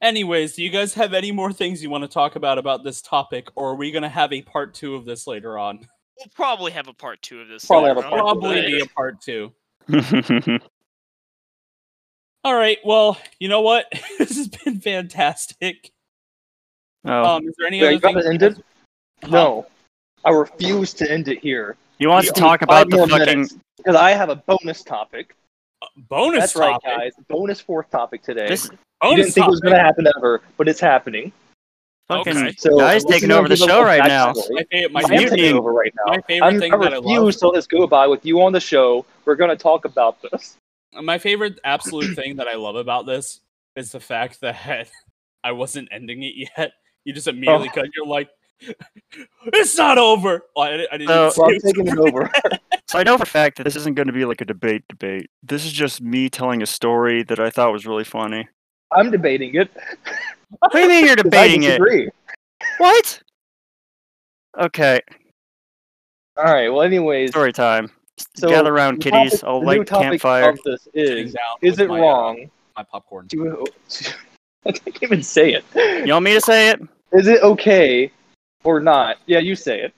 S1: Anyways, do you guys have any more things you want to talk about about this topic, or are we going to have a part two of this later on?
S2: We'll probably have a part two of this.
S3: Probably
S2: later
S3: have a
S2: on.
S3: part two.
S1: Probably be
S3: later.
S1: a part two.
S4: Thanks
S1: All right. Well, you know what? this has been fantastic.
S4: Oh,
S1: Um, is there any
S3: Yeah,
S1: other
S3: you got
S1: thing?
S3: it ended? No. I refuse to end it here.
S4: he wants
S3: We
S4: to
S3: only
S4: talk
S3: have
S4: about
S3: five
S4: the
S3: more
S4: fucking.
S3: minutes, Because I have a bonus topic.
S1: Bonus
S3: That's
S1: topic.
S3: right, guys. Bonus fourth topic today.
S4: This
S1: Bonus
S3: you didn't think it was
S1: topic.
S3: going to happen ever, but it's happening.
S4: fucking
S2: Okay.
S3: So
S4: Guys
S3: let's
S4: taking
S3: not
S4: over the
S3: give up
S4: show
S3: the
S4: right now.
S3: backstory.
S1: My favorite, my
S3: I am
S4: Mutiny.
S1: favorite,
S3: taking over right now.
S1: my favorite
S3: I'm-
S1: thing
S3: I
S1: that I love.
S3: refuse to let this go by with you on the show. We're going to talk about this.
S1: my favorite absolute thing that I love about this is the fact that I wasn't ending it yet. You just
S3: Oh.
S1: immediately cut. You're like, it's not over. Oh, I, I didn't
S4: So-
S1: even say
S3: Well,
S1: it was
S3: I'm taking it over.
S4: So I know for a fact that this isn't going to be like a debate debate. This is just me telling a story that I thought was really funny.
S3: I'm debating it. 'cause
S4: What do you mean you're debating
S3: I
S4: it?
S3: disagree.
S4: What? Okay,
S3: All right. Well, anyways,
S4: story time. S-
S3: So,
S4: Gather around,
S3: the
S4: kiddies.
S3: topic- the
S4: I'll
S3: new
S4: light
S3: topic
S4: campfire.
S3: Of this
S1: sitting
S3: is
S1: down
S3: is
S1: with
S3: it
S1: my, uh,
S3: wrong
S1: my popcorn.
S3: to? I can't even say it.
S4: You want me to say it?
S3: Is it okay or not? Yeah, you say it.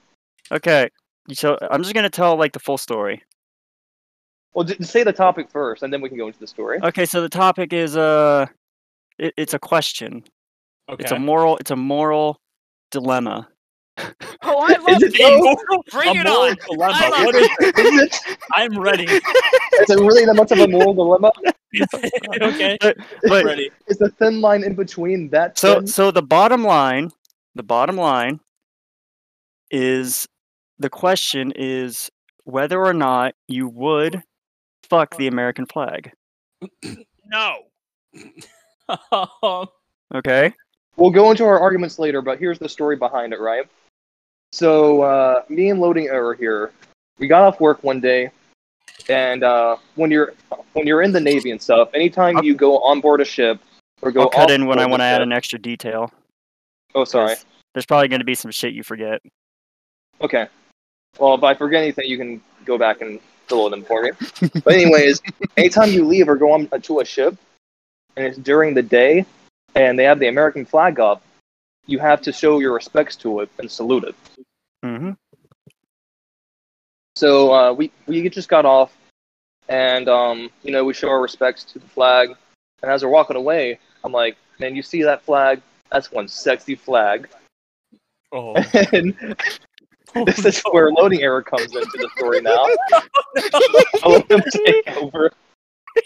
S4: Okay. So I'm just gonna tell like the full story.
S3: Well, j- say the topic first, and then we can go into the story.
S4: Okay, so the topic is uh, it, it's a question.
S1: Okay.
S4: It's a moral. It's a moral dilemma.
S2: Oh, I love
S5: it
S2: it.
S5: though?
S2: Bring
S1: a
S2: it
S1: moral
S2: on.
S1: dilemma.
S2: I love
S1: What is it? I'm ready.
S5: Is it really that much of a moral dilemma?
S1: okay.
S4: But-
S1: I'm
S4: but
S1: ready.
S5: Is the thin line in between that?
S4: So
S5: thin?
S4: so the bottom line, the bottom line is the question is whether or not you would fuck the American flag.
S2: No.
S1: Um,
S4: Okay?
S5: We'll go into our arguments later, but here's the story behind it, right?
S3: So uh, me and Loading Error here, we got off work one day, and uh, when you're when you're in the Navy and stuff, anytime
S4: I'll-
S3: you go on board a ship or go
S4: I'll cut
S3: off
S4: in when I
S3: board
S4: want to
S3: a
S4: add
S3: ship-
S4: an extra detail.
S3: Oh, sorry.
S4: 'cause There's probably going to be some shit you forget.
S3: Okay. Well, if I forget anything, you can go back and fill it in for me. But anyways, anytime you leave or go on uh, to a ship, and it's during the day, and they have the American flag up, you have to show your respects to it and salute it.
S4: hmm
S3: So uh, we we just got off, and um, you know we show our respects to the flag, and as we're walking away, I'm like, man, you see that flag? That's one sexy flag.
S1: Oh.
S3: And this is where loading error comes into the story now. I'll let him take over.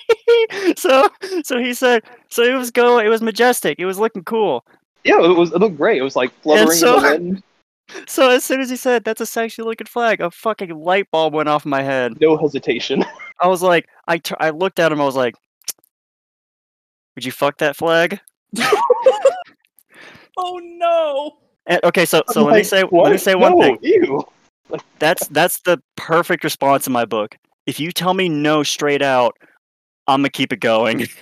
S4: so so he said so it was go it was majestic. It was looking cool.
S3: Yeah, it was it looked great. It was like fluttering
S4: so-
S3: in the wind.
S4: So as soon as he said that's a sexy looking flag, a fucking light bulb went off in my head.
S3: No hesitation.
S4: I was like, I tur- I looked at him. I was like, "Would you fuck that flag?"
S1: oh no.
S4: And, okay, so so
S3: I'm
S4: let me
S3: like,
S4: say
S3: what?
S4: let me say one
S3: no,
S4: thing.
S3: Ew.
S4: That's that's the perfect response in my book. If you tell me no straight out, I'm gonna keep it going.
S3: Mm.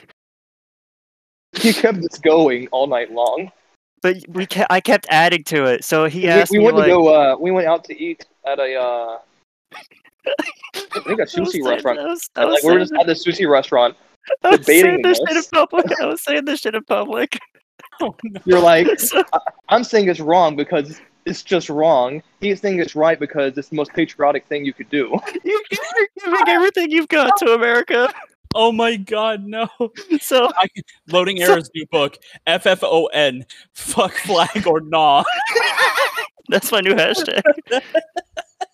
S3: He kept this going all night long.
S4: But we ke- I kept adding to it. So he
S3: we,
S4: asked
S3: we
S4: me
S3: went
S4: like,
S3: to go. Uh, we went out to eat at a. Uh, I think a
S4: I was
S3: sushi
S4: saying-
S3: restaurant.
S4: I was, I
S3: And,
S4: was
S3: like we were
S4: saying
S3: just at the sushi restaurant.
S4: I was saying
S3: debating
S4: this shit in
S3: this.
S4: public. I was saying this shit in public.
S1: Oh no.
S3: You're like,
S4: So-
S3: I'm saying it's wrong because it's just wrong. He's saying it's right because it's the most patriotic thing you could do.
S4: you, you're giving everything you've got to America.
S1: Oh my god, no.
S4: So
S1: I can, loading
S4: So-
S1: errors new book. F F O N. Fuck flag or nah.
S4: That's my new hashtag.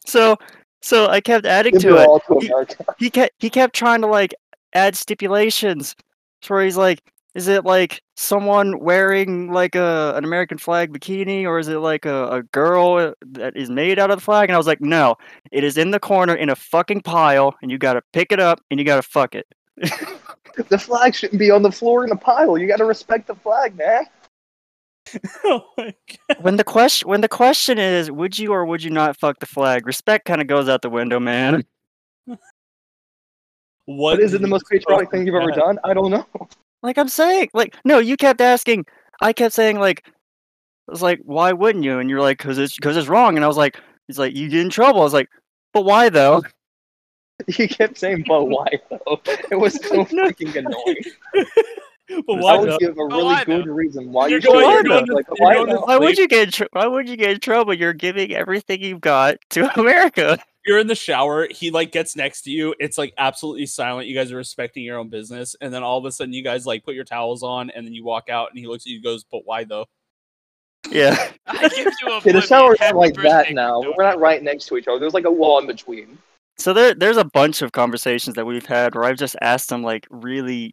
S4: so, so I kept adding
S3: Give
S4: to it.
S3: all to
S4: He-
S3: America.
S4: He kept he kept trying to like add stipulations, to where he's like, is it like someone wearing like a an American flag bikini, or is it like a, a girl that is made out of the flag? And I was like, no, it is in the corner in a fucking pile, and you gotta pick it up and you gotta fuck it.
S3: The flag shouldn't be on the floor in a pile. You got to respect the flag, man.
S1: Oh my god.
S4: When the question when the question is, would you or would you not fuck the flag? Respect kind of goes out the window, man.
S1: What
S3: But is it
S1: did
S3: the
S1: you
S3: most patriotic thing you've ever
S1: Yeah.
S3: done? I don't know.
S4: Like I'm saying, like no, you kept asking. I kept saying like, I was like, why wouldn't you? And you're like, cause it's cause it's wrong. And I was like, he's like, you get in trouble. I was like, but why though?
S3: He kept saying, "But why?" Though it was so
S4: No.
S3: freaking annoying.
S1: But
S3: I
S1: why
S3: would
S1: though?
S3: give a really
S2: why
S3: good reason why
S1: You're
S3: you should
S1: going-
S4: you're
S3: have
S1: going
S3: done
S1: to-
S3: it. Like,
S1: you're
S3: why
S1: going to-
S3: not?
S4: Why would you get in tr- why would you get in trouble? You're giving everything you've got to America.
S1: you're in the shower, he like gets next to you. It's like absolutely silent. You guys are respecting your own business, and then all of a sudden, you guys like put your towels on, and then you walk out, and he looks at you, and goes, "But why though?"
S4: Yeah.
S2: I give you a
S3: Okay, the shower's
S2: happy
S3: not like that
S2: birthday,
S3: now.
S2: Crypto.
S3: We're not right next to each other. There's like a wall in between.
S4: So there there's a bunch of conversations that we've had where I've just asked him like really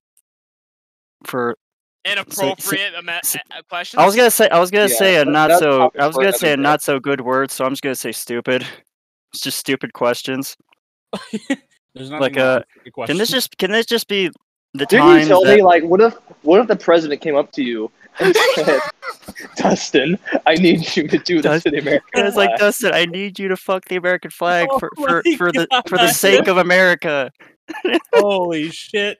S4: for
S2: Inappropriate ama-
S4: so-
S2: a- a questions.
S4: I was gonna say I was gonna
S3: Yeah,
S4: say a
S3: that-
S4: not
S3: that's
S4: so
S3: probably
S4: I was
S3: for
S4: gonna say a
S3: another day.
S4: not so good word, so I'm just gonna say stupid. It's just stupid questions.
S1: There's
S4: Like,
S1: nothing wrong
S4: uh,
S1: with your question.
S4: Can this just can this just be the
S3: Didn't you
S4: time?
S3: tell
S4: that-
S3: me like what if what if the president came up to you and said, Dustin, I need you to do this to the American
S4: And I was like,
S3: flag."
S4: Dustin, I need you to fuck the American flag
S1: Oh
S4: for,
S1: my
S4: for, for the for the
S1: God.
S4: sake of America.
S1: Holy shit!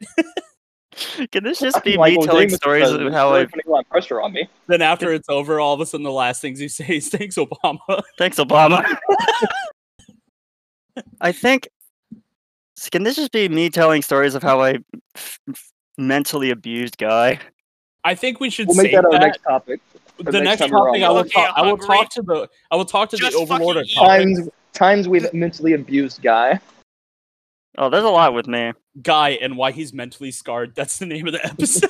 S4: Can this just be
S3: I'm like,
S4: me
S3: "Well,
S4: telling
S3: dang, Mr.
S4: stories of
S3: President,
S4: how
S3: you're
S4: I
S3: putting a lot of pressure on me.
S1: Then after it's over, all of a sudden, the last things you say is "Thanks, Obama."
S4: thanks Obama? I think s- can this just be me telling stories of how I f- f- mentally abused guy?
S1: I think we should
S3: We'll
S1: save
S3: make that our
S1: that.
S3: next topic.
S1: the, next,
S3: next time we're
S1: topic,
S3: on.
S1: I will,
S2: Okay,
S1: talk, I will
S2: hungry.
S1: talk to the I will talk to
S2: Just
S1: the
S2: fucking
S1: overlord.
S2: eat.
S1: Topic.
S3: Times times we've mentally abused guy.
S4: Oh, there's a lot with me.
S1: Guy and why he's mentally scarred. That's the name of the episode.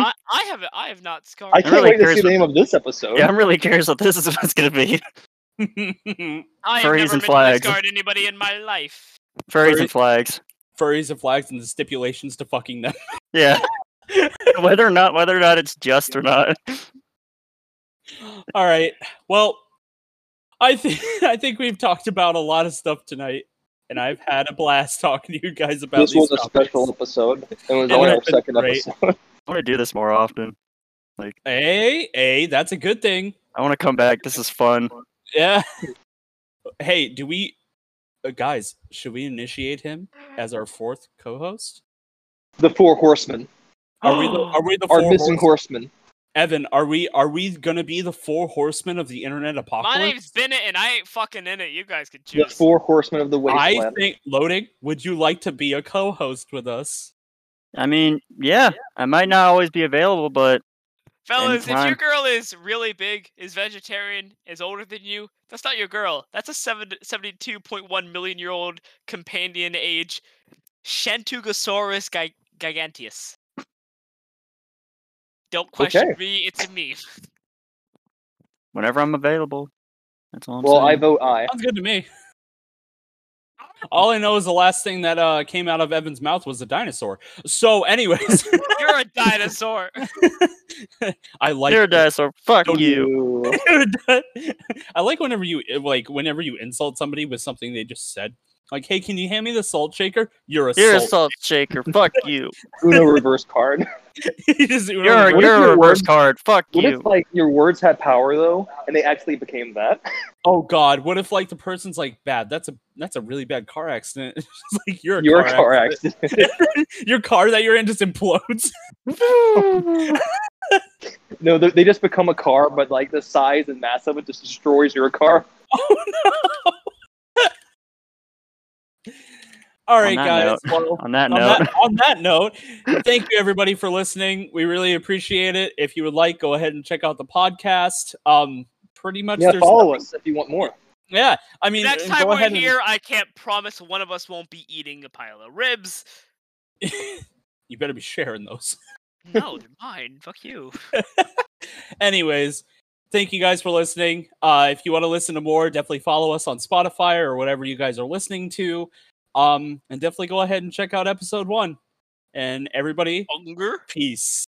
S2: I, I, I have I have not scarred.
S5: I can't
S4: really
S5: wait to see
S4: curious
S5: the name of this episode.
S4: Yeah, I'm really curious what this is what's gonna be.
S2: I have
S4: furries
S2: never
S4: and
S2: mentally
S4: flags.
S2: scarred anybody in my life.
S4: Furries
S1: Furry-
S4: and flags.
S1: Furries and flags and the stipulations to fucking them.
S4: Yeah. whether or not whether or not it's just or not.
S1: All right. Well, I think I think we've talked about a lot of stuff tonight, and I've had a blast talking to you guys about
S3: This
S1: these
S3: was a
S1: topics.
S3: special episode. It was
S1: It
S3: only our
S1: happened
S3: second
S1: great.
S3: episode.
S4: I wanna do this more often.
S1: Hey, hey, that's a good thing.
S4: I wanna come back. This is fun.
S1: Yeah. hey, do we, uh, guys? Should we initiate him as our fourth co-host?
S3: the Four Horsemen.
S1: Are we the are we the
S3: Our
S1: four
S3: missing
S1: horse-
S3: horsemen.
S1: Evan? Are we are we gonna be the four horsemen of the internet
S2: My name's
S1: apocalypse?
S2: Bennett, and I ain't fucking in it. You guys can
S3: The
S2: choose.
S3: Four Horsemen of the
S1: I
S3: Wasteland.
S1: think loading. Would you like to be a co-host with us?
S4: I mean, yeah, I might not always be available, but
S2: Fellas, if your
S4: Anytime.
S2: girl is really big, is vegetarian, is older than you, that's not your girl. That's a seven, 72.1 million year old companion age Shantugosaurus gi- giganteus. Don't question me, it's a meme.
S4: whenever I'm available, that's all I'm
S3: Well, uh, I
S4: saying.
S3: vote aye.
S1: Sounds good to me. All I know is the last thing that uh, came out of Evan's mouth was a dinosaur. So, anyways,
S2: You're a dinosaur.
S1: I like
S4: You're a dinosaur. Fuck
S1: Don't
S4: you.
S3: Ooh.
S1: Dude, I like whenever you eh, like whenever you insult somebody with something they just said. Like, hey, can you hand me the salt shaker? You're a
S4: You're a
S1: salt.
S4: salt shaker. Fuck you.
S3: Uno reverse card.
S1: You just- you remember-
S4: You're a,
S3: What if
S4: you're a
S3: your
S4: reverse
S3: words-
S4: card. Fuck
S3: What
S4: you.
S3: if like your words had power though, and they actually became that?
S1: oh god, what if like the person's like bad? That's a that's a really bad car accident. It's just like you're a
S3: Your
S1: car,
S3: car
S1: accident.
S3: accident.
S1: Your car that you're in just implodes.
S3: No, they- they just become a car, but like the size and mass of it just destroys your car.
S1: oh no. All right,
S4: that
S1: guys. Well,
S4: On that
S1: on
S4: note,
S1: That, on that note, thank you everybody for listening. We really appreciate it. If you would like, go ahead and check out the podcast. Um, pretty much,
S3: Yeah,
S1: there's
S3: follow
S1: nothing-
S3: us if you want more.
S1: Yeah, I mean,
S2: Next
S1: uh,
S2: time
S1: go
S2: we're
S1: ahead and-
S2: here, I can't promise one of us won't be eating a pile of ribs.
S1: you better be sharing those.
S2: No, they're mine. Fuck you.
S1: Anyways, thank you guys for listening. Uh, if you want to listen to more, definitely follow us on Spotify or whatever you guys are listening to. Um, and definitely go ahead and check out episode one. And everybody,
S2: Hunger?
S1: peace.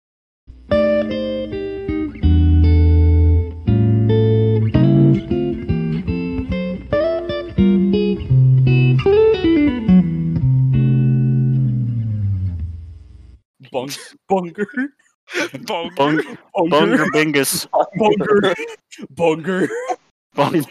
S1: Bung- bunker,
S2: Bonger.
S4: bung,
S3: Oh,
S1: bunker,
S4: bunger bingus.
S1: bunker, bunker.
S4: Bung-